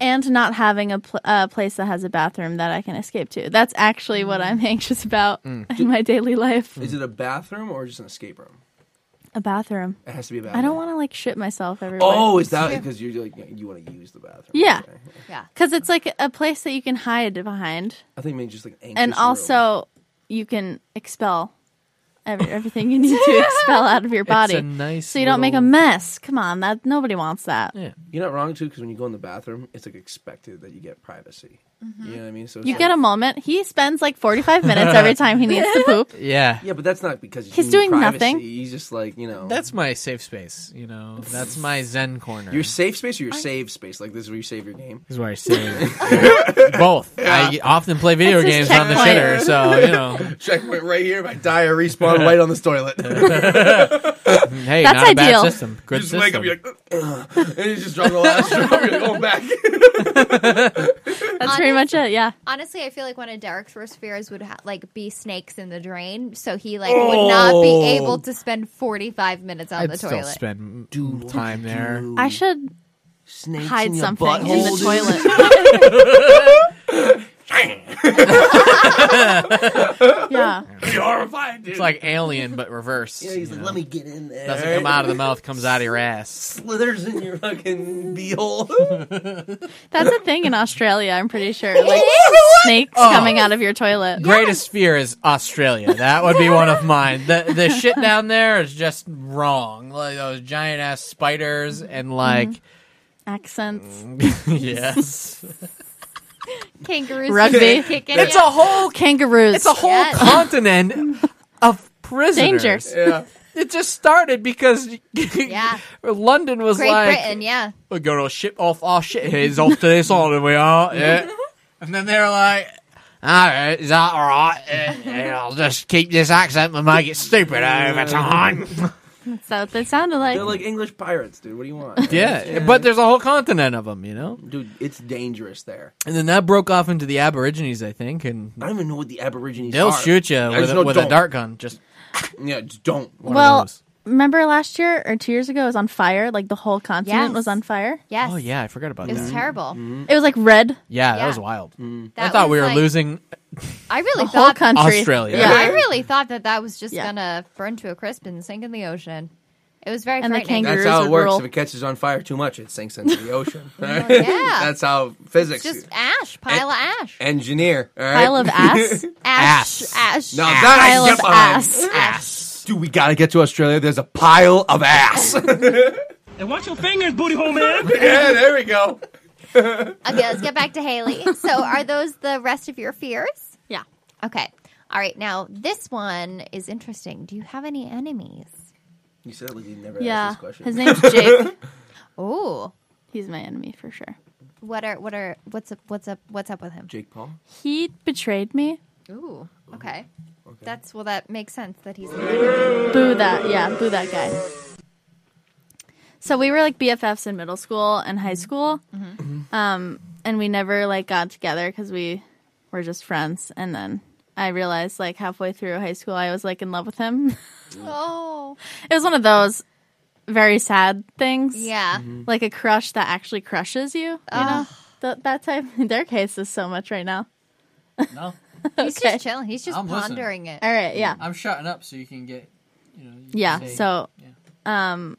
S8: And not having a pl- uh, place that has a bathroom that I can escape to. That's actually
S5: Mm.
S8: what I'm anxious about in my daily life.
S5: Is it a bathroom or just an escape room?
S8: A bathroom.
S5: It has to be a bathroom.
S8: I don't want to like shit myself everywhere.
S5: Oh, is that because you're like you want to use the bathroom?
S8: Yeah.
S5: Okay.
S6: Yeah.
S8: Cuz it's like a place that you can hide behind
S5: I think maybe just like anxious
S8: and
S5: room.
S8: also you can expel every, everything you need to expel out of your body.
S1: It's a nice.
S8: so you don't make a
S1: little-
S8: mess. Come on, that nobody wants that.
S1: Yeah.
S5: you're not wrong too because when you go in the bathroom, it's like expected that you get privacy. You know what I mean? So it's
S8: You
S5: like-
S8: get a moment. He spends like 45 minutes every time he needs to poop.
S1: Yeah.
S5: Yeah, but that's not because you
S8: He's
S5: need
S8: doing
S5: privacy.
S8: nothing.
S5: He's just like you know.
S1: That's my safe space. You know, that's my zen corner.
S5: your safe space or your save space. Like this is where you save your game.
S1: This is where I save both. I often play video
S8: That's his
S1: games on the
S8: checkpoint.
S1: shitter, so you know.
S5: Checkpoint right here. If I die, I respawn right on this toilet.
S1: Hey,
S8: That's
S1: not a bad
S8: ideal.
S1: system. Good
S5: you just
S1: system.
S5: wake up, you're like, "Ugh," and you just drop the last drop, you're going back.
S8: That's pretty much it. Yeah.
S6: Honestly, I feel like one of Derek's worst fears would ha- like be snakes in the drain, so he like would not
S1: Oh.
S6: be able to spend forty five minutes on
S1: I'd
S6: the
S1: still
S6: toilet.
S1: spend time there.
S8: I should
S5: Snakes
S8: hide
S5: in your
S8: something in the
S5: buttholes.
S8: toilet. yeah.
S5: Horrified, dude.
S1: It's like Alien, but reverse.
S5: Yeah, he's
S1: you
S5: like,
S1: know?
S5: let me get in there.
S1: Doesn't come out of the mouth, comes out of your ass.
S5: Slithers in your fucking beehole.
S8: That's a thing in Australia, I'm pretty sure. Like snakes
S1: Oh.
S8: coming out of your toilet.
S1: Greatest fear is Australia. That would be one of mine. The the shit down there is just wrong. Like those giant ass spiders and like
S8: Accents.
S1: Mm-hmm. yes,
S6: Kangaroos
S8: Rugby. Oh,
S6: kicking.
S1: it's a whole
S8: Kangaroos.
S1: it's a whole
S6: Yes.
S1: continent of prisoners.
S8: Danger.
S5: yeah.
S1: It just started because
S6: Yeah.
S1: London was
S6: Great
S1: like
S6: Britain, yeah.
S1: we're gonna ship off our shit heads off to this island we are. Yeah. And then they're like, alright, is that alright? Eh, eh, I'll just keep this accent and make it stupid over time.
S8: That's what they sounded like.
S5: They're like English pirates, dude. What do you want?
S1: Yeah, but there's a whole continent of them, you know?
S5: Dude, it's dangerous there.
S1: And then that broke off into the Aborigines, I think, and
S5: I don't even know what the Aborigines
S1: they'll
S5: are.
S1: shoot you
S5: I
S1: with,
S5: just
S1: a,
S5: know
S1: with a
S5: don't.
S1: dart gun. Just
S5: Yeah, just don't.
S1: one of
S8: well,
S1: those.
S8: remember last year or two years ago it was on fire? Like the whole continent
S6: Yes.
S8: was on fire.
S6: Yes.
S1: Oh, yeah, I forgot about
S6: It was
S1: that.
S6: terrible.
S5: Mm-hmm.
S8: It was like red.
S1: yeah, that
S6: Yeah.
S1: was wild. I
S6: That
S1: thought
S6: was,
S1: we were
S6: like-
S1: losing
S6: I really
S8: The whole
S6: thought
S8: country.
S1: Australia.
S6: Yeah,
S8: Yeah.
S6: I really thought that that was just
S8: Yeah.
S6: gonna burn to a crisp and sink in the ocean. It was very
S8: And the
S6: frightening.
S8: kangaroo-
S5: That's how
S8: Kangaroos
S5: it
S8: would
S5: works.
S8: roll.
S5: If it catches on fire too much, it sinks into the ocean. all right?
S6: Yeah.
S5: That's how physics.
S6: It's just ash, pile of ash.
S5: engineer. All right?
S8: Pile of ass.
S6: Ash,
S1: ass.
S6: ash.
S5: No, that I
S8: Pile
S5: get
S8: of
S5: behind.
S8: ass.
S1: ass.
S5: Dude, we gotta get to Australia. There's a pile of ass. yeah,
S12: And watch your fingers, booty hole man.
S5: there we go.
S6: Okay, let's get back to Haley. So, are those the rest of your fears?
S8: Yeah.
S6: Okay. All right. Now, this one is interesting. Do you have any enemies?
S5: You said like you never
S8: Yeah.
S5: asked this question.
S8: His name's Jake.
S6: Oh,
S8: He's my enemy for sure.
S6: what are what are what's up what's up what's up with him?
S5: Jake Paul.
S8: He betrayed me.
S6: Ooh. Okay. That's well. That makes sense. That he's
S8: Boo that. Yeah, boo that guy. So we were like BFFs in middle school and high school.
S1: Mm-hmm.
S8: Um, and we never like got together cuz we were just friends and then I realized like halfway through high school I was like in love with him.
S6: oh
S8: it was one of those very sad things.
S6: yeah.
S8: Like a crush that actually crushes you, you know? Th- that type their case is so much right now.
S1: No,
S6: He's
S8: Okay.
S6: just chilling. He's just
S1: I'm listening.
S6: pondering it.
S8: All right, yeah.
S1: I'm shutting up so you can get, you know.
S8: Yeah. So, um,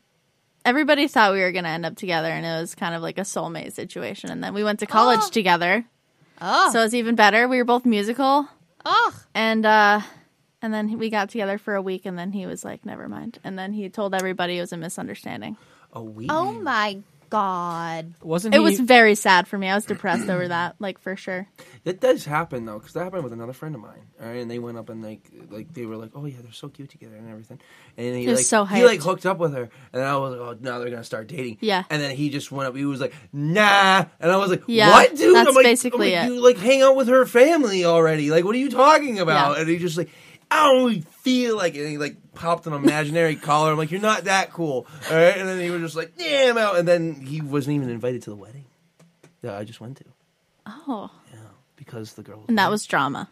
S8: everybody thought we were going to end up together, and it was kind of like a soulmate situation. And then we went to college
S6: Oh.
S8: together,
S6: Oh
S8: so it was even better. We were both musical,
S6: oh
S8: and uh, and then we got together for a week, and then he was like, "Never mind." And then he told everybody it was a misunderstanding.
S5: A week.
S6: oh my god.
S1: wasn't
S8: It
S1: he-
S8: was very sad for me. I was depressed over that, like for sure.
S5: That does happen though, because that happened with another friend of mine. All right, and they went up and like, like they were like, "Oh yeah, they're so cute together and everything." And he
S8: They're
S5: like,
S8: so
S5: he like
S8: hyped.
S5: hooked up with her, and I was like, "Oh, now they're gonna start dating."
S8: Yeah.
S5: And then he just went up. He was like, "Nah," and I was like,
S8: Yeah,
S5: "What, dude?"
S8: that's
S5: I'm like,
S8: basically
S5: I'm like,
S8: it.
S5: You like hang out with her family already? Like, what are you talking about?
S8: Yeah.
S5: And he just like. I don't really feel like it. And he like popped an imaginary collar. I'm like, you're not that cool, all right? And then he was just like, yeah, I'm out. And then he wasn't even invited to the wedding that I just went to
S8: Oh,
S5: because the girl.
S8: and that was drama.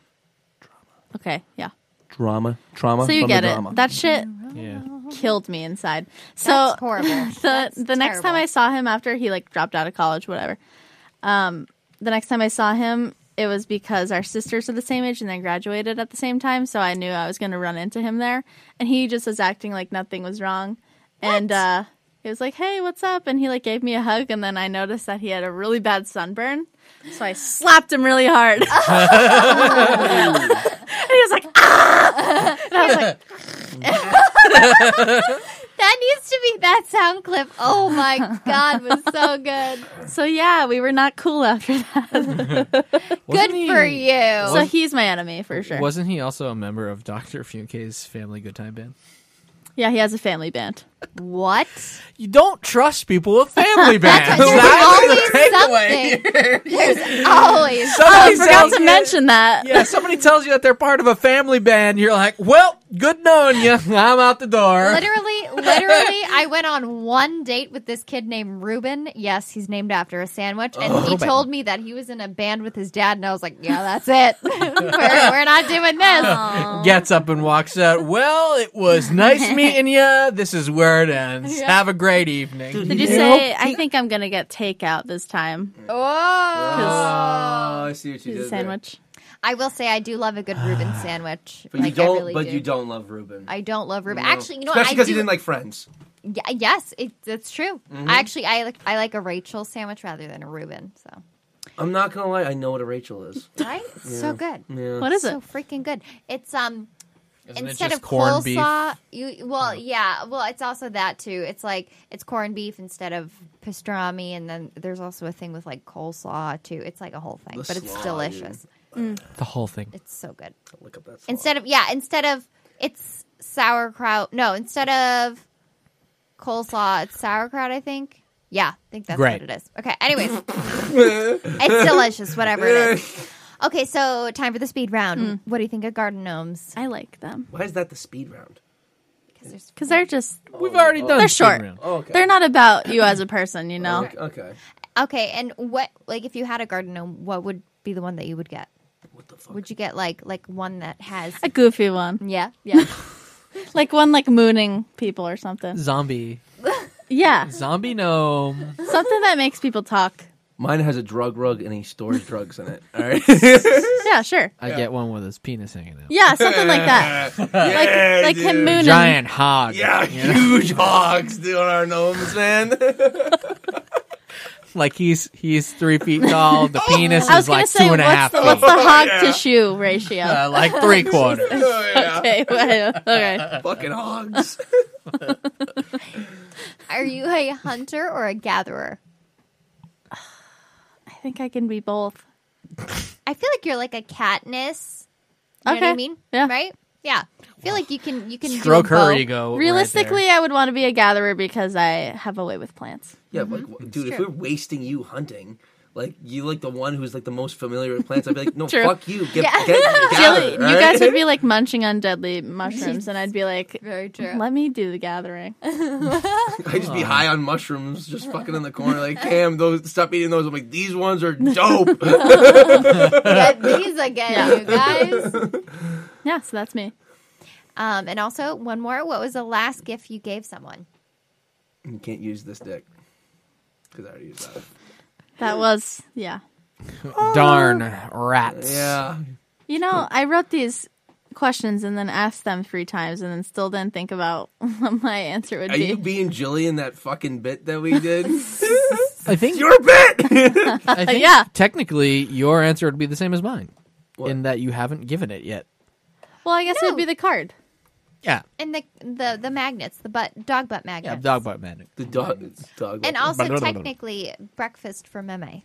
S8: Okay, yeah.
S5: drama, trauma.
S8: So you
S5: from
S8: get
S5: the
S8: it.
S5: Drama.
S8: That shit
S1: Yeah.
S8: killed me inside. So
S6: That's horrible.
S8: the
S6: That's
S8: the next time
S6: terrible.
S8: I saw him after he like dropped out of college, whatever. Um, the next time I saw him, it was because our sisters are the same age and they graduated at the same time, so I knew I was going to run into him there. And he just was acting like nothing was wrong, and uh, he was like, "Hey, what's up?" And he like gave me a hug, and then I noticed that he had a really bad sunburn, so I slapped him really hard. and he was like, "Ah!" And I was like,
S6: That needs to be that sound clip. Oh my god, was so good.
S8: "So yeah, we were not cool after that."
S6: Good for you.
S8: so he's my enemy for sure.
S1: Wasn't he also a member of Dr. Funke's Family Good Time Band?
S8: Yeah, he has a family band.
S6: What?
S1: You don't trust people with family bands.
S6: There's
S1: That's the takeaway.
S6: always something. There's always
S1: Somebody
S8: I forgot
S1: tells
S8: to
S1: you-
S8: mention that.
S1: Um, Yeah, somebody tells you that they're part of a family band. You're like, well, good knowing you. I'm out the door.
S6: Literally, literally, I went on one date with this kid named Ruben. Yes, he's named after a sandwich.
S5: Oh,
S6: And he
S1: Reuben.
S6: told me that he was in a band with his dad, and I was like, yeah, that's it. we're, we're not doing this.
S1: Gets up and walks out. Well, it was nice meeting you. This is where it ends. Have a great evening.
S8: Did you say, I think I'm going to get takeout this time?
S1: Uh,
S6: Oh.
S5: Oh, I see what you
S8: Is
S5: did
S8: a sandwich?
S6: I will say I do love a good Reuben sandwich.
S5: There. But
S6: like,
S5: you don't.
S6: I really
S5: but
S6: do.
S5: you don't love Ruben.
S6: I don't love Reuben.
S5: No.
S6: Actually, you know,
S5: especially
S6: I
S5: because
S6: do.
S5: you didn't like Friends.
S6: Y- yes, it, it's true.
S1: Mm-hmm.
S6: I actually I like I like a Rachel sandwich rather than a Reuben. So
S5: I'm not gonna lie. I know what a Rachel is.
S6: right, so good.
S5: Yeah.
S8: What is it?
S6: So freaking good. It's um
S1: Isn't it
S6: instead
S1: just
S6: of
S1: corned beef? Oh.
S6: coleslaw, you well yeah, well it's also that too. It's like it's corned beef instead of pastrami, and then there's also a thing with like coleslaw too. It's like a whole thing,
S5: The
S6: but it's
S5: slaw,
S6: delicious.
S1: The whole thing.
S6: It's so good.
S5: Look up that. song.
S6: Instead of yeah, instead of it's sauerkraut. No, instead of coleslaw, it's sauerkraut. I think. Yeah, I think that's
S1: Great.
S6: what it is. Okay. Anyways, it's delicious. Whatever it is. Okay, so time for the speed round. What do you think of garden gnomes?
S8: I like them.
S5: Why is that the speed round?
S6: Because there's
S8: Because they're just,
S1: We've already done
S8: they're
S1: speed
S8: short.
S1: round.
S5: Oh, okay.
S8: They're not about you as a person, you know?
S5: Okay. okay.
S6: Okay, and what like if you had a garden gnome, what would be the one that you would get?
S5: What the fuck?
S6: Would you get like like one that has
S8: A goofy one.
S6: yeah yeah
S8: Like one like mooning people or something.
S1: Zombie.
S8: Yeah.
S1: Zombie gnome.
S8: Something that makes people talk.
S5: Mine has a drug rug and he stores drugs in it. All right.
S8: Yeah, sure.
S1: I get one with his penis hanging out.
S8: Yeah, something like that.
S5: Yeah,
S8: like him
S5: dude.
S8: mooning.
S1: Giant hog.
S5: Yeah,
S1: you know?
S5: huge hogs doing our gnomes, man.
S1: Like he's he's three feet tall. The penis
S8: Oh, I was
S1: is
S8: gonna
S1: like
S8: say,
S1: two and a
S8: what's
S1: half
S8: the, what's the
S1: feet.
S8: hog to shoe ratio?
S1: Uh, like three quarters.
S5: oh, yeah.
S8: okay, well, okay.
S5: Fucking hogs.
S6: are you a hunter or a gatherer
S8: I think I can be both.
S6: i feel like you're like a catniss you know what i
S8: Okay,
S6: mean
S8: yeah.
S6: right yeah i feel like you can you can do
S1: Stroke her
S6: both.
S1: ego. right there.
S8: Realistically, I would want to be a gatherer because I have a way with plants.
S5: Yeah, like, w- dude, if
S6: true.
S5: we're wasting you hunting, like you like the one who's like the most familiar with plants, I'd be like, no,
S8: True.
S5: fuck you, get,
S6: Yeah.
S5: get, get
S8: Jill,
S5: out of
S8: you
S5: it, right?
S8: guys would be like munching on deadly mushrooms, and I'd be like,
S6: very true
S8: "Let me do the gathering."
S5: I'd just be high on mushrooms, just fucking in the corner, like, Cam, those stop eating those. I'm like, these ones are dope.
S6: get these again you guys
S8: Yeah, so that's me.
S6: um and also one more what was the last gift you gave someone
S5: you can't use this dick because I already used that.
S8: That was yeah. uh,
S1: darn rats.
S5: Yeah,
S8: You know, I wrote these questions and then asked them three times, and then still didn't think about what my answer would
S5: are you
S8: be.
S5: being Jillian that fucking bit that we did?
S1: I think
S5: Your bit.
S1: I think
S8: Yeah.
S1: technically your answer would be the same as mine.
S5: What?
S1: In that you haven't given it yet.
S8: Well, I guess
S6: No.
S8: it'd be the card.
S1: Yeah.
S6: and the the the magnets the butt dog butt magnets
S1: Yeah, dog butt magic.
S5: the dog, dog.
S6: and also technically breakfast for meme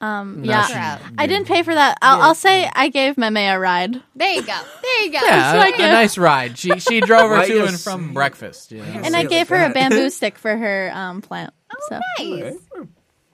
S8: Um,
S1: No,
S8: yeah,
S1: she didn't.
S8: I didn't pay for that. I'll, I'll say I gave Meme a ride,
S6: there you go there you go
S1: Yeah, a, a nice ride. She she drove her
S5: Why you
S1: to and
S5: s-
S1: from breakfast. You know?
S8: and
S5: say
S8: I
S5: it
S8: gave
S5: like
S8: her a
S5: that. Oh,
S8: bamboo stick for her um, plant. so
S6: nice.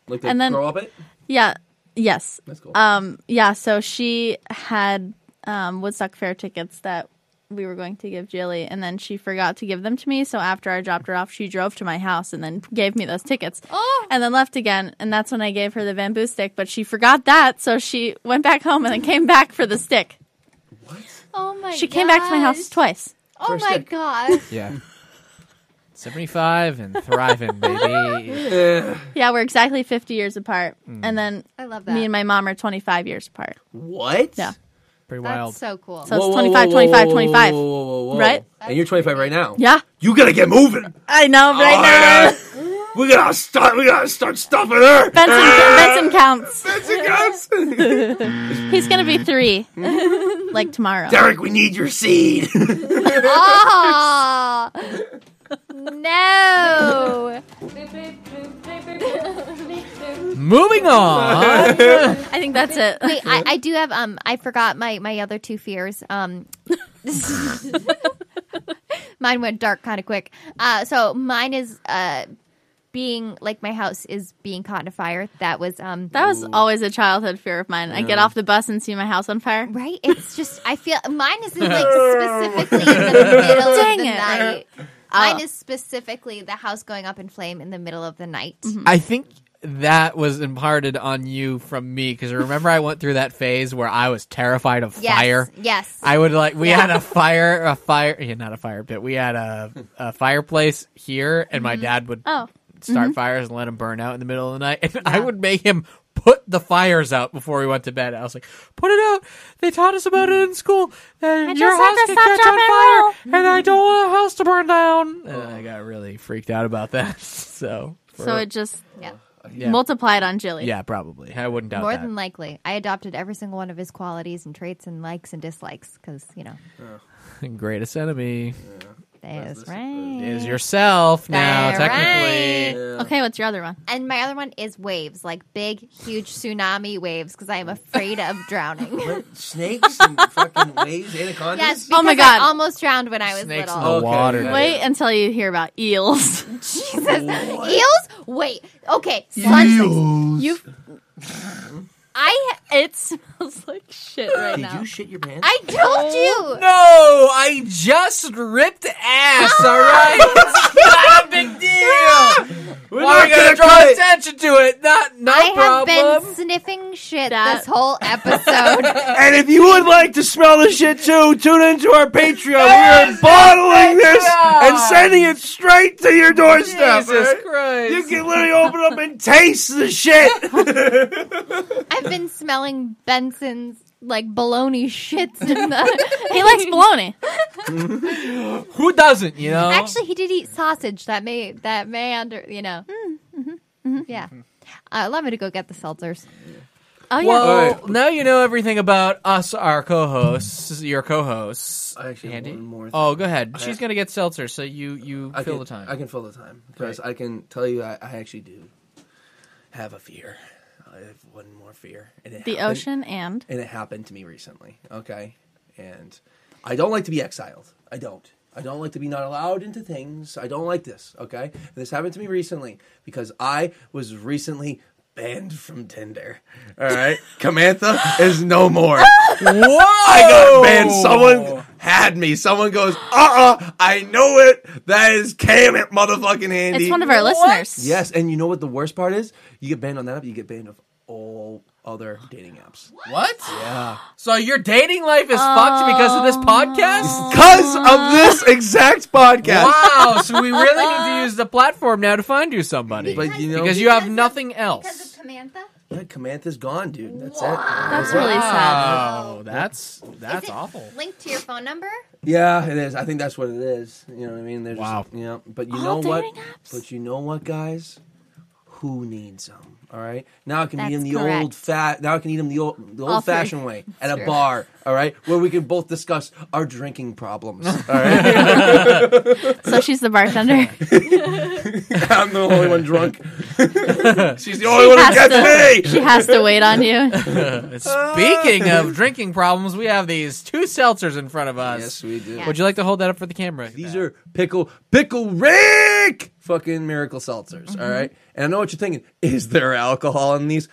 S5: like the
S8: and then-
S5: grow up it.
S8: yeah, yes,
S5: That's cool.
S8: um, yeah. So she had um, Woodstock Fair tickets that we were going to give Jilly, and then she forgot to give them to me. So after I dropped her off, she drove to my house and then gave me those tickets.
S6: Oh.
S8: and then left again, and that's when I gave her the bamboo stick. But she forgot that, so she went back home and then came back for the stick.
S6: Oh my!
S8: She came back to my house
S6: gosh.
S8: twice.
S6: Oh
S5: First
S6: my
S5: dick.
S6: gosh!
S1: Yeah. 75 and thriving, baby.
S5: Eh,
S8: Yeah, we're exactly 50 years apart.
S5: Hmm.
S8: And then
S6: I love that.
S8: me and my mom are 25 years apart.
S5: what?
S8: Yeah.
S1: Pretty
S6: That's
S1: wild.
S6: so cool.
S8: So it's 25, 25, 25.
S5: whoa, whoa, whoa, whoa.
S8: Right?
S5: And you're 25 right now.
S8: Yeah,
S5: You gotta get moving.
S8: I know, but I know.
S5: Alright, uh, we gotta start. We gotta start stuffing her.
S8: Benson, Benson counts.
S5: That's it, guys.
S8: He's going to be three, like tomorrow.
S5: Derek, we need your seed.
S6: Ah! no!
S1: Moving on.
S8: I think that's it.
S6: Wait, I, I do have um. I forgot my my other two fears. Um, Mine went dark kind of quick. Uh, so mine is uh, being like my house is being caught in a fire. That was um
S8: That was always a childhood fear of mine. I get off the bus and see my house on fire.
S6: right. It's just I feel mine is like specifically in the middle
S8: Dang
S6: of the
S8: it.
S6: night.
S8: Uh,
S6: Mine is specifically the house going up in flame in the middle of the night.
S8: Mm-hmm.
S1: I think that was imparted on you from me because remember I went through that phase where I was terrified of
S6: Yes,
S1: fire.
S6: Yes.
S1: I would like we
S6: Yeah.
S1: had a fire a fire yeah, not a fire pit. We had a, a fireplace here and
S6: Mm-hmm.
S1: my dad would
S8: Oh.
S1: start fires and let them burn out in the middle of the night. And I would make him put the fires out before we went to bed. I was like, "Put it out! They taught us about it in school. And your
S4: just had
S1: house
S4: to
S1: can
S4: stop,
S1: catch
S4: drop,
S1: on
S4: and
S1: fire, and I don't want a house to burn down." And I got really freaked out about that. So,
S8: So it just
S6: yeah.
S1: yeah.
S8: multiplied on Jilly.
S1: Yeah, probably. I wouldn't doubt
S6: More
S1: that.
S6: than likely, I adopted every single one of his qualities and traits and likes and dislikes because you know
S1: Greatest enemy
S6: that is
S5: this-
S6: right.
S1: is yourself now,
S6: They're
S1: technically.
S6: right.
S8: Okay, what's your other one?
S6: And my other one is waves, like big, huge tsunami waves, because I am afraid of drowning.
S5: What? Snakes and fucking waves, anacondas.
S6: yes, because
S8: Oh my
S6: I
S8: God.
S6: almost drowned when I was
S1: Snakes in the
S6: little.
S5: Okay.
S1: water.
S5: Yeah.
S8: Wait until you hear about eels.
S6: Eels? Wait. Okay. Eels.
S8: you
S6: I
S8: it smells like shit right
S5: Did
S8: now.
S5: you shit your pants?
S6: I told you.
S1: Oh, No, I just ripped ass. All right, it's not a big deal. We're
S5: not
S1: gonna
S5: gonna
S1: draw
S5: cut it.
S1: attention to it. Not, no
S6: I have
S1: problem.
S6: been sniffing shit
S8: That-
S6: this whole episode.
S5: And if you would like to smell the shit too, tune into our Patreon. We are bottling this
S1: Patreon.
S5: and sending it straight to your doorstep.
S1: Jesus
S5: alright?
S1: Christ!
S5: You can literally open up and taste the shit.
S6: I've been smelling Benson's like baloney shits in the.
S8: he likes bologna.
S1: Who doesn't? You know.
S6: Actually, he did eat sausage. That may that may under you know. Yeah. Uh, allow me to go get the seltzers.
S8: Oh yeah.
S1: well, now you know everything about us, our co-hosts, your co-hosts.
S5: I actually have
S1: Andy?
S5: one more thing.
S1: Oh, go ahead.
S5: I-
S1: She's gonna get seltzer, so you you
S5: I
S1: fill
S5: can,
S1: the time.
S5: I can fill the time because I can tell you I, I actually do have a fear. I have one more fear. And it
S8: the
S5: happened-
S8: ocean and
S5: and it happened to me recently. Okay, and I don't like to be exiled. I don't. I don't like to be not allowed into things. I don't like this. Okay, and this happened to me recently because I was recently banned from Tinder. All right, Comantha is no more.
S1: Whoa!
S5: I got banned. Someone had me. Someone goes, uh uh I know it. That is Cam it, motherfucking Andy.
S8: it's one of our listeners.
S5: Yes, and you know what the worst part is? You get banned on that app, you get banned of all other dating apps.
S1: What? Yeah. So your dating life is fucked because of this podcast?
S5: Because of this exact podcast.
S1: Wow. So we really need to use the platform now to find you somebody.
S5: But you know,
S1: because you have nothing else.
S6: Samantha?
S5: yeah, Comantha's gone, dude. That's it.
S8: That's really sad.
S1: Oh, that's that's awful.
S6: Linked to your phone number?
S5: Yeah, it is. I think that's what it is. You know what I mean? There's
S1: Wow.
S5: Just, yeah, but you
S8: All
S5: know what?
S8: dating apps.
S5: But you know what, guys? Who needs them? All right. Now I can eat
S6: That's
S5: them the
S6: correct.
S5: old fat. Now I can eat them the old, the
S8: All
S5: old fashioned way at a
S6: true.
S5: bar. All right, where we can both discuss our drinking problems. All right.
S8: So she's the bartender.
S5: I'm the only one drunk. She's the only one who
S8: has
S5: gets me.
S8: she has to wait on you.
S1: Oh, Speaking of drinking problems, we have these two seltzers in front of us.
S5: Yes, we do.
S6: Yeah.
S1: Would you like to hold that up for the camera?
S5: These are pickle pickle Rick fucking miracle seltzers. all right, and I know what you're thinking: is there alcohol in these?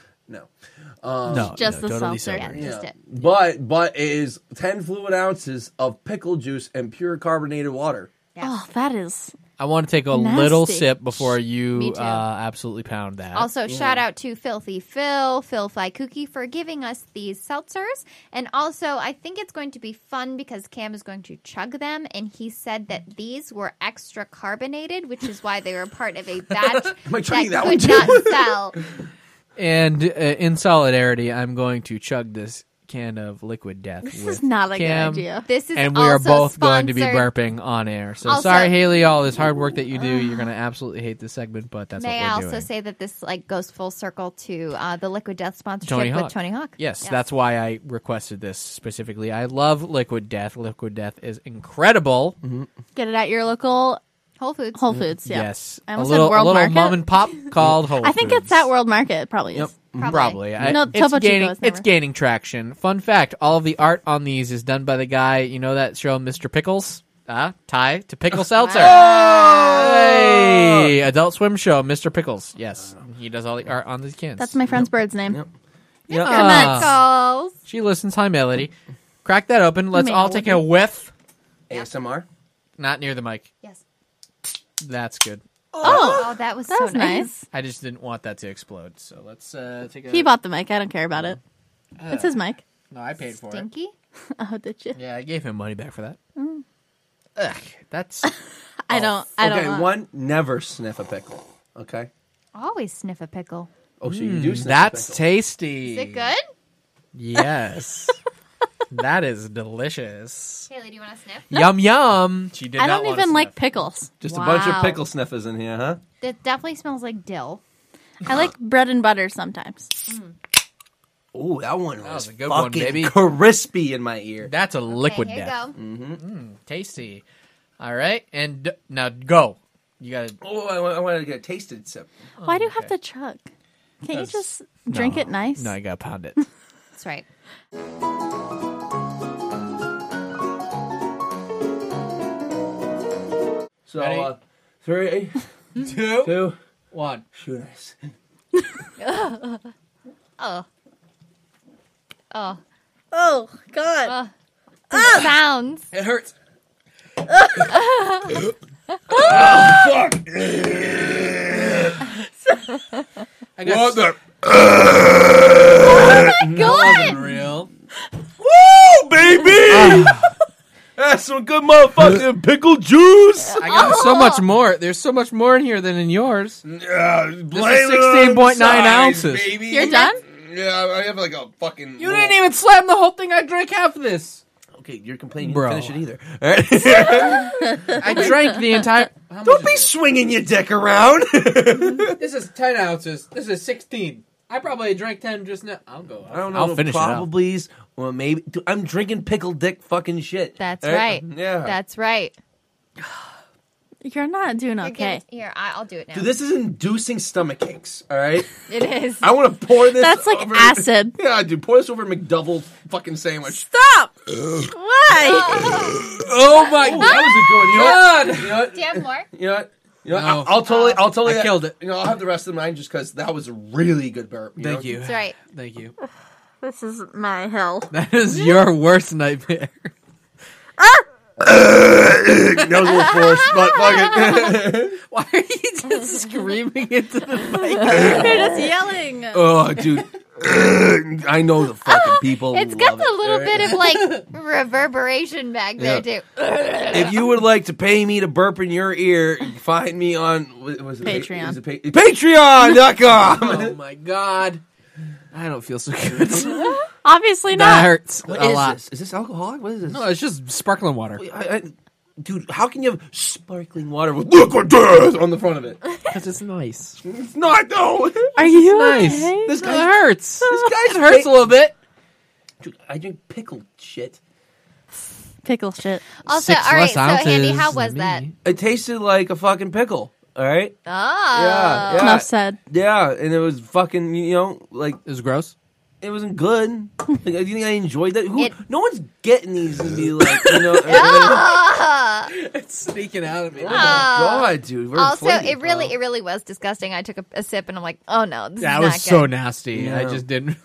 S5: No,
S1: no,
S8: Just
S1: no,
S8: the
S1: totally
S8: seltzer.
S1: sober.
S6: Yeah, just it.
S5: but but it is ten fluid ounces of pickle juice and pure carbonated water.
S8: Oh, that is
S1: I want to take a
S8: Nasty.
S1: little sip before you
S6: Me too. Oh.
S1: uh, absolutely pound that.
S6: Also, shout out to Filthy Phil, Phil Fly Kooky, for giving us these seltzers. And also, I think it's going to be fun because Cam is going to chug them. And he said that these were extra carbonated, which is why they were part of a batch
S5: I chugging that one
S6: could
S5: too?
S6: not sell.
S1: And uh, in solidarity, I'm going to chug this can of liquid death.
S8: this
S1: with
S8: is not a
S1: Cam.
S8: good idea.
S6: This is
S1: and we are
S6: also
S1: both going to be
S6: sponsored-
S1: burping on air. So
S6: Also-
S1: sorry, Haley, all this hard work that you do, you're going to absolutely hate this segment, but that's
S6: May
S1: what
S6: I
S1: we're
S6: also
S1: doing.
S6: say that this like goes full circle to uh, the Liquid Death sponsorship
S1: Tony
S6: with
S1: Hawk.
S6: Tony Hawk?
S1: Yes, that's why I requested this specifically. I love Liquid Death. Liquid Death is incredible.
S8: Mm-hmm. Get it at your local
S6: Whole Foods.
S8: Whole Foods. Yeah.
S1: Mm, Yes,
S8: I
S1: a
S8: almost
S1: little,
S8: said World
S1: a little
S8: Market.
S1: mom and pop called Whole
S8: I think
S1: Foods.
S8: it's at World Market. It probably is.
S1: Probably. I-
S8: No,
S1: it's
S8: Topo Chico
S1: gaining,
S8: is
S1: it's
S8: never-
S1: gaining traction. Fun fact: all of the art on these is done by the guy. You know that show, Mr. Pickles. Ah, tie to pickle seltzer. Hey,
S8: Oh!
S1: Adult Swim show, Mr. Pickles. Yes, he does all the art on these cans.
S8: That's my friend's bird's name.
S5: Yep.
S1: Ah,
S6: Calls.
S1: she listens. Hi, Melody. Crack that open. Let's all take a whiff.
S5: ASMR.
S1: Not near the mic.
S6: Yes.
S1: That's good.
S6: Oh, that was
S8: That
S6: so
S8: was nice.
S1: I just didn't want that to explode. So let's uh, take a.
S8: He bought the mic. I don't care about it. It's his mic.
S1: no, I paid for it.
S6: Stinky.
S8: Oh, did you?
S1: Yeah, I gave him money back for that.
S6: Mm.
S1: Ugh, that's
S8: I don't. I don't.
S5: okay,
S8: want-
S5: one never sniff a pickle. Okay.
S6: Always sniff a pickle.
S5: Oh, so you do sniff.
S1: that's
S5: a pickle.
S1: tasty.
S6: Is it good?
S1: Yes. that is delicious.
S6: Haley, do you want to sniff?
S1: Yum yum. She did
S8: I
S1: not
S8: don't
S1: want to
S8: even like
S1: sniff.
S8: pickles.
S5: just a bunch
S6: Wow.
S5: of pickle sniffers in here, huh?
S6: That definitely smells like dill.
S8: I like bread and butter sometimes.
S5: Oh, that one was,
S1: was a good
S5: fucking
S1: one, baby.
S5: crispy in my ear.
S1: That's a liquid
S6: okay, here
S1: death.
S6: you go.
S1: Tasty. All right, and d- now go. You gotta.
S5: oh, I, wa- I wanted to get a tasted sip.
S8: Why do you have to chug? Can't you just drink it nice?
S1: Oh, No, I gotta pound it.
S6: That's right.
S5: So,
S1: Ready?
S5: uh, three,
S1: Two,
S5: two,
S1: one.
S5: shoot us.
S6: Oh. Oh.
S8: Oh God! Oh.
S6: Sounds.
S5: It hurts.
S1: I got
S11: What the?
S6: Oh
S1: wasn't real.
S5: Woo, Oh, baby!
S1: Ah.
S5: That's some good motherfucking pickle juice.
S1: I got so much more. There's so much more in here than in yours.
S11: Uh,
S1: This is 16.9 ounces.
S11: Baby.
S8: You're done.
S11: Yeah, I have like a fucking.
S1: You didn't even slam the whole thing. I drank half of this.
S5: Okay, you're complaining.
S1: Bro.
S5: You didn't finish it either. All right.
S1: I drank the entire. How much
S5: Don't
S1: is
S5: be swinging your dick around.
S1: it? This is ten ounces. This is sixteen. I probably drank ten just now. I'll go.
S5: I don't know.
S1: I'll finish it up.
S5: Probablys. Well, maybe. Dude, I'm drinking pickle dick fucking shit.
S6: That's
S5: All
S6: right.
S5: Yeah.
S6: That's right.
S8: You're not doing
S6: You're
S8: okay.
S6: getting- Here, I, I'll do it now.
S5: Dude, this is inducing stomach aches. All right.
S6: It is.
S5: I want to pour this.
S8: That's like
S5: over-
S8: acid.
S5: Yeah, dude. Pour this over a McDouble fucking sandwich.
S8: Stop! Why?
S1: Oh my
S5: that was a good. You know what?
S6: Do you have more?
S5: You know what? You know what?
S1: No.
S5: I'll, I'll totally. I'll totally.
S1: I killed it.
S5: You know, I'll have the rest of mine just because that was a really good burp.
S1: Thank
S5: know?
S1: you.
S6: That's right.
S1: Thank you.
S8: This is my hell.
S1: That is your worst nightmare.
S5: That was a little forced, but fuck it.
S1: Why are you just screaming into the mic?
S8: You're just yelling.
S2: Uh,
S5: oh, dude. I know the fucking people.
S6: It's
S5: love
S6: got a
S5: it,
S6: little
S5: alright?
S6: bit of like reverberation back there
S5: Yeah.
S6: too.
S5: If you would like to pay me to burp in your ear, find me on was was it,
S8: Patreon.
S5: Was it pa- Patreon.com.
S1: Oh my god. I don't feel so good.
S8: Obviously
S1: that
S8: not.
S1: hurts
S5: What
S1: a
S5: is
S1: lot.
S5: this? Is this alcoholic? What is this?
S1: No, it's just sparkling water.
S5: I, I, dude, how can you have sparkling water with liquid death on the front of it?
S1: Because it's nice.
S5: It's not though.
S8: Are you
S1: Nice.
S8: okay?
S1: This guy hurts. This
S5: guy's
S1: guy hurts a little bit.
S5: Dude, I drink pickled shit.
S8: Pickle shit.
S6: Also, all right. So, Handy, how was that?
S5: It tasted like a fucking pickle. All right.
S6: Oh,
S5: Yeah.
S8: Enough said.
S5: Yeah, and it was fucking. You know, like
S1: It was gross.
S5: it wasn't good. Like, do you think I enjoyed that? Who?
S6: It-
S5: no one's getting these to be like, you know.
S6: Ah.
S1: It's sneaking out of me.
S5: Oh my god, dude. We're
S6: also,
S5: inflated,
S6: it really,
S5: bro.
S6: it really was disgusting. I took a, a sip and I'm like, oh no, this
S1: That
S6: is
S1: was
S6: not
S1: so
S6: good.
S1: nasty.
S5: Yeah.
S1: I just didn't.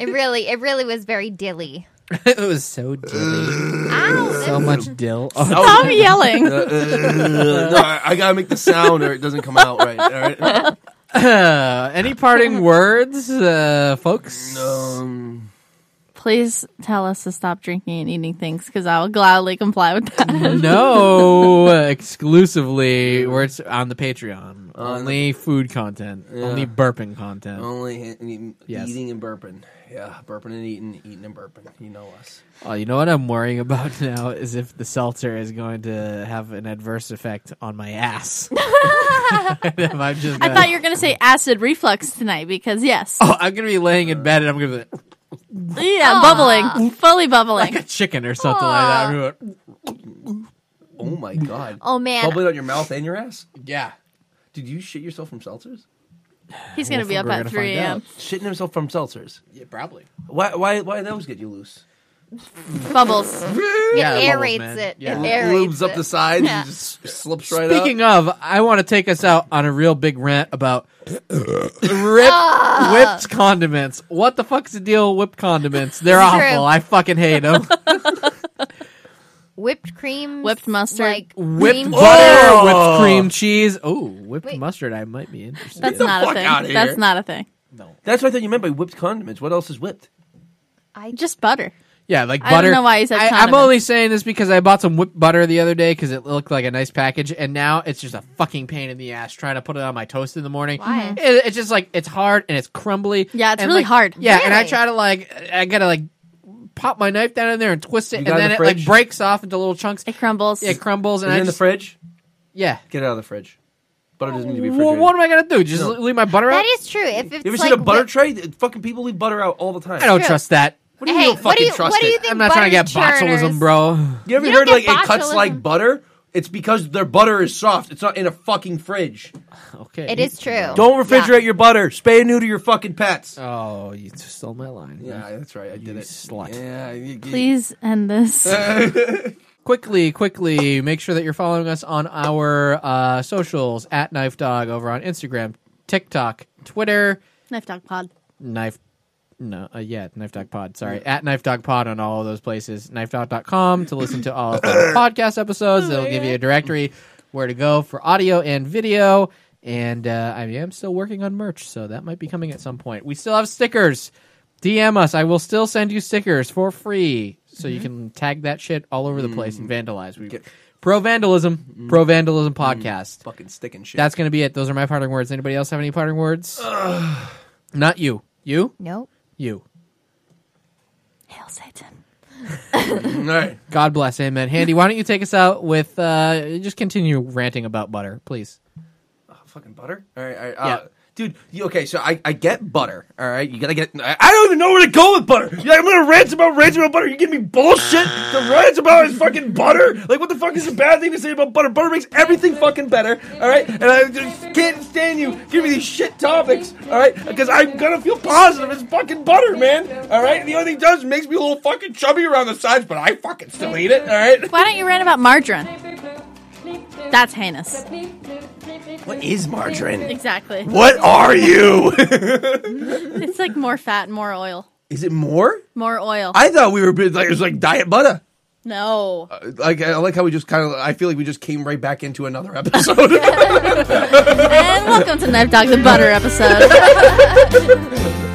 S6: It really, it really was very dilly.
S1: it was so dilly.
S6: Ow,
S1: so
S6: this-
S1: much dill. Oh,
S8: Stop yelling.
S5: Uh, uh, no, I, I gotta make the sound or it doesn't come out right. All right.
S1: Uh, any parting words, uh, folks?
S5: Um,
S8: Please tell us to stop drinking and eating things because I will gladly comply with
S1: Mm-hmm.
S8: that.
S1: No, exclusively. We're s- on the Patreon.
S5: On
S1: only food content. Only burping content.
S5: only ha- eating
S1: Yes.
S5: eating and burping. Yeah, burping and eating, eating and burping. You know us.
S1: Oh, you know what I'm worrying about now is if the seltzer is going to have an adverse effect on my ass. If I'm just.
S8: I thought you were going to say acid reflux tonight because, yes.
S1: Oh, I'm gonna be laying in bed and I'm gonna be like,
S8: Yeah, bubbling. Fully bubbling.
S1: like a chicken or something like that. I'm gonna be like,
S5: Oh my god.
S6: Oh man,
S5: Bubbling on your mouth and your ass.
S1: yeah.
S5: Did you shit yourself from seltzers?
S8: He's going to be
S1: We're
S8: up
S1: gonna
S8: at
S1: find
S8: 3 a.m.
S1: out.
S5: Shitting himself from seltzers.
S1: Yeah, probably.
S5: Why? Why? Why those get you loose?
S8: Bubbles.
S1: Yeah,
S6: it
S1: bubbles,
S6: aerates
S1: man.
S6: it.
S1: Yeah.
S6: It aerates
S5: Lubes up
S6: it.
S5: the sides
S6: Yeah.
S5: and just slips right up.
S1: Speaking of, I want to take us out on a real big rant about rip, whipped condiments. What the fuck's the deal with whipped condiments? They're
S6: It's
S1: awful.
S6: true.
S1: I fucking hate them.
S6: Whipped cream,
S8: Whipped mustard.
S6: like
S1: whipped
S6: cream
S1: butter,
S6: cheese.
S1: whipped cream cheese. Oh, whipped
S6: Wait.
S1: mustard. I might be interested.
S8: That's
S1: in.
S8: not
S5: fuck
S8: a thing.
S5: outta here.
S8: That's not a thing.
S5: That's what I thought you meant by whipped condiments. What else is whipped?
S6: I just
S8: Just butter.
S1: yeah, like
S8: I don't
S1: butter.
S8: know why you said
S1: I, I'm
S8: condiments.
S1: only saying this because I bought some whipped butter the other day because it looked like a nice package, and now it's just a fucking pain in the ass trying to put it on my toast in the morning.
S6: Why?
S1: It, it's just like it's hard and it's crumbly.
S8: Mm-hmm. Yeah, it's
S1: and,
S8: really
S1: like-
S8: hard.
S1: Yeah, and I
S6: Really?
S1: try to like I gotta like pop my knife down in there and twist it,
S5: You
S1: and
S5: got it in
S1: then
S5: the
S1: it like
S5: fridge?
S1: breaks off into little chunks.
S8: It crumbles.
S1: It crumbles,
S5: Is
S1: and
S5: it
S1: I
S5: in the
S1: just
S5: fridge?
S1: yeah.
S5: Get it out of the fridge. Butter doesn't need to be
S1: Well,
S5: refrigerated.
S1: what am I gonna do? Just
S5: No.
S1: leave my butter out?
S6: that is true. If it's
S5: you ever
S6: like
S5: seen a butter
S6: whipped-
S5: tray? Fucking people leave butter out all the time.
S1: I don't
S6: True.
S1: trust that.
S5: What do you
S6: Hey,
S5: mean you don't
S6: what do
S5: fucking
S6: you-
S5: trust
S6: what do you
S5: it?
S6: think
S1: I'm not trying to get
S6: butter
S1: botulism,
S6: churners-
S1: bro.
S5: You ever
S6: You
S5: heard
S6: don't
S5: like
S6: get
S5: it cuts
S6: botulism.
S5: like butter? It's because their butter is soft. It's not in a fucking fridge.
S1: Okay.
S6: It is true.
S5: Don't refrigerate your butter. Spay and neuter your fucking pets.
S1: Oh, you stole my line.
S5: yeah, that's right. I did
S1: You
S5: it.
S1: slut.
S5: Yeah, you- you-
S8: Please end this.
S1: Quickly, quickly, make sure that you're following us on our uh, socials at Knife Dog over on Instagram, TikTok, Twitter,
S8: Knife Dog Pod.
S1: Knife. No, uh, yeah, Knife Dog Pod. Sorry, at Knife Dog Pod on all of those places. KnifeDog.com to listen to all of the podcast episodes. That'll give you a directory where to go for audio and video. And uh, I am still working on merch, so that might be coming at some point. We still have stickers. DM us. I will still send you stickers for free, so you can tag that shit all over the place and vandalize. We
S5: Get-
S1: pro vandalism, pro vandalism podcast.
S5: fucking sticking shit.
S1: That's gonna be it. Those are my parting words. Anybody else have any parting words? Not you. You.
S6: Nope.
S1: You.
S8: Hail Satan.
S5: all right.
S1: God bless. Amen. Handy, why don't you take us out with uh just continue ranting about butter, please.
S5: Fucking butter. All right. All right uh,
S1: Yeah.
S5: Dude, you, okay, so I, I get butter, all right? You gotta get. I, I don't even know where to go with butter. You're like, I'm gonna rant about rant about butter. You give me bullshit to rant about is fucking butter. Like, what the fuck is a bad thing to say about butter? Butter makes everything fucking better, all right? And I just can't stand you. Give me these shit topics, all right? Because I'm gonna feel positive. It's fucking butter, man, all right? The only thing it does is makes me a little fucking chubby around the sides, but I fucking still eat it, all right?
S8: Why don't you rant about margarine? That's heinous.
S5: What is margarine?
S8: Exactly.
S5: What are you?
S8: It's like more fat, more oil.
S5: is it more?
S8: More oil.
S5: I thought we were bit- like it was like diet butter.
S8: no.
S5: Like I like how we just kind of I feel like we just came right back into another episode.
S8: and welcome to Knife Dog the Butter episode.